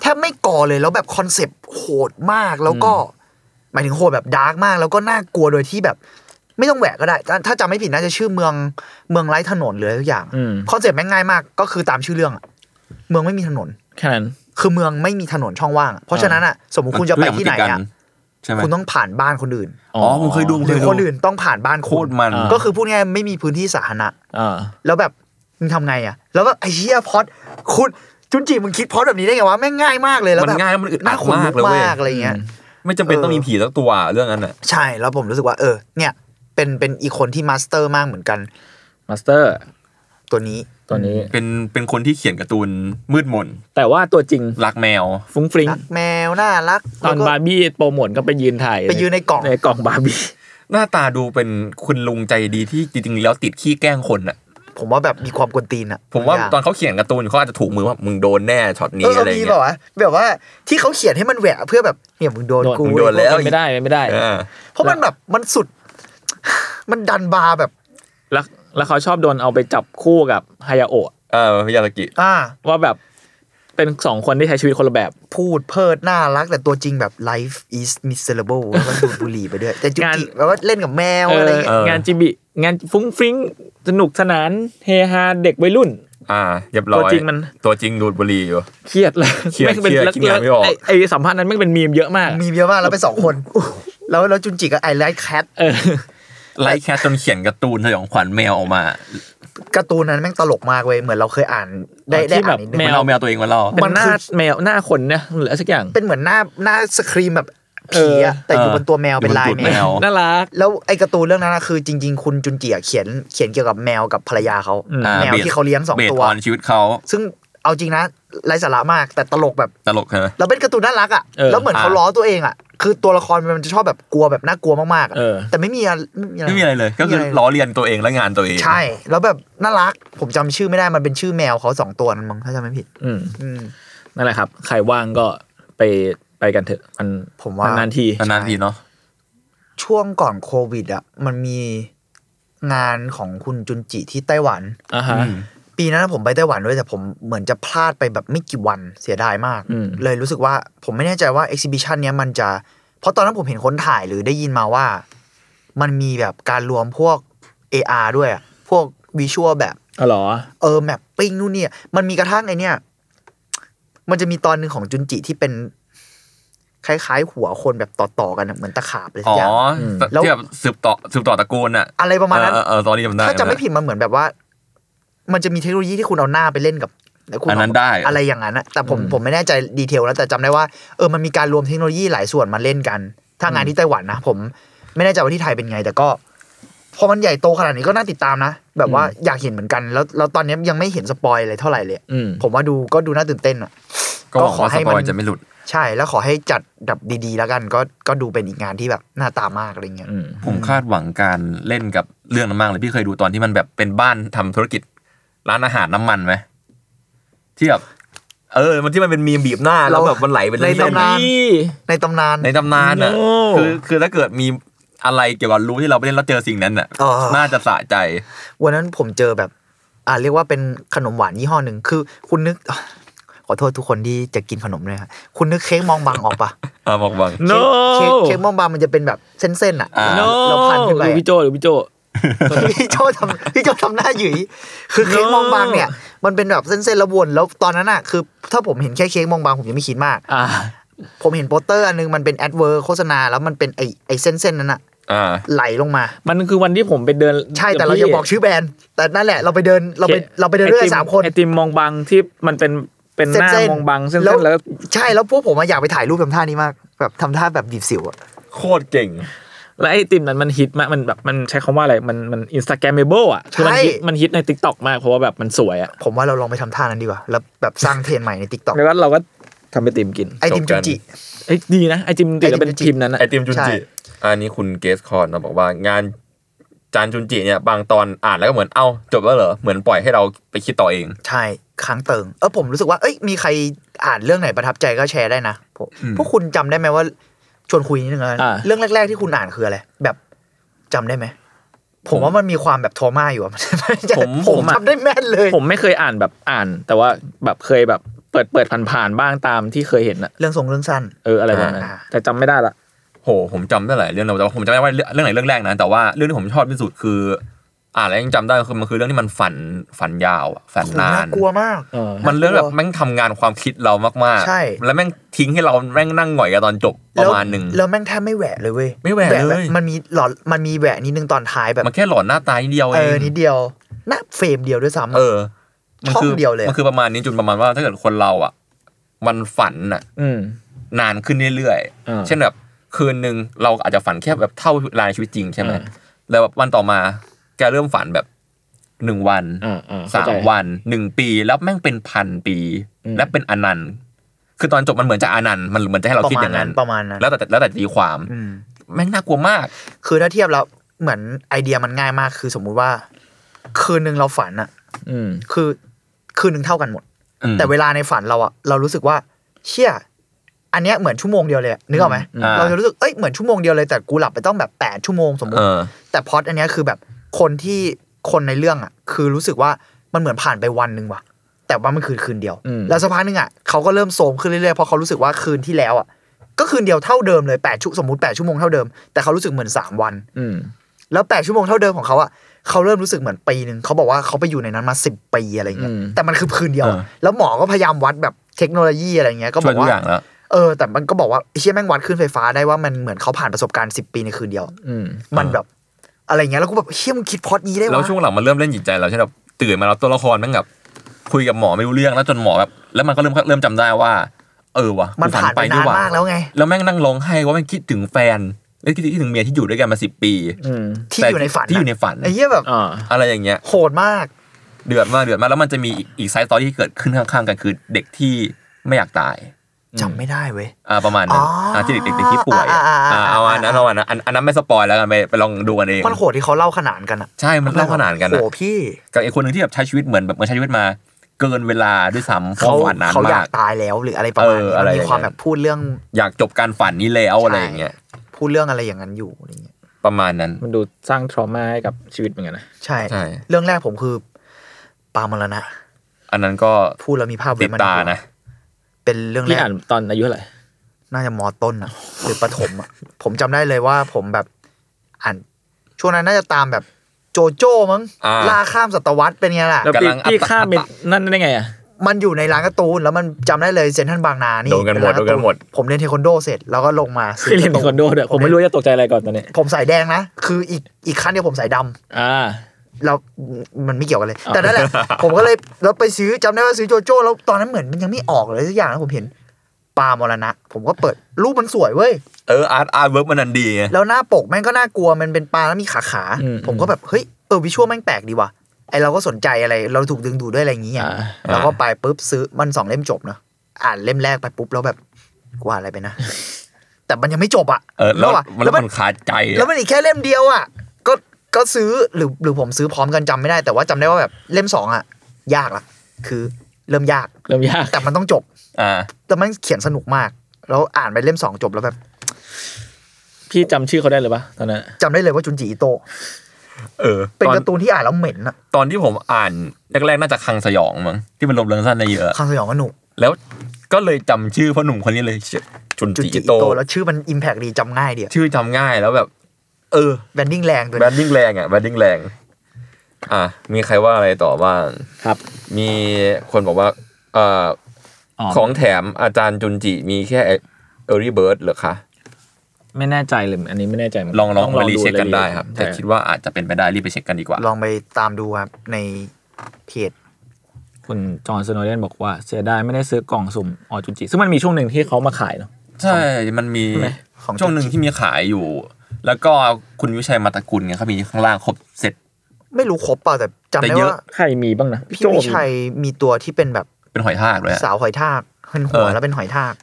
[SPEAKER 4] แทบไม่กอเลยแล้วแบบคอนเซปต์โหดมากแล้วก็หมายถึงโหดแบบดาร์กมาก แล้วก็น่ากลัวโดยที่แบบ ไม่ต้องแหวกก็ได้ ถ้าถ้าจำไม่ผิดน่าจะชื่อเมืองเมืองไร้ถนนหรืออะไรทุกอย่าง
[SPEAKER 2] อืม
[SPEAKER 4] คอนเซปต์แม่งง่ายมาก ก็คือตามชื่อเรื่องอะเมืองไม่มีถนน
[SPEAKER 2] แค่นั้น
[SPEAKER 4] คือเมืองไม่มีถนนช่องว่างอะเพราะฉะนั้นอะสมมติคุณจะไปที่ไหนอะ
[SPEAKER 3] ใช่ไหม
[SPEAKER 4] คุณต้องผ่านบ้านคนอื่น
[SPEAKER 3] อ๋อผมเคยดูผม
[SPEAKER 4] ห
[SPEAKER 3] เค
[SPEAKER 4] รือย
[SPEAKER 3] ดู
[SPEAKER 4] คนอื่นต้องผ่านบ้าน
[SPEAKER 3] โค
[SPEAKER 4] คุ
[SPEAKER 3] ต
[SPEAKER 4] ณ
[SPEAKER 3] รมัน
[SPEAKER 2] อ่า
[SPEAKER 4] ก็คือพูดง่ายๆไม่มีพื้นที่สาธารณะ
[SPEAKER 2] อ่า
[SPEAKER 4] แล้วแบบมึงทำไงอะแล้วก็ไอ้เชี่ยพอดคุณจุนจีมึงคิดพอดแบบนี้ได้ไงวะแม่งง่ายมากเลยแล้วแบบ
[SPEAKER 3] มันง่ายมันอึดอัด
[SPEAKER 4] น่าขนลุก
[SPEAKER 3] มากเลยเว้ย
[SPEAKER 4] มากอะไรเงี้ย
[SPEAKER 3] ไม่จำเป็นต้องมีผีสักตัวเรื่องนั้นอ่ะ
[SPEAKER 4] ใช่แล้วผมรู้สึกว่า เออ เนี่ย เป็นเป็นอีกคนที่มาสเตอร์มากเหมือนกัน
[SPEAKER 2] มาสเตอร์
[SPEAKER 4] ตัวนี้
[SPEAKER 2] ตัวนี้
[SPEAKER 3] เป็นเป็นคนที่เขียนการ์ตูนมืดมน
[SPEAKER 2] แต่ว่าตัวจริง
[SPEAKER 3] รักแมว
[SPEAKER 2] ฟรุ้งฟริ้ง
[SPEAKER 4] รักแมว น่ารัก
[SPEAKER 2] ตอน
[SPEAKER 4] แล้วก็
[SPEAKER 2] บาร์บี้โปรโมทก็ไปยืนถ่าย
[SPEAKER 4] ไปยืนในกล่อง
[SPEAKER 2] ในกล่องบาร์บี้
[SPEAKER 3] หน้าตาดูเป็นคุณลุงใจดีที่จริงๆแล้วติดขี้แกล้งคนอ่ะ
[SPEAKER 4] ผมว่าแบบมีความกวนตีนอะ
[SPEAKER 3] ผมว่า
[SPEAKER 4] ย่ง
[SPEAKER 3] ตอนเขาเขียนการ์ตูนเขาอาจจะถูกมือว่ามึงโดนแน่ช็อต
[SPEAKER 4] เอ
[SPEAKER 3] นี้
[SPEAKER 4] อ
[SPEAKER 3] อะไร
[SPEAKER 4] มี
[SPEAKER 3] เงี้
[SPEAKER 4] แบบ
[SPEAKER 3] ย
[SPEAKER 4] ว่าแบบว่าที่เขาเขียนให้มันแหวะเพื่อแบบเนี่ยมึงโดน
[SPEAKER 2] โดน
[SPEAKER 4] กู
[SPEAKER 3] มึงโดนแล้ว
[SPEAKER 2] ไม่ได้ไม่ได้
[SPEAKER 3] เออ
[SPEAKER 4] เพราะมันแบบมันสุด มันดันบาร์แบบ
[SPEAKER 2] แล้วแล้วเขาชอบโดนเอาไปจับคู่กับฮายาโอะ
[SPEAKER 3] เออมิยาสกิ
[SPEAKER 4] อ่า
[SPEAKER 2] ว่าแบบเป็นสองคนที่ใช้ชีวิตคนละแบบ
[SPEAKER 4] พูดเพิดน่ารักแต่ตัวจริงแบบ life is miserable แล้วก็ดูดบุหรี่ไปด้วย แต่จุ
[SPEAKER 2] งาน
[SPEAKER 4] จิแบบว่าเล่นกับแมวอะไร
[SPEAKER 2] เอ
[SPEAKER 4] เงี้ย
[SPEAKER 2] องานจิบิงานฟุ้งฟริ้งสนุกสนานเฮฮาเด็กวัยรุ่น
[SPEAKER 3] อ่าเรียบร้อย
[SPEAKER 2] ตัวจริงมัน
[SPEAKER 3] ตัวจริงดูดบุหรี่อยู่
[SPEAKER 2] เครียดเลย
[SPEAKER 3] เครียด
[SPEAKER 2] แม่งเป็น
[SPEAKER 3] เครียด
[SPEAKER 2] แล้ว
[SPEAKER 3] กินงานไม่ออก
[SPEAKER 2] ไอ้ไอสัมภาษณ์นั้นไม่งเป็นมีมเยอะมาก
[SPEAKER 4] มีเยอะมากแล้วไปสองคน แล้วแล้วจุนจิก็ไอไลท์แคท
[SPEAKER 2] เออ
[SPEAKER 3] ไลค์แคสจนเขียนการ์ตูนสยองขวัญแมวออกมา
[SPEAKER 4] การ์ตูนนั้นแม่งตลกมากเว้ย เหมือนเราเคยอ่านได้
[SPEAKER 2] อ๋อ
[SPEAKER 4] ได้
[SPEAKER 2] ที่
[SPEAKER 4] อ่า
[SPEAKER 2] แบบ
[SPEAKER 4] นนิดนึง
[SPEAKER 2] แม
[SPEAKER 3] มันเอาแมวตัวเองมาล่อ
[SPEAKER 2] เป็นหน้า
[SPEAKER 4] มันคือ
[SPEAKER 2] แมวหน้าคนเนี่ยหรืออะไรสักอย่าง
[SPEAKER 4] เป็นเหมือนหน้าหน้าสครีมแบบผีอะ
[SPEAKER 2] เออ
[SPEAKER 4] แต่อยู่บนตัวแมวเป็นลาย
[SPEAKER 3] อยู่บนตัว
[SPEAKER 4] แม
[SPEAKER 3] แม
[SPEAKER 4] ว
[SPEAKER 3] ว
[SPEAKER 2] น่ารัก
[SPEAKER 4] แล้วไอการ์ตูนเรื่องนั้นอะคือจริง ๆ คุณจุนจิอะเขียนเขียนเกี่ยวกับแมวกับภรรยาเขา
[SPEAKER 2] อืม
[SPEAKER 3] อ่า
[SPEAKER 4] แมว
[SPEAKER 3] based-
[SPEAKER 4] ที่เขาเลี้ยงสอง
[SPEAKER 3] based
[SPEAKER 4] ตัว
[SPEAKER 3] on ชีวิตเขา
[SPEAKER 4] ซึ่งเอาจริงนะไร้สาระมากแต่ตลกแบบ
[SPEAKER 3] ตลกใช่ไหม
[SPEAKER 4] แล้วเป็นการ์ตูนน่ารักอ่ะ
[SPEAKER 2] เออ
[SPEAKER 4] แล้วเหมือนเขา
[SPEAKER 3] อ่ะ
[SPEAKER 4] ล้อตัวเองอ่ะ คือตัวละครมันจะชอบแบบกลัวแบบน่ากลัวมากๆอ่ะ
[SPEAKER 2] เออ
[SPEAKER 4] แต่ไม่มีอะไร
[SPEAKER 3] ไม่มีอะไรเลย ก็คือ
[SPEAKER 4] ไม่มีะไร
[SPEAKER 3] ล้อเลียนตัวเองและงานตัวเอง
[SPEAKER 4] ใช่ แล้วแบบน่ารัก ผมจำชื่อไม่ได้ มันเป็นชื่อแมวเขาสองตัวนั้นมั้งถ้าจำไม่ผิด
[SPEAKER 2] อืม
[SPEAKER 4] อืม
[SPEAKER 2] นั่นแหละครับ ใครว่างก็ไปไปกันเถอะ มัน
[SPEAKER 4] ผมว่า
[SPEAKER 2] นานๆที
[SPEAKER 3] นานๆทีเนาะ
[SPEAKER 4] ช่วงก่อนโควิดอ่ะ มันมีงานของคุณจุนจิที่ไต้หวัน
[SPEAKER 2] อ่าฮะ
[SPEAKER 4] ปีนั้นผมไปไต้หวันด้วยแต่ผมเหมือนจะพลาดไปแบบไม่กี่วันเสียดายมาก
[SPEAKER 2] อืม
[SPEAKER 4] เลยรู้สึกว่าผมไม่แน่ใจว่าเอ็กซิบิชันเนี้ยมันจะ เพราะตอนนั้นผมเห็นคนถ่ายหรือได้ยินมาว่า มันมีแบบการรวมพวก AR ด้วยอะพวกวิชวลแบบ
[SPEAKER 2] อ๋อเหรอ
[SPEAKER 4] เออแมปปิ้งนู่นเนี่ย มันมีกระทั่งไอเนี่ย มันจะมีตอนหนึ่งของจุนจิที่เป็น คล้ายๆ หัวคนแบบต่อๆกันอะเหมือนตะขาบเลยสั
[SPEAKER 3] อ๋อ
[SPEAKER 4] กอย่าง
[SPEAKER 3] อ
[SPEAKER 2] ม
[SPEAKER 3] ที่แบบสืบต่อสืบต่อตระกูลอะ
[SPEAKER 4] อะไรประมาณนั้น
[SPEAKER 3] เออเออตอนนี้จำได้
[SPEAKER 4] ถ้าจำไม่ผิดมันเหมือนแบบว่า มันจะมีเทคโนโลยีที่คุณเอาหน้าไปเล่นกับแล้วคุณ
[SPEAKER 3] อันนั้น
[SPEAKER 4] เา
[SPEAKER 3] ได้เหรออ
[SPEAKER 4] อะไรอย่างนั้นอะแต่ผมผมไม่แน่ใจดีเทลแล้วแต่จำได้ว่าเออมันมีการรวมเทคโนโลยีหลายส่วนมาเล่นกัน ถ้างานที่ไต้หวันนะผมไม่แน่ใจว่าที่ไทยเป็นไง แต่ก็พอมันใหญ่โตขนาดนี้ก็น่าติดตามนะ แบบว่าอยากเห็นเหมือนกัน แล้วแล้วตอนนี้ยังไม่เห็นสปอยอะไรเท่าไหร่เลย
[SPEAKER 2] อืม
[SPEAKER 4] ผมว่าดูก็ดูน่าตื่นเต้นอะ
[SPEAKER 3] ก็หวังว่า
[SPEAKER 4] ก็ขอให้
[SPEAKER 3] สปอย
[SPEAKER 4] มัน
[SPEAKER 3] จะไม่หลุด
[SPEAKER 4] ใช่แล้วขอให้จัดดับดีๆ แล้วกัน ก็ก็ดูเป็นอีกงานที่แบบน่าตามมากอะไรเงี้ย
[SPEAKER 2] อืม
[SPEAKER 3] ผมคาดหวังการเล่นกับเรื่องนั้นมากเลยพี่เคยดูตอนที่มันแบบเป็นบ้านทำธุรกิจร้านอาหารน้ำมันไหมที่แบบเออมันที่มันเป็นมีมบีบหน้าแล้วแบบมันไหลเป็น
[SPEAKER 4] ใน
[SPEAKER 3] เส้นๆอะ
[SPEAKER 4] ตำนานในตำนาน
[SPEAKER 3] ในตำนานอ่ะ
[SPEAKER 2] No
[SPEAKER 3] คือคือถ้าเกิดมีอะไรเกี่ยวกับรู้ที่เราไปเล่นแล้วเจอสิ่งนั้นอ่ะ
[SPEAKER 4] อ๋อ
[SPEAKER 3] น่าจะสะใจ
[SPEAKER 4] วันนั้นผมเจอแบบ อ่าเรียกว่าเป็นขนมหวานยี่ห้อหนึ่งคือ คุณนึก (laughs) ขอโทษทุกคนที่จะกินขนมเลยฮะคุณนึกเค้กมองบางออกปะ
[SPEAKER 3] อ่ะบอกบัง
[SPEAKER 4] เค้กเค้กเค้กมองบางมันจะเป็นแบบเส้นๆอ่ะ
[SPEAKER 3] อ่า
[SPEAKER 4] เราเราพันขึ้นไป
[SPEAKER 2] หรือพี่โจหรือพี่โจ
[SPEAKER 4] พี่โจทำพี่โจทำหน้าหยุยคือเค้กมองบางเนี่ย มันเป็นแบบเส้นๆแล้ววนแล้วตอนนั้นอ่ะคือ ถ้าผมเห็นแค่เค้กมองบางผมยังไม่คิดมาก
[SPEAKER 2] อ่า
[SPEAKER 4] ผมเห็นโปสเตอร์อันนึงมันเป็นแอดเวอร์โฆษณาแล้วมันเป็นไอไอเส้นๆนั้นอ่ะ
[SPEAKER 3] อ่า
[SPEAKER 4] ไหลลงมา
[SPEAKER 2] มันคือวันที่ผมไปเดิน
[SPEAKER 4] ใช่แต่เราอย่าบอกชื่อแบรนด์แต่นั่นแหละเราไปเดินเราไปเราไปเดินด้วยกันสามคน
[SPEAKER 2] ไอติมมองบังที่มันเป็นเป็นหน้ามองบังเส้นๆแล้ว
[SPEAKER 4] ใช่แล้วพวกผมอะอยากไปถ่ายรูปทำท่านี้มาก แบบทำท่าแบบดีบสิวอะ
[SPEAKER 3] โคตรเก่ง
[SPEAKER 2] แล้วไอติมนั้นมันฮิตมากมันแบบมันใช้คำว่าอะไรมันมันอินสตาแกรมเบิลอ่ะคือมันฮิตมันฮิตในทิกตอกมากเพราะว่าแบบมันสวยอ่ะ
[SPEAKER 4] ผมว่าเราลองไปทำท่านั้นดีกว่า แล้วแบบสร้างเทรนด์ใหม่ในติ๊กต็อก
[SPEAKER 2] แล้วเราก็ทำไอติมกิน
[SPEAKER 4] ไอติม
[SPEAKER 3] จ
[SPEAKER 4] จุ
[SPEAKER 3] บกัน
[SPEAKER 4] จิ
[SPEAKER 2] ไอยดีนะไอติมติดแล้วเป็น
[SPEAKER 4] ไอติม
[SPEAKER 2] ทีมนั้นอะ
[SPEAKER 3] ไอติมจุน
[SPEAKER 4] ใช่
[SPEAKER 3] จิอันนี้คุณเกสคอนนะบอกว่างานจานจุนจิเนี่ยบางตอนอ่านแล้วก็เหมือนเอ้าจบแล้วเหรอเหมือนปล่อยให้เราไปคิดต่อเอง
[SPEAKER 4] ใช่ค้างเติงเออผมรู้สึกว่าเอ้ยมีใครอ่านเรื่องไหนประทับใจก็แชร์ได้นะผมพวกคุณจำได้ไหมว่าชวนคุยนิดนึงนะ
[SPEAKER 2] า
[SPEAKER 4] เรื่องแรก ๆที่คุณอ่านคืออะไรแบบจำได้ไหมผมว่ามันมีความแบบทอมาอยู่อะ (laughs)
[SPEAKER 3] ผม
[SPEAKER 4] ผ
[SPEAKER 3] ผม
[SPEAKER 4] ม
[SPEAKER 3] อะ
[SPEAKER 4] จำได้แม่นเลย
[SPEAKER 2] ผมไม่เคยอ่านแบบอ่าน แต่ว่าแบบเคยแบบเปิดเปิดผ่านๆบ้างตามที่เคยเห็นอะ
[SPEAKER 4] เรื่องทรงเรื่องสั้น
[SPEAKER 2] เอออะไรแบบนั้น
[SPEAKER 4] อ่า
[SPEAKER 2] แต่จำไม่ได้ละ
[SPEAKER 3] โห ผมจำได้หลายเรื่องนะแต่ว่าผมจำไม่ได้ว่าเรื่องไหนเรื่องแรกนะ แต่ว่าเรื่องที่ผมชอบที่สุดคือ อ่านแล้วยังจำได้คือมันคือเรื่องที่มันฝันฝันยาวอะฝัน
[SPEAKER 4] น่าน
[SPEAKER 3] าน
[SPEAKER 4] กลัวมาก
[SPEAKER 2] เออ
[SPEAKER 3] มันเรื่องแบบแม่งทำงานความคิดเรามากๆ
[SPEAKER 4] ใช่
[SPEAKER 3] แล้วแม่งทิ้งให้เราแม่งนั่งหงอยกันตอนจบประมาณหนึ่ง
[SPEAKER 4] แล้วแล้วแม่งแทบไม่แหวะเลยเว้ย
[SPEAKER 3] ไม่แหวะเลย
[SPEAKER 4] บบมันมีหลอดมันมีแหวะนิดนึงตอนท้ายแบบ
[SPEAKER 3] มันแค่หลอนหน้าตานิดเดียวเอ
[SPEAKER 4] เออง นิดเดียวหน้าเฟรมเดียวด้วยซ้ำ
[SPEAKER 3] เออมันคื
[SPEAKER 4] ช่องเดียวเลยอะ
[SPEAKER 3] มันคือประมาณนี้จนประมาณว่าถ้าเกิดคนเราอ่ะ มันฝันอ่ะ
[SPEAKER 2] อืม
[SPEAKER 3] นานขึ้นเรื่อย
[SPEAKER 2] อ่า
[SPEAKER 3] ๆ เช่นแบบคืนหนึ่งเราอาจจะฝันแค่แบบเท่าเวลาในชีวิตจริงใช่ไหม
[SPEAKER 2] อ่า
[SPEAKER 3] แล้วแบบวันต่อมาแกเริ่มฝันแบบหนึ่งวัน
[SPEAKER 2] อ่าอ่าเข้
[SPEAKER 3] สาม
[SPEAKER 2] ใจ
[SPEAKER 3] วันหนึ่งปีแล้วแม่งเป็นพันปี
[SPEAKER 2] อืม
[SPEAKER 3] และเป็นอนันต์ คือตอนจบมันเหมือนจะอนันต์มันเหมือนจะให้เรา
[SPEAKER 4] ประ
[SPEAKER 3] คิด
[SPEAKER 4] มา
[SPEAKER 3] อ
[SPEAKER 4] ณ
[SPEAKER 3] ย่าง
[SPEAKER 4] นั้
[SPEAKER 3] นั้น น
[SPEAKER 4] ประมาณนั้น
[SPEAKER 3] แล้วแต่แล้วแต่ตีความ
[SPEAKER 4] อืม
[SPEAKER 3] แม่งน่ากลัวมาก
[SPEAKER 4] คือถ้าเทียบแล้วเหมือนไอเดียมันง่ายมาก คือสมมุติว่า คืนหนึ่งเราฝันอะ
[SPEAKER 2] อืม
[SPEAKER 4] คือคืนหนึ่งเท่ากันหมด
[SPEAKER 3] อืม
[SPEAKER 4] แต่เวลาในฝันเราอะเรารู้สึกว่า เชี่ยอันเนี้ยเหมือนชั่วโมงเดียวเลยอะนึกออกไหม
[SPEAKER 3] อืมอ่า
[SPEAKER 4] เราจะรู้สึกเอ้ยเหมือนชั่วโมงเดียวเลยแต่กูหลับไปต้องแบบแปดชั่วโมงสมมติ
[SPEAKER 3] เออ
[SPEAKER 4] แต่พล็อดอันเนี้ยคือแบบคนที่คนในเรื่องอ่ะ คือรู้สึกว่ามันเหมือนผ่านไปวันหนึ่งว่ะ แต่ว่ามันคือคืนเดียว
[SPEAKER 2] อืม
[SPEAKER 4] แล้วสักพักหนึ่งอ่ะเขาก็เริ่มโทรมขึ้นเรื่อยๆเพราะเขารู้สึกว่าคืนที่แล้วอ่ะก็คืนเดียวเท่าเดิมเลยแปดชั่วสมมติแปดชั่วโมงเท่าเดิมแต่เขารู้สึกเหมือนสามวัน
[SPEAKER 2] อืม
[SPEAKER 4] แล้วแปดชั่วโมงเท่าเดิมของเขาอ่ะเขาเริ่มรู้สึกเหมือนปีหนึ่งเขาบอกว่าเขาไปอยู่ในนั้นมาสิบปีอะไรเงี้ยแต่มันคือคืนเดียวอะ
[SPEAKER 3] อ่า
[SPEAKER 4] แล้วหมอก็พยายามวัดแบบเทคโนโลยีอะไรเงี้ยก็
[SPEAKER 3] ช่
[SPEAKER 4] บ
[SPEAKER 3] ว
[SPEAKER 4] อย ก
[SPEAKER 3] ทุก
[SPEAKER 4] ว่า
[SPEAKER 3] อย่างแล้ว
[SPEAKER 4] เออแต่มันก็บอกว่าไอ้เชี่ยแม่งวัดขึ้นไฟฟ้าได้ว่ามันเหมือนเขาผ่านประสบการณ์สิบปีในคืนเดียว
[SPEAKER 2] อืม
[SPEAKER 4] มันแบบอะไรเงี้ยแล้วกูแบบเชี่ยมึงคิดพล็อดนี้
[SPEAKER 3] แล้ว
[SPEAKER 4] ได้ะ
[SPEAKER 3] วช่วงหลังมันเริ่มเล่นจิตใจเราเช่นแบบตื่นมาแล้วตัวละครแม่งแบบคุยกับหมอไม่รู้เรื่องแล้วจนหมอแบบแล้วมันก็เริ่มเริ่มจำได้ว่า เออว่ะ
[SPEAKER 4] มันผ่านไป
[SPEAKER 3] ดี
[SPEAKER 4] นาน
[SPEAKER 3] ห
[SPEAKER 4] มากแล้วไง
[SPEAKER 3] แล้วแม่งนั่งร้องไห้ว่าแม่งคิดถึงแฟนแล้วคิดถึงเมียที่อยู่ด้วยกันมาสิบปี
[SPEAKER 2] อืม
[SPEAKER 4] ที่
[SPEAKER 3] แต่
[SPEAKER 4] อยู่ในฝัน
[SPEAKER 3] ที่อยู่ในฝัน
[SPEAKER 4] ไอ้เหี้ยแบบ
[SPEAKER 2] อ่า
[SPEAKER 3] อะไรอย่างเงี้ย
[SPEAKER 4] โหดมาก
[SPEAKER 3] เดือดมากเดือดมากแล้วมันจะมีอีกอีกไซส์ตอรี่ที่เกิดขึ้นข้างๆกันคือเด็กที่ไม่อยากตาย
[SPEAKER 4] จำไม่ได้เว้ย
[SPEAKER 3] อ่าประมาณนั้น
[SPEAKER 4] อ๋ออ่
[SPEAKER 3] าที่เด็กเด็กเด็กที่ป่วยอ่ะ
[SPEAKER 4] อ่าอ่าอ่า
[SPEAKER 3] อ่าเอาอันนั้นเอาอันนั้นอันอันนั้นไม่สปอยแล้วกันไปไปลองดูกันเอง
[SPEAKER 4] มันโหดที่เขาเล่าขนานกันอ่ะ
[SPEAKER 3] ใช่มันเล่าขนานกัน
[SPEAKER 4] โห
[SPEAKER 3] อะ
[SPEAKER 4] พี่
[SPEAKER 3] กับไอ้คนหนึ่งที่แบบใช้ชีวิตเหมือนแบบเหมือนใช้ชีวิตมา เกินเวลาด้วยซ้ำเพ
[SPEAKER 4] เขา
[SPEAKER 3] ราะฝันนาน
[SPEAKER 4] เขาอยา
[SPEAKER 3] า
[SPEAKER 4] ม
[SPEAKER 3] ก ก
[SPEAKER 4] ตายแล้วหรืออะไรประมาณนี้
[SPEAKER 3] เอออะ
[SPEAKER 4] มั
[SPEAKER 3] ไร
[SPEAKER 4] นมีความ
[SPEAKER 3] อย่างเงี้ย
[SPEAKER 4] แบบพูดเรื่อง
[SPEAKER 3] อยากจบการฝันนี้แล้วอะไรอย่างเงี้ย
[SPEAKER 4] พูดเรื่องอะไรอย่างนั้นอยู่อะไรเงี้ย
[SPEAKER 3] ประมาณนั้น
[SPEAKER 2] มันดูสร้างทรมาให้กับชีวิตเหมือนกันนะ
[SPEAKER 4] ใช่
[SPEAKER 3] ใช่
[SPEAKER 4] เรื่องแรกผมคือปามรณะ
[SPEAKER 3] อันนั้นก็
[SPEAKER 4] พูดแล้วมีภาพ
[SPEAKER 3] ติด
[SPEAKER 4] ไว้มั
[SPEAKER 3] ตานะ
[SPEAKER 4] เป็นเรื่องแร
[SPEAKER 2] พี่
[SPEAKER 4] ก
[SPEAKER 2] อ่านตอนอายุเท่าไหร่
[SPEAKER 4] น่าจะมอต้นอะหรือประถมอะผมจำได้เลยว่าผมแบบอ่านช่วงนั้นน่าจะตามแบบโจโจ้มั้ง
[SPEAKER 3] อ่า
[SPEAKER 4] ล่าข้ามศตวรรษเป็นไงล่ะ
[SPEAKER 2] แล้ว
[SPEAKER 3] กำ
[SPEAKER 2] พี่
[SPEAKER 3] ลังอัตตะ
[SPEAKER 2] พี่ข้ามไป
[SPEAKER 3] อัตตะ
[SPEAKER 2] นั่นได้ไงอ่ะ
[SPEAKER 4] มันอยู่ในร้านการ์ตูน แล้วมันจำได้เลยเซนทรันบางนานี่
[SPEAKER 3] โดนกันหมด
[SPEAKER 4] เป็ร้าา
[SPEAKER 3] โดนกันหมด
[SPEAKER 4] าผมเรียนเทควันโดเสร็จแล้วก็ลงมาซื้
[SPEAKER 2] พี่เรียนเทควันโดด้วยผมไม่รู้จะตกใจอะไรก่อนตอนนี้
[SPEAKER 4] ผมใส่แดงนะ คืออีกอีกขั้นเดียวผมใส่ดำ
[SPEAKER 2] อ่า
[SPEAKER 4] แล้วมันไม่เกี่ยวกันเลย
[SPEAKER 2] อ๋อ
[SPEAKER 4] แต่นั่นแหละ ผมก็เลยแล้วไปซื้อจำได้ว่าซื้อโจโจ้แล้วตอนนั้นเหมือนมันยังไม่ออกเลยสักอย่างนะผมเห็นปลามรณะ ผมก็เปิดรูปมันสวยเว้ย
[SPEAKER 3] เอออาร์ตอาร์ตเวิร์กมันนันดีไง
[SPEAKER 4] แล้วหน้าปกแม่งก็น่ากลัวมันเป็นปลาแล้วมีขาขา
[SPEAKER 2] อืม
[SPEAKER 4] ผมก็แบบ เฮ้ย เออวิชวลแม่งแปลกดีว่ะไอเราก็สนใจอะไร เราถูกดึงดูดด้วยอะไรอย่างเงี้ย
[SPEAKER 2] อ่า
[SPEAKER 4] เราก็ไปปุ๊บซื้อมันสองเล่มจบเนอะอ่านเล่มแรกไปปุ๊บแล้วแบบกว่าอะไรไปนะ แต่มันยังไม่จบอ่ะ
[SPEAKER 3] เออแล้ว
[SPEAKER 4] นึกกปะ
[SPEAKER 3] มันแล้วมันขาดใจอะ
[SPEAKER 4] แล้วมันอีกแค่เล่มเดียวอ่ะก็ก็ซื้อหรือหรือผมซื้อพร้อมกันจำไม่ได้แต่ว่าจำได้ว่าแบบเล่มสองอ่ะ ยากละคือเริ่มยาก
[SPEAKER 2] เริ่มยาก
[SPEAKER 4] แต่มันต้องจบ
[SPEAKER 3] อ่า
[SPEAKER 4] แต่มันเขียนสนุกมาก แล้วอ่านไปเล่มสองจบแล้วแบบ
[SPEAKER 2] พี่จำชื่อเขาได้เลยปะตอนนั้น
[SPEAKER 4] จำได้เลยว่าจุนจิอิโตะ
[SPEAKER 3] เออ
[SPEAKER 4] เป็น
[SPEAKER 3] ตอน
[SPEAKER 4] การ์ตูนที่อ่านแล้วเหม็นอะ
[SPEAKER 3] ตอนที่ผมอ่านแรกๆน่าจะคังสยองมั้งที่มันลบเรื่องสั้นได้เยอะ
[SPEAKER 4] คังสยองก็หนุก
[SPEAKER 3] แล้วก็เลยจำชื่อพ่อหนุ่มคนนี้เลยชื่อชุน
[SPEAKER 4] จุ
[SPEAKER 3] จิ
[SPEAKER 4] จิ
[SPEAKER 3] โต
[SPEAKER 4] โตแล้วชื่อมันอิมแพกดีจำง่ายเดียว
[SPEAKER 3] ชื่อจำง่ายแล้วแบบ เออ
[SPEAKER 4] แบนดิ้งแรงด้วย
[SPEAKER 3] แบดดิ้งแรงอ่ะแบดดิ้งแรง อ่ะมีใครว่าอะไรต่อบ้าง
[SPEAKER 6] ครับ
[SPEAKER 3] มีคนบอกว่าเอ่ออของแถมอาจารย์จุนจิมีแค่เออรี่เบิร์ดเหรอคะ
[SPEAKER 2] ไม่แน่ใจเลยอันนี้ไม่แน่ใจ
[SPEAKER 3] ลองลองไปรีเช็คกันได้ครับ
[SPEAKER 2] แต่
[SPEAKER 3] แต่คิดว่าอาจจะเป็นไปได้รีบไปเช็คกันดีกว่า
[SPEAKER 4] ลองไปตามดูครับในเพจ
[SPEAKER 2] คุณจอห์นสโนเดนบอกว่าเสียดายไม่ได้ซื้อกล่องสุ่มออจุจิซึ่งมันมีช่วงหนึ่งที่เขามาขายเนาะ
[SPEAKER 3] ใช่ มันมี
[SPEAKER 2] ใช่ไหม
[SPEAKER 4] ของ
[SPEAKER 3] ช่วงหนึ่งที่มีขายอยู่ แล้วก็คุณวิชัยมาตะกุลเนี่ยเขามีข้างล่างครบเสร็จ
[SPEAKER 4] ไม่รู้ครบเปล่าแต่จำ
[SPEAKER 3] แต่
[SPEAKER 4] ได้
[SPEAKER 3] เยอะ
[SPEAKER 4] ว่า
[SPEAKER 2] ใครมีบ้างนะ
[SPEAKER 4] พี่วิชัยมีตัวที่เป็นแบบ
[SPEAKER 3] เป็นหอยทากเลยอะ
[SPEAKER 4] สาวหอยทากขึ้นหัว
[SPEAKER 3] เออ
[SPEAKER 4] แล้วเป็นหอยทาก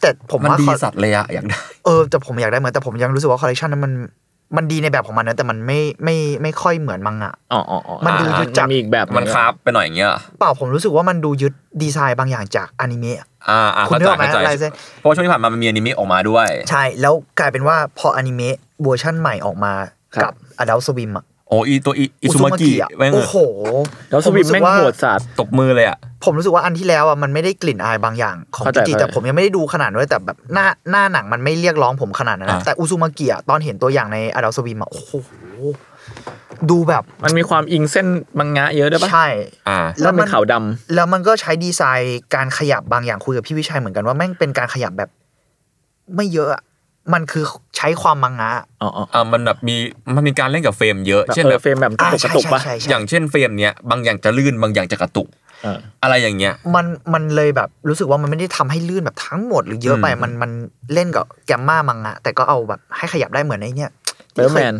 [SPEAKER 4] แต่ผม
[SPEAKER 3] มัน
[SPEAKER 4] ว่า
[SPEAKER 3] ดี
[SPEAKER 4] คอ
[SPEAKER 3] สัตว์เลยอะอยากได้
[SPEAKER 4] เออแต่ผมอยากได้เหมือนแต่ผมยังรู้สึกว่าคอลเลคชันนั้นมันมันดีในแบบของมันนะแต่มันไม่ไม่ไม่ค่อยเหมือนมังงะ
[SPEAKER 2] อ๋ออ๋ออ๋อ
[SPEAKER 4] มันดู
[SPEAKER 2] อ่า
[SPEAKER 4] ยึดจับ
[SPEAKER 2] มีอีกแบบ
[SPEAKER 3] มันคราฟไปหน่อยอย่างเงี้ยอะ
[SPEAKER 4] เปล่าผมรู้สึกว่ามันดูยึดดีไซน์บางอย่างจากอนิเมะ
[SPEAKER 3] อ่าอ่า
[SPEAKER 4] คุณ
[SPEAKER 3] เข้า
[SPEAKER 4] นึก
[SPEAKER 3] ใจ
[SPEAKER 4] ออก
[SPEAKER 3] เข้า
[SPEAKER 4] ไหม
[SPEAKER 3] ใจ
[SPEAKER 4] ลายเส้น
[SPEAKER 3] เพราะว่าช่วงที่ผ่านมามันมีอนิเมะออกมาด้วย
[SPEAKER 4] ใช่ แล้วกลายเป็นว่าพออนิเมะเวอร์ชั่นใหม่ออกมากับอดัลสวิมอะ
[SPEAKER 3] โอ้อีตัวอีอิซูมากิ
[SPEAKER 4] อะ
[SPEAKER 3] แม่ง
[SPEAKER 4] โอ้โห
[SPEAKER 2] แล้วสวิมแม่ง
[SPEAKER 4] ผรู้
[SPEAKER 2] โหด
[SPEAKER 4] สึกว่า
[SPEAKER 2] สัตว์
[SPEAKER 3] ตบมือเลยอะ
[SPEAKER 4] ผมรู้สึกว่าอันที่แล้วอะมันไม่ได้กลิ่นอายบางอย่างของ
[SPEAKER 2] เข้าใจ
[SPEAKER 4] จิ
[SPEAKER 2] เข้า
[SPEAKER 4] จิ
[SPEAKER 2] ใจ
[SPEAKER 4] แต่ผมยังไม่ได้ดูขนาดนั้นเลยแต่แบบหน้าหน้าหนังมันไม่เรียกร้องผมขนาดนั้นนะแต่อุซุมากิอะตอนเห็นตัวอย่างในอดัลสวิมอะโอ้โหดูแบบ
[SPEAKER 2] มันมีความอิงเส้นมังงะเยอะด้วยปะ
[SPEAKER 4] ใช่
[SPEAKER 3] อ่า
[SPEAKER 4] แล้
[SPEAKER 2] แล้ว
[SPEAKER 4] วมั
[SPEAKER 2] มัน
[SPEAKER 4] น
[SPEAKER 2] ขาวดำ
[SPEAKER 4] แล้วมันก็ใช้ดีไซน์การขยับบางอย่างคุยกับพี่วิชัยเหมือนกันว่าแม่งเป็นการขยับแบบ ไม่เยอะอะมันคือใช้ความมังงะ
[SPEAKER 2] อ๋ออ๋อ
[SPEAKER 3] อ่ามันแบบมีมันมีการเล่นกับเฟรมเยอะ
[SPEAKER 2] แบบ
[SPEAKER 3] เช่น
[SPEAKER 2] เอ
[SPEAKER 3] แบ
[SPEAKER 2] อบเฟรมแบบกระตุกกระตุกปะ
[SPEAKER 4] ใช่ใช่ใช่
[SPEAKER 3] อย่างเช่นเฟรมเนี้ยบางอย่างจะลื่นบางอย่างจะกระตุก
[SPEAKER 2] เออ
[SPEAKER 3] อะไรอย่างเงี้ย
[SPEAKER 4] มันมันเลยแบบรู้สึกว่ามันไม่ได้ทำให้ลื่นแบบทั้งหมดหรือเยอะไป
[SPEAKER 3] อืม
[SPEAKER 4] มันมันเล่นกับแกมมามังงะ แต่ก็เอาแบบให้ขยับได้เหมือนไอ้เนี่ย
[SPEAKER 2] สไปเดอร์แม
[SPEAKER 4] ที่เคย
[SPEAKER 2] น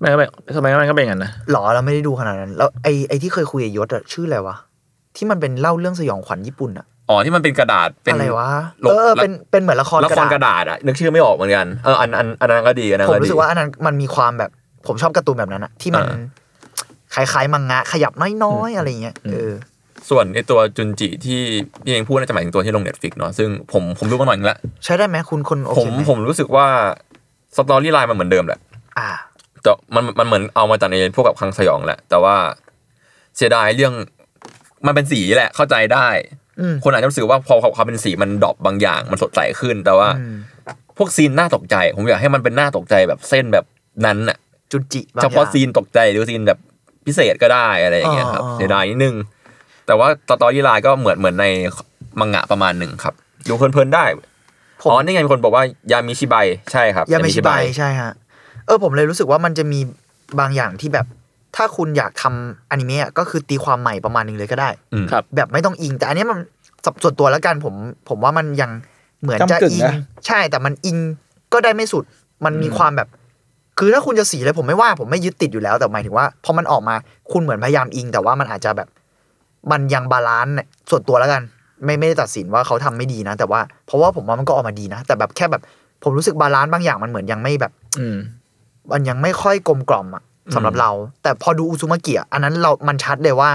[SPEAKER 2] มันก็เป็นสไปเดอร์แมนก็เป็นอย่างนั้นนะ
[SPEAKER 4] หรอเราไม่ได้ดูขนาดนั้น แล้วไอ้ไอ้ที่เคยคุยกับยศอะชื่ออะไรวะ ที่มันเป็นเล่าเรื่องสยองขวัญญี่ปุ่นอะ
[SPEAKER 3] อ๋อที่มันเป็นกระดาษเป็น
[SPEAKER 4] อะไรวะ
[SPEAKER 3] ลบ
[SPEAKER 4] เออเป็นเป็นเหมือนละคร
[SPEAKER 3] ละ
[SPEAKER 4] กระ
[SPEAKER 3] คร
[SPEAKER 4] ดาษ
[SPEAKER 3] กระดาษอะนึกชื่อไม่ออกเหมือนกันเอออันอันอันนั้นก็ดีอันนั้น
[SPEAKER 4] ผม
[SPEAKER 3] ก็ดี
[SPEAKER 4] รู้สึกว่าอันนั้นมันมีความแบบผมชอบการ์ตูนแบบนั้นอะที่มัน
[SPEAKER 3] อ่า
[SPEAKER 4] คล้ายๆมังงะ ขยับน้อยๆอะไรอย่างเงี้ยเออ
[SPEAKER 3] ส่วนไอตัวจุนจิที่พี่เองพูดน่าจะหมายถึงตัวที่ลงเน็ตฟิกเนาะซึ่งผมผมรู้มาหน่อยนึงละ
[SPEAKER 4] ใช้ได้ไหมคุณคนโอ
[SPEAKER 3] ผ
[SPEAKER 4] เค
[SPEAKER 3] ม
[SPEAKER 4] ไหม
[SPEAKER 3] ผมรู้สึกว่าสตอรี่ไลน์มันเหมือนเดิมแหละ
[SPEAKER 4] อ่า
[SPEAKER 3] แต่มันมันเหมือนเอามาจากในพวกกับคังสยองแหละ แต่ว่าเสียดายเรื่องมันเป็นสีแหละเข้าใจได้
[SPEAKER 4] อืม
[SPEAKER 3] คนอาจจะรู้สึกว่าพอความเป็นสีมันดรอปบางอย่าง มันสดใสขึ้น แต่ว่า
[SPEAKER 4] อืม
[SPEAKER 3] พวกซีนน่าตกใจ ผมอยากให้มันเป็นน่าตกใจแบบเส้นแบบนั้นน่ะ
[SPEAKER 4] จุดจิบง
[SPEAKER 3] เฉ
[SPEAKER 4] อย่ง
[SPEAKER 3] พาะซีนตกใจหรือซีนแบบพิเศษก็ได้อะไรอย่างเงี้ยครับ
[SPEAKER 4] อ๋อ
[SPEAKER 3] เสียดายนิดนึง แต่ว่าตตอรี่ไลน์ก็เหมือนเหมือนในมังงะประมาณหนึ่งครับ ดูเพลินๆได้
[SPEAKER 4] ผม
[SPEAKER 3] อ๋อนี่ไงมีคนบอกว่ายามิชิไบใช่ครับ
[SPEAKER 4] ยาเมชิบายใช่ฮะ เออผมเลยรู้สึกว่ามันจะมีบางอย่างที่แบบ ถ้าคุณอยากทำอนิเมะก็คือตีความใหม่ประมาณหนึงเลยก็ได้
[SPEAKER 3] อืม
[SPEAKER 2] ครับ
[SPEAKER 4] แบบไม่ต้องอิง แต่อันเนี้ยมันสับส่วนตัวแล้วกันผมผมว่ามันยังเหมือนจะ
[SPEAKER 2] กำกึ่ง
[SPEAKER 4] อิง
[SPEAKER 2] นะ
[SPEAKER 4] ใช่แต่มันอิงก็ได้ไม่สุด มันมีความแบบ คือถ้าคุณจะสีเลยผมไม่ว่าผมไม่ยึดติดอยู่แล้วแต่หมายถึงว่าพอมันออกมาคุณเหมือนพยายามอิง แต่ว่ามันอาจจะแบบ มันยังบาลานซ์เนี่ยส่วนตัวแล้วกัน ไม่ไม่ได้ตัดสินว่าเขาทำไม่ดีนะ แต่ว่าเพราะว่าผมว่ามันก็ออกมาดีนะ แต่แบบแค่แบบ ผมรู้สึกบาลานซ์บางอย่างมันเหมือนยังไม่แบบ
[SPEAKER 2] อืม
[SPEAKER 4] มันยังไม่ค่อยกลมกล่อมอะสำหรับเรา แต่พอดูอุซุมาเกียอันนั้นเรามันชัดเลยว่า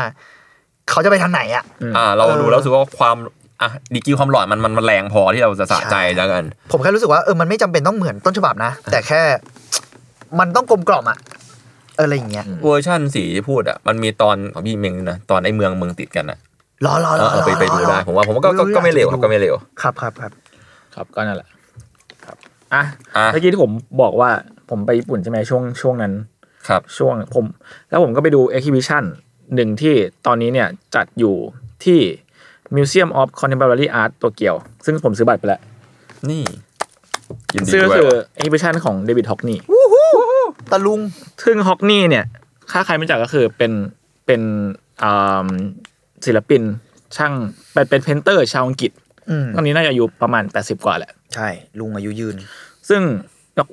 [SPEAKER 4] เขาจะไปทางไหนอะ
[SPEAKER 3] อ่า เราดู
[SPEAKER 4] เออ
[SPEAKER 3] แล้วรู้สึกว่าความอ่ะดีกรีความหลอนมันมันมันแรงพอที่เราจะสะใจแล้วกัน
[SPEAKER 4] ผมแค่รู้สึกว่าเออมันไม่จำเป็นต้องเหมือนต้นฉบับนะ แต่แค่ มันต้องกลมกล่อมอะเอออะไรอย่างเงี้ย
[SPEAKER 3] เวอร์ชั่นสีที่พูดอ่ะมันมีตอนของพี่เมงนะตอนไอ้เมืองเมืองติดกันอ่ะ
[SPEAKER 4] รอรอ
[SPEAKER 3] เอ
[SPEAKER 4] รอ
[SPEAKER 3] อเออไปไปดูได้ผมว่าผมว่าก็ก็ก็ไม่เลวครับก็ไม่เลว
[SPEAKER 4] ครับครับครับ
[SPEAKER 2] ครับก็นั่นแหละครับอ่ะ
[SPEAKER 3] อ่ะ
[SPEAKER 2] เมื่อกี้ที่ผมบอกว่าผมไปญี่ปุ่นใช่ไหมช่วงช่วงนั้น
[SPEAKER 3] ครับ
[SPEAKER 2] ช่วงผม แล้วผมก็ไปดู exhibition หนึ่งที่ตอนนี้เนี่ยจัดอยู่ที่ Museum of Contemporary Art ตัวเกียว ซึ่งผมซื้อบัตรไปแล้ว
[SPEAKER 3] นี่ยินดี
[SPEAKER 2] ซึ่งก็
[SPEAKER 3] ด้วย
[SPEAKER 2] คือ
[SPEAKER 3] ว่ะ
[SPEAKER 2] exhibition ของเดวิดฮอกนี
[SPEAKER 4] ตะลุง
[SPEAKER 2] ซึ่งฮอกนี่เนี่ยถ้าใครไม่รู้จักก็คือเป็นเป็นอ่าศิลปินช่างเป็นเป็นเพนเตอร์ชาวอังกฤษ
[SPEAKER 4] อืม
[SPEAKER 2] ตอนนี้น่าจะอายุประมาณ 80 กว่าแหละ
[SPEAKER 4] ใช่ลุงอายุยืน
[SPEAKER 2] ซึ่ง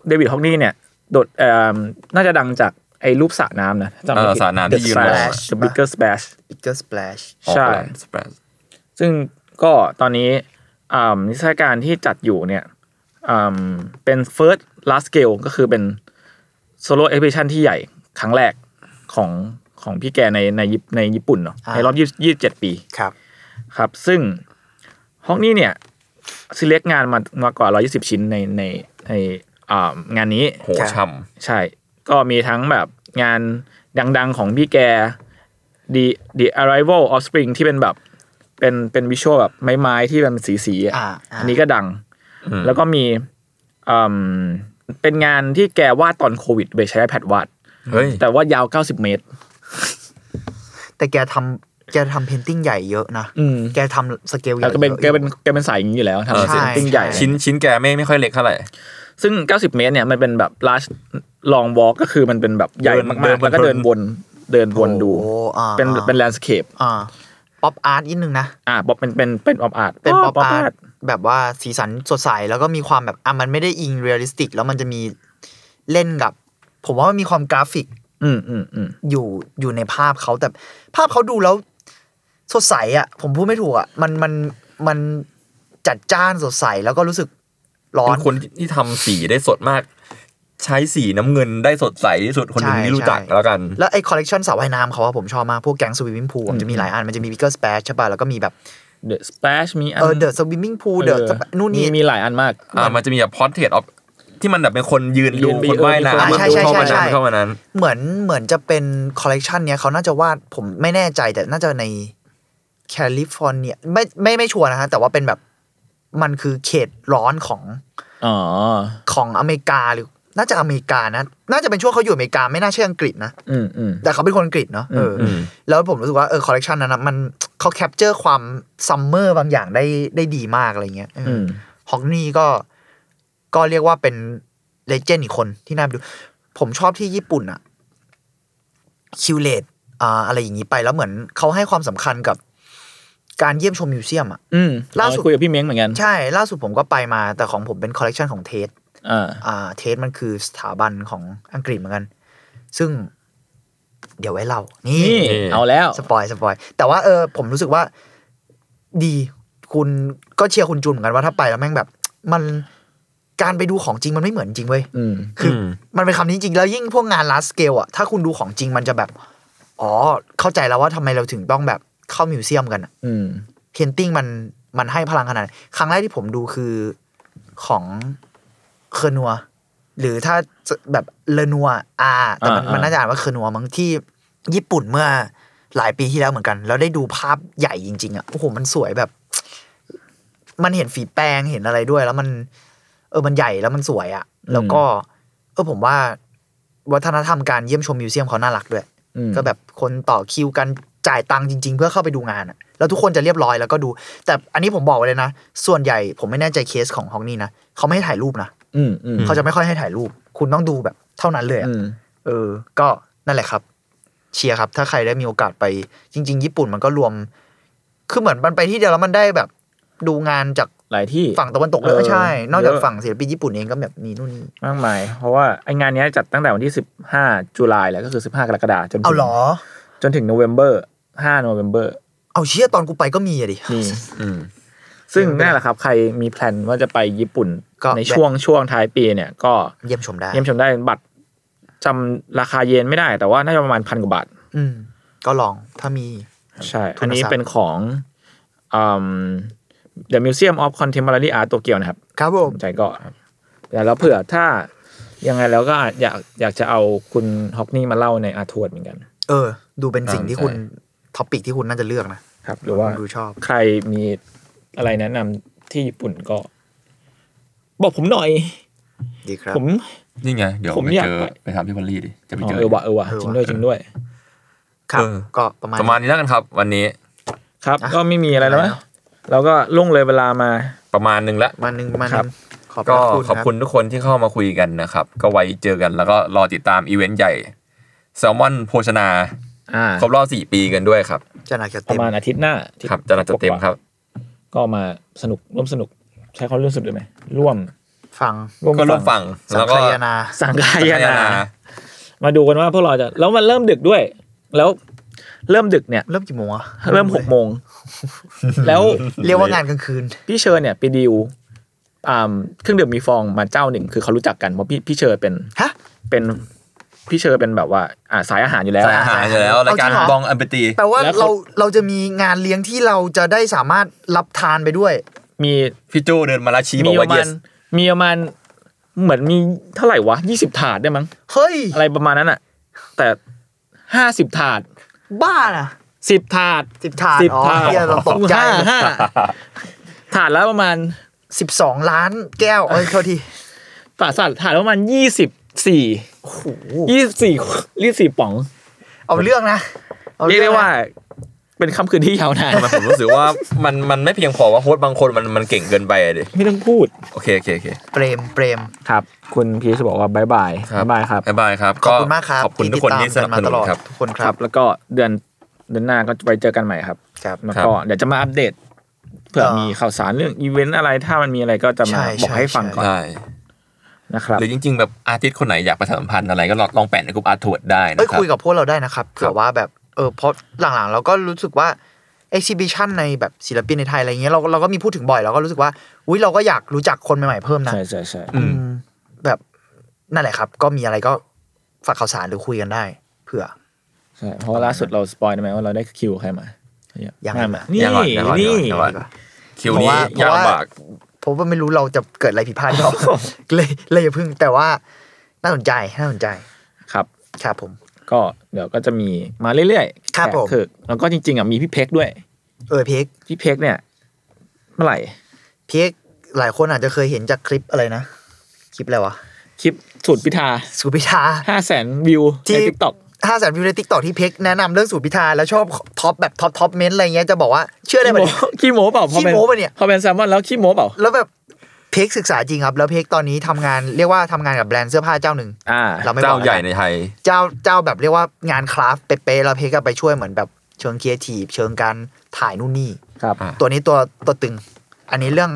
[SPEAKER 2] เดวิดฮอกนี่เนี่ยโดดเอิ่มน่าจะดังจากไอ้รูปสระน้ำนะจำไม่
[SPEAKER 3] เออ
[SPEAKER 2] ผิด
[SPEAKER 3] สระน้ำ
[SPEAKER 2] The
[SPEAKER 3] ที่ยืน
[SPEAKER 2] Splash
[SPEAKER 4] มอง
[SPEAKER 2] The Bigger Splash
[SPEAKER 4] Bigger Splash
[SPEAKER 2] ใช่
[SPEAKER 3] Auckland Express
[SPEAKER 2] ซึ่งก็ตอนนี้อ่านิทรรศการที่จัดอยู่เนี่ยอ่าเป็น first last scale ก็คือเป็น solo exhibition ที่ใหญ่ครั้งแรกของของพี่แกในในญี่ในญี่ปุ่นเนาะ
[SPEAKER 4] อ่า
[SPEAKER 2] ในรอบยี่ยี่สิบเจ็ดปี
[SPEAKER 4] ครับ
[SPEAKER 2] ครับ ซึ่งฮอกนี่เนี่ย select งานมามากกว่า 120 ชิ้นในในในอ่างานนี้
[SPEAKER 3] โหช่ำ
[SPEAKER 2] ใช่ ก็มีทั้งแบบงานดังๆของพี่แก The The Arrival of Spring ที่เป็นแบบเป็นเป็นวิชวลแบบไม้ๆที่เป็นสีๆอะ
[SPEAKER 4] อ่าอ่า
[SPEAKER 2] อันนี้ก็ดัง แล้วก็มีอืมเป็นงานที่แกวาดตอนโควิดไปใช้ iPad วาด
[SPEAKER 3] เฮ้ย
[SPEAKER 2] แต่ว่ายาว 90 เมตร
[SPEAKER 4] แต่แกทำแกทำเพนติ้งใหญ่เยอะนะ
[SPEAKER 2] อืม
[SPEAKER 4] แกทำสเกลใหญ่
[SPEAKER 2] แล้วก็เป็น
[SPEAKER 4] ยอะ
[SPEAKER 2] แกเป็นแกเป็นสายอย่างนี้อยู่แล้วทำเป็น
[SPEAKER 4] ใช่
[SPEAKER 2] เซนติ้งใหญ่
[SPEAKER 3] ชิ้นชิ้นแกไม่ไม่ค่อยเล็กเท่าไหร่
[SPEAKER 2] ซึ่ง 90 เมตรเนี่ยมันเป็นแบบ large long walk ก็คือมันเป็นแบบใหญ่
[SPEAKER 3] เดินเดิ
[SPEAKER 2] มาก
[SPEAKER 3] น
[SPEAKER 2] ๆ แล้วก็
[SPEAKER 3] เดิ
[SPEAKER 2] เดิ
[SPEAKER 3] น
[SPEAKER 2] นวนเดินวนดู
[SPEAKER 4] โอ้อ่า
[SPEAKER 2] เป็น
[SPEAKER 4] อ่า
[SPEAKER 2] เป็นแลนด์สเคป
[SPEAKER 4] อ่าป๊อปอาร์ตนิดนึงนะ
[SPEAKER 2] อ่าบอกเป็นเป็นเป็นออฟอาร์ต
[SPEAKER 4] เป็นป๊อปอาร์ตแบบว่าสีสันสดใส แล้วก็มีความแบบอ่ะมันไม่ได้อิงเรียลลิสติก แล้วมันจะมีเล่นกับ ผมว่ามันมีความกราฟิก
[SPEAKER 2] อืมอืมอืม
[SPEAKER 4] อยู่อยู่ในภาพเขาแต่ภาพเขาดูแล้ว สดใสอ่ะ ผมพูดไม่ถูกอ่ะ มันมันมันจัดจ้านสดใสแล้วก็รู้สึกร้อ
[SPEAKER 3] เป็น นคนที่ทำสีได้สดมาก ใช้สีน้ำเงินได้สดใสที่สุดคนหนึ่ง
[SPEAKER 4] ใช่
[SPEAKER 3] ที่รู้จัก
[SPEAKER 4] ใช่
[SPEAKER 3] แล้วกัน
[SPEAKER 4] แล้วไอ้คอลเลกชันสระว่ายน้ำเขาอะผมชอบมาก พวกแก๊งสวิมมิ่งพูลมันจะมีหลายอัน มันจะมีบิ๊กเกอร์สเปซใช่ป่ะ แล้วก็มีแบบ
[SPEAKER 2] เดอะสเปชมีอัน
[SPEAKER 4] เออเดอะสวิมมิ่งพูลเดอะนู่นนี่
[SPEAKER 2] มีมีหลายอันมาก
[SPEAKER 3] อ่ามันจะมีแบบพอร์เทรตออฟที่มันแบบเป็นคนยืนดู
[SPEAKER 2] ยืนไป
[SPEAKER 3] คนว่ายน้ำ
[SPEAKER 2] เออมีคน
[SPEAKER 3] มันเข้ามานั้น
[SPEAKER 4] ใช่ใช่ใช่
[SPEAKER 3] เข้ามานั้น
[SPEAKER 4] เหมือนเหมือนจะเป็นคอลเลกชันเนี้ยเขาน่าจะวาดผมไม่แน่ใจแต่น่าจะในแคลิฟอร์เนียไม่ไม่ไม่ชัวร์นะฮะ แต่ว่าเป็นแบบมันคือเขตร้อนของ
[SPEAKER 2] อ๋อ
[SPEAKER 4] ของอเมริกาหรือ น่าจะอเมริกานะ น่าจะเป็นช่วงเขาอยู่อเมริกาไม่น่าเชื่ออังกฤษนะ
[SPEAKER 2] อืมอืม
[SPEAKER 4] แต่เขาเป็นคนอังกฤษเนาะเอออ
[SPEAKER 3] ม
[SPEAKER 4] แล้วผมรู้สึกว่าเออคอลเลกชันนั้นนะมันเขาแคปเจอร์ความซัมเมอร์บางอย่างได้ได้ดีมากอะไรเงี้ยเอออ
[SPEAKER 2] ม
[SPEAKER 4] ฮอกนี่ก็ก็เรียกว่าเป็นเลเจนด์อีกคนที่น่าไปดู ผมชอบที่ญี่ปุ่นอะคิวเลตอ่าอะไรอย่างนี้ไปแล้วเหมือนเขาให้ความสำคัญกับการเยี่ยมชมมิวเซียมอะ
[SPEAKER 2] อืม
[SPEAKER 4] ล่าสุด
[SPEAKER 2] เอคุยกับพี่เม้งเหมือนกัน
[SPEAKER 4] ใช่ล่าสุดผมก็ไปมาแต่ของผมเป็นคอลเลกชันของเทส
[SPEAKER 2] อ่า
[SPEAKER 4] อ่าเทสมันคือสถาบันของอังกฤษเหมือนกัน ซึ่ง เดี๋ยวไว้เล่า นี่
[SPEAKER 2] นี่
[SPEAKER 3] นี่
[SPEAKER 2] เอาแล้ว
[SPEAKER 4] สปอยสปอย แต่ว่าเออผมรู้สึกว่า ดี คุณก็เชียร์คุณจูนเหมือนกันว่าถ้าไปแล้วแม่งแบบ มันการไปดูของจริงมันไม่เหมือนจริงเว้ย
[SPEAKER 2] อืม
[SPEAKER 4] คืออ
[SPEAKER 3] ม
[SPEAKER 4] มันเป็นคำนี้จริงแล้วยิ่งพวกงาน large scale อ่ะ ถ้าคุณดูของจริงมันจะแบบ อ๋อ เข้าใจแล้วว่าทำไมเราถึงต้องแบบเข้ามิวเซียมกันอะ
[SPEAKER 2] อืม
[SPEAKER 4] เพนติ้งมันมันให้พลังขนาดไหนครั้งแรกที่ผมดูคือของเคอร์นัว หรือถ้าจะแบบเลนัวอาแต่มัน
[SPEAKER 2] อ่าอ่ามั
[SPEAKER 4] มันน่าจะอ่านว่าเคอร์นัวมั้งที่ญี่ปุ่นเมื่อหลายปีที่แล้วเหมือนกัน แล้วได้ดูภาพใหญ่จริง ๆอ่ะโอ้โหมันสวยแบบ มันเห็นฝีแปรงเห็นอะไรด้วย แล้วมัน เออมันใหญ่แล้วมันสวยอ่ะ แล้วก็ เออผมว่า วัฒนธรรมการเยี่ยมชมมิวเซียมเขาน่ารักด้วย
[SPEAKER 2] อืม
[SPEAKER 4] ก็แบบคนต่อคิวกันจ่ายตังค์จริง ๆ เพื่อเข้าไปดูงานอะแล้วทุกคนจะเรียบร้อยแล้วก็ดู แต่อันนี้ผมบอกไว้เลยนะ ส่วนใหญ่ผมไม่แน่ใจเคสของฮอกนี่นะเขาไม่ให้ถ่ายรูปนะ
[SPEAKER 2] อืมอืม
[SPEAKER 4] เขาจะไม่ค่อยให้ถ่ายรูป คุณต้องดูแบบเท่านั้นเลยอะ
[SPEAKER 2] อืม
[SPEAKER 4] เออ ก็นั่นแหละครับ เชียร์ครับ ถ้าใครได้มีโอกาสไปจริง ๆ ญี่ปุ่นมันก็รวม คือเหมือนมันไปที่เดียวแล้วมันได้แบบ ดูงานจาก
[SPEAKER 2] หลายที่
[SPEAKER 4] ฝั่งตะวันตกเลยเออใช่ นอกจาก
[SPEAKER 2] เยอะ
[SPEAKER 4] ฝั่งศิลปินญี่ปุ่นเองก็แบบมีนู่นนี่
[SPEAKER 2] มากมาย เพราะว่าไองานเนี้ยจัดตั้งแต่วันที่ 15 จุลายแล้วก็คือ 15 กรกฎาคมจน
[SPEAKER 4] เอา
[SPEAKER 2] ถึง
[SPEAKER 4] เหรอ
[SPEAKER 2] จนถึงโนเวมเบอร์5โนเวมเบอร์
[SPEAKER 4] เอาเชียร์ตอนกูไปก็มีอะดิ
[SPEAKER 2] นี่
[SPEAKER 4] (laughs)
[SPEAKER 3] อืม
[SPEAKER 2] ซึ่ง
[SPEAKER 4] เออ
[SPEAKER 2] นั่นแหละครับ ใครมีแพลนว่าจะไปญี่ปุ่น
[SPEAKER 4] ก็
[SPEAKER 2] ในช่วงช่วงท้ายปีเนี่ย ก็
[SPEAKER 4] เยี่ยมชมได้
[SPEAKER 2] เยี่ยมชมได้บัตรจำราคาเยนไม่ได้ แต่ว่าน่าจะประมาณพันกว่าบาท
[SPEAKER 4] อืม ก็ลองถ้ามี
[SPEAKER 2] ใช่
[SPEAKER 4] ทุนทรัพย์
[SPEAKER 2] อันนี้เป็นของอืม The Museum of Contemporary Art โตเกียวนะครับ
[SPEAKER 4] ครับผม
[SPEAKER 2] ใจก็ครับแต่แล้วเผื่อถ้ายังไงแล้วก็อาจอยากอยากจะเอาคุณฮอกนี่มาเล่าในอาร์ทวดเหมือนกัน
[SPEAKER 4] เออ ดูเป็นสิ่งที่
[SPEAKER 3] ใช่
[SPEAKER 4] คุณท็อปิกที่คุณน่าจะเลือกนะครับ
[SPEAKER 2] หรือว่า
[SPEAKER 4] ผมดูชอบ
[SPEAKER 2] ใครมีอะไรแนะนำที่ญี่ปุ่นก็ บอกผมหน่อย
[SPEAKER 4] ดีครับ
[SPEAKER 2] ผม
[SPEAKER 3] นี่ไง เดี๋ยว
[SPEAKER 2] ผม
[SPEAKER 3] ไป
[SPEAKER 2] อยาก
[SPEAKER 3] เจอ
[SPEAKER 2] ไป
[SPEAKER 3] ไปทำที่พอลลี่ดิ จะไป
[SPEAKER 2] อ๋อ
[SPEAKER 3] เจอ
[SPEAKER 2] เออว่ะเออว่ะ
[SPEAKER 4] เออ
[SPEAKER 2] จริง
[SPEAKER 4] ว่ะ
[SPEAKER 2] ด้วยจริงด้วย
[SPEAKER 4] ครับ
[SPEAKER 3] เออ
[SPEAKER 4] ก็ประมาณ
[SPEAKER 3] ประมาณนี้แล้วกันครับ วันนี้
[SPEAKER 2] ครับ
[SPEAKER 4] อ่ะ
[SPEAKER 2] ก็ไม่มีอะไรแล้ว
[SPEAKER 4] ไม่
[SPEAKER 2] นะ
[SPEAKER 4] แล้ว
[SPEAKER 2] เราก็ล่วงเลยเวลามา
[SPEAKER 3] ประมาณหนึงละ
[SPEAKER 4] ประมาณหนึงประมาณห
[SPEAKER 2] ครั
[SPEAKER 4] นึ
[SPEAKER 2] บ
[SPEAKER 4] งขอบพ
[SPEAKER 3] ก็
[SPEAKER 4] ระคุณ
[SPEAKER 3] ขอบคุณทุกคนที่เข้ามาคุยกันนะครับ ก็ไว้เจอกันแล้วก็รอติดตามอีเวนต์ใหญ่แซลมอนโภชนา
[SPEAKER 2] อ่า
[SPEAKER 3] ครบรอบสี่ปีกันด้วยครับ
[SPEAKER 4] ครับจะหนักจะ
[SPEAKER 2] ป
[SPEAKER 4] เต็ม
[SPEAKER 2] ระมาณอาทิตย์หน้าที่
[SPEAKER 3] ครับจะนัดจะเต็มครับ
[SPEAKER 2] ก็มาสนุกร่วมสนุก ใช้คำร่วมสนุกได้ไหมร่วม
[SPEAKER 4] ฟัง
[SPEAKER 2] ร่วม
[SPEAKER 3] ก็ร่วมฟัง
[SPEAKER 4] สัง
[SPEAKER 3] แล้วก็
[SPEAKER 4] ขยนา
[SPEAKER 2] สังกา
[SPEAKER 3] สัง
[SPEAKER 2] ย
[SPEAKER 3] ขย
[SPEAKER 2] นา
[SPEAKER 3] นา
[SPEAKER 2] มาดูกันว่าพวกเราจะแล้วมันเริ่มดึกด้วย แล้วเริ่มดึกเนี่ย
[SPEAKER 4] เริ่มกี่โมงอะ
[SPEAKER 2] เริ่มหกโมง แล้ว
[SPEAKER 4] เรียกว่างานกลางคืน
[SPEAKER 2] พี่เชิญเนี่ยไปดีลอ่าเครื่องดื่มมีฟองมาเจ้าหนึ่งคือเขารู้จักกันเพราะพี่พี่เชิญเป็น
[SPEAKER 4] ฮะ
[SPEAKER 2] เป็นพี่เชิญเป็นแบบว่าอ่าสายอาหารอยู่แล้ว
[SPEAKER 3] สายอาหารอยู่แล้วรายการ
[SPEAKER 4] เอาจริงเหรอ
[SPEAKER 3] บองอัมเปตี
[SPEAKER 4] แปลว่า
[SPEAKER 2] แล้วเขา
[SPEAKER 4] เราเราจะมีงานเลี้ยงที่เราจะได้สามารถรับทานไปด้วย
[SPEAKER 2] มี
[SPEAKER 3] พี่โจเดินมาแลวชี้บอ
[SPEAKER 2] มี
[SPEAKER 3] ก
[SPEAKER 2] ป
[SPEAKER 3] ว่า
[SPEAKER 2] ระ
[SPEAKER 3] เย
[SPEAKER 2] มาณ
[SPEAKER 3] ส
[SPEAKER 2] มีประมาณ เหมือนมีเท่าไหร่วะยี่สิบถาดได้มั้ง
[SPEAKER 4] เฮ้ย
[SPEAKER 2] อะไรประมาณนั้นอ่ะ แต่ห้าสิบถาด
[SPEAKER 4] บ้าน่ะ
[SPEAKER 2] สิบถาด
[SPEAKER 4] สิบถาด
[SPEAKER 2] สิบ
[SPEAKER 4] อ๋อ
[SPEAKER 2] ถาด
[SPEAKER 4] เฮียเราตกใจ
[SPEAKER 2] ห้าห้าถาดแล้วประมาณ
[SPEAKER 4] สิบสองล้านแก้วเอ้ยโทษที
[SPEAKER 2] ปราสาทถาดละประมาณยี่สิบสี่
[SPEAKER 4] โอ้โห
[SPEAKER 2] ยี่สิบสี่ยี่สิบสี่ป๋อง
[SPEAKER 4] เอาเรื่องนะ
[SPEAKER 2] เรียก
[SPEAKER 4] อง
[SPEAKER 2] ได้
[SPEAKER 4] นะ
[SPEAKER 2] ว่า เป็นค่ำคืนที่ยาวนาน
[SPEAKER 3] ทำไมผมรู้สึกว่ามันมันไม่เพียงพอว่าโค้ดบางคนมันมันเก่งเกินไปอะดิ
[SPEAKER 2] ไม่ต้องพูด
[SPEAKER 3] โอเคโอเคโอเค
[SPEAKER 4] เปรมเปรม
[SPEAKER 2] ครับ คุณพีชบอกว่าบายบาย
[SPEAKER 3] ครับ
[SPEAKER 2] บายบายครับ
[SPEAKER 3] บ๊ายบายครับ
[SPEAKER 4] ขอบคุณมากครับ
[SPEAKER 3] ขอบคุณทุกคนที่ส
[SPEAKER 4] ติด
[SPEAKER 3] นับส
[SPEAKER 4] ตามกันมา
[SPEAKER 3] นุ
[SPEAKER 4] ต
[SPEAKER 3] น
[SPEAKER 4] ลอด
[SPEAKER 3] ครับ
[SPEAKER 4] ทุกคน
[SPEAKER 2] ค
[SPEAKER 4] ครั
[SPEAKER 2] รับ บ แล้วก็เดือนเดือนหน้าก็ไปเจอกันใหม่ครับ
[SPEAKER 4] ครับ
[SPEAKER 2] แล้วก็เดี๋ยวจะมาอัปเดตเผื่อ
[SPEAKER 4] เอ่อ
[SPEAKER 2] มีข่าวสารเรื่องอีเวนต์อะไรถ้ามันมีอะไรก็จะมา
[SPEAKER 4] ใช่
[SPEAKER 2] บอกให้
[SPEAKER 4] ใช่
[SPEAKER 2] ฟังก่อน
[SPEAKER 3] ได้
[SPEAKER 2] นะครับ
[SPEAKER 3] หรือจริง ๆ แบบอาร์ติสต์คนไหนอยากประชาสัมพันธ์อะไรก็ลองลองแปะในกลุ่มอาร์ทวดได้นะ
[SPEAKER 4] เอ้ย
[SPEAKER 3] ครับ
[SPEAKER 4] คุยกับพวกเราได้นะครับเผื่อว่าแบบเออเพราะหลังๆ เราก็รู้สึกว่า exhibition ในแบบศิลปินในไทยอะไรเงี้ยเราเราก็มีพูดถึงบ่อยเราก็รู้สึกว่าอุ้ยเราก็อยากรู้จักคนใหม่ๆเพิ่มนะ
[SPEAKER 2] ใช่ใช่ใช่
[SPEAKER 3] อืม
[SPEAKER 4] อืมแบบนั่นแหละครับ ก็มีอะไรก็ฝากข่าวสารหรือคุยกันได้ เผื่อ
[SPEAKER 2] ใช่เพราะว่าล่าสุดเราสปอยได้ไหมว่าเราได้คิวใครมา
[SPEAKER 4] ยั
[SPEAKER 2] ยัง มานี่
[SPEAKER 3] ยังก่อนยังก่อน
[SPEAKER 2] นี่
[SPEAKER 3] ยังก่อน คิว
[SPEAKER 4] เพราะ
[SPEAKER 3] นี้
[SPEAKER 4] ว่า
[SPEAKER 3] ยากลำบาก
[SPEAKER 4] เพราะว่าไม่รู้เราจะเกิดอะไรผิดพลาดหรือเปล่า (laughs) เลยเลยอย่าพึ่งแต่ว่าน่าสนใจน่าสนใจ
[SPEAKER 2] ครับ
[SPEAKER 4] ครับผม
[SPEAKER 2] ก็เดี๋ยวก็จะมีมาเรื่อยๆ
[SPEAKER 4] ครับผม
[SPEAKER 2] แขกเถิกแล้วก็จริงๆอ่ะมีพี่เพ็กด้วย
[SPEAKER 4] เออเพก
[SPEAKER 2] พี่เพ็กเนี่ย เมื่อไหร่
[SPEAKER 4] เพกหลายคนอาจจะเคยเห็นจากคลิปอะไรนะ คลิปอะไรวะ
[SPEAKER 2] คลิปสูตรพิธา
[SPEAKER 4] สูตรพิธา
[SPEAKER 2] ห้าแสนวิว
[SPEAKER 4] ที่
[SPEAKER 2] ในทิกตอก
[SPEAKER 4] ห้าแสนวิวในทิกตอกที่เพกแนะนำเรื่องสูตรพิธาแล้วชอบท็อปแบบท็อปท็อปเมนต์อะไรเงี้ยจะบอกว่าเชื่อได้ไหม
[SPEAKER 2] ขี้โม้เปล่าพอป็
[SPEAKER 4] ขี้โม้ปะเนี่ย
[SPEAKER 2] พอเป็นแซลมอนแล้วขี้โม้เปล่า
[SPEAKER 4] แล้วแบบเพกศึกษาจริงครับ แล้วเพกตอนนี้ทำงานเรียกว่าทำงานกับแบรนด์เสื้อผ้าเจ้าหนึ่ง
[SPEAKER 2] อ่า
[SPEAKER 4] เราไม่บอก
[SPEAKER 3] เจ้า
[SPEAKER 4] แล้วกัน
[SPEAKER 3] ใหญ่ในไทย
[SPEAKER 4] เจ้าเจ้าแบบเรียกว่างานคราฟต์เป๊ะๆแล้วเพกก็ไปช่วยเหมือนแบบเชิงครีเอทีฟเชิงการถ่ายนู่นนี่
[SPEAKER 2] ครับ
[SPEAKER 3] อ่ะ
[SPEAKER 4] ตัวนี้ตัวตัวตึง อันนี้เรื่อง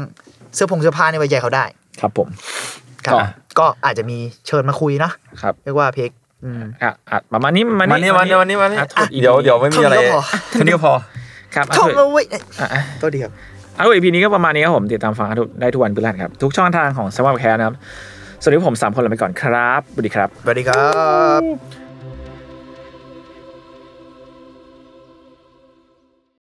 [SPEAKER 4] เสื้อผงเสื้อผ้านี่ไว้ใจเขาได้
[SPEAKER 2] ครับผม
[SPEAKER 4] ครับ
[SPEAKER 2] อ่ะ
[SPEAKER 4] ก็อาจจะมีเชิญมาคุยนะครับ เรียกว่าเพกอืม
[SPEAKER 2] อ่ะอ่ะประมาณนี้ประมาณ
[SPEAKER 3] มา
[SPEAKER 2] นี้
[SPEAKER 3] นี่มานี่มานี่มานี่
[SPEAKER 2] อ่ะถูกอีก
[SPEAKER 3] เดี๋ยวเดี๋ยวไม่มีอะไร
[SPEAKER 4] เท่านี้ก็พอ
[SPEAKER 2] ค
[SPEAKER 3] แค่นี้ก็พอ
[SPEAKER 2] รับอ่ะ
[SPEAKER 4] ชอบ
[SPEAKER 2] ถูก
[SPEAKER 4] เลยเว้ย
[SPEAKER 2] อ่ะอ่ะ
[SPEAKER 4] ตัวเดียว
[SPEAKER 2] เอาอีพีนี้ก็ประมาณนี้ครับผม ติดตามฟังได้ทุกวันพฤหัสครับ ทุกช่องทางของสมาร์ทแคร์นะครับ สวัสดีผมสามคนลาไปก่อนครับสวัสดีครับ
[SPEAKER 4] สวัสดีครับ
[SPEAKER 2] ค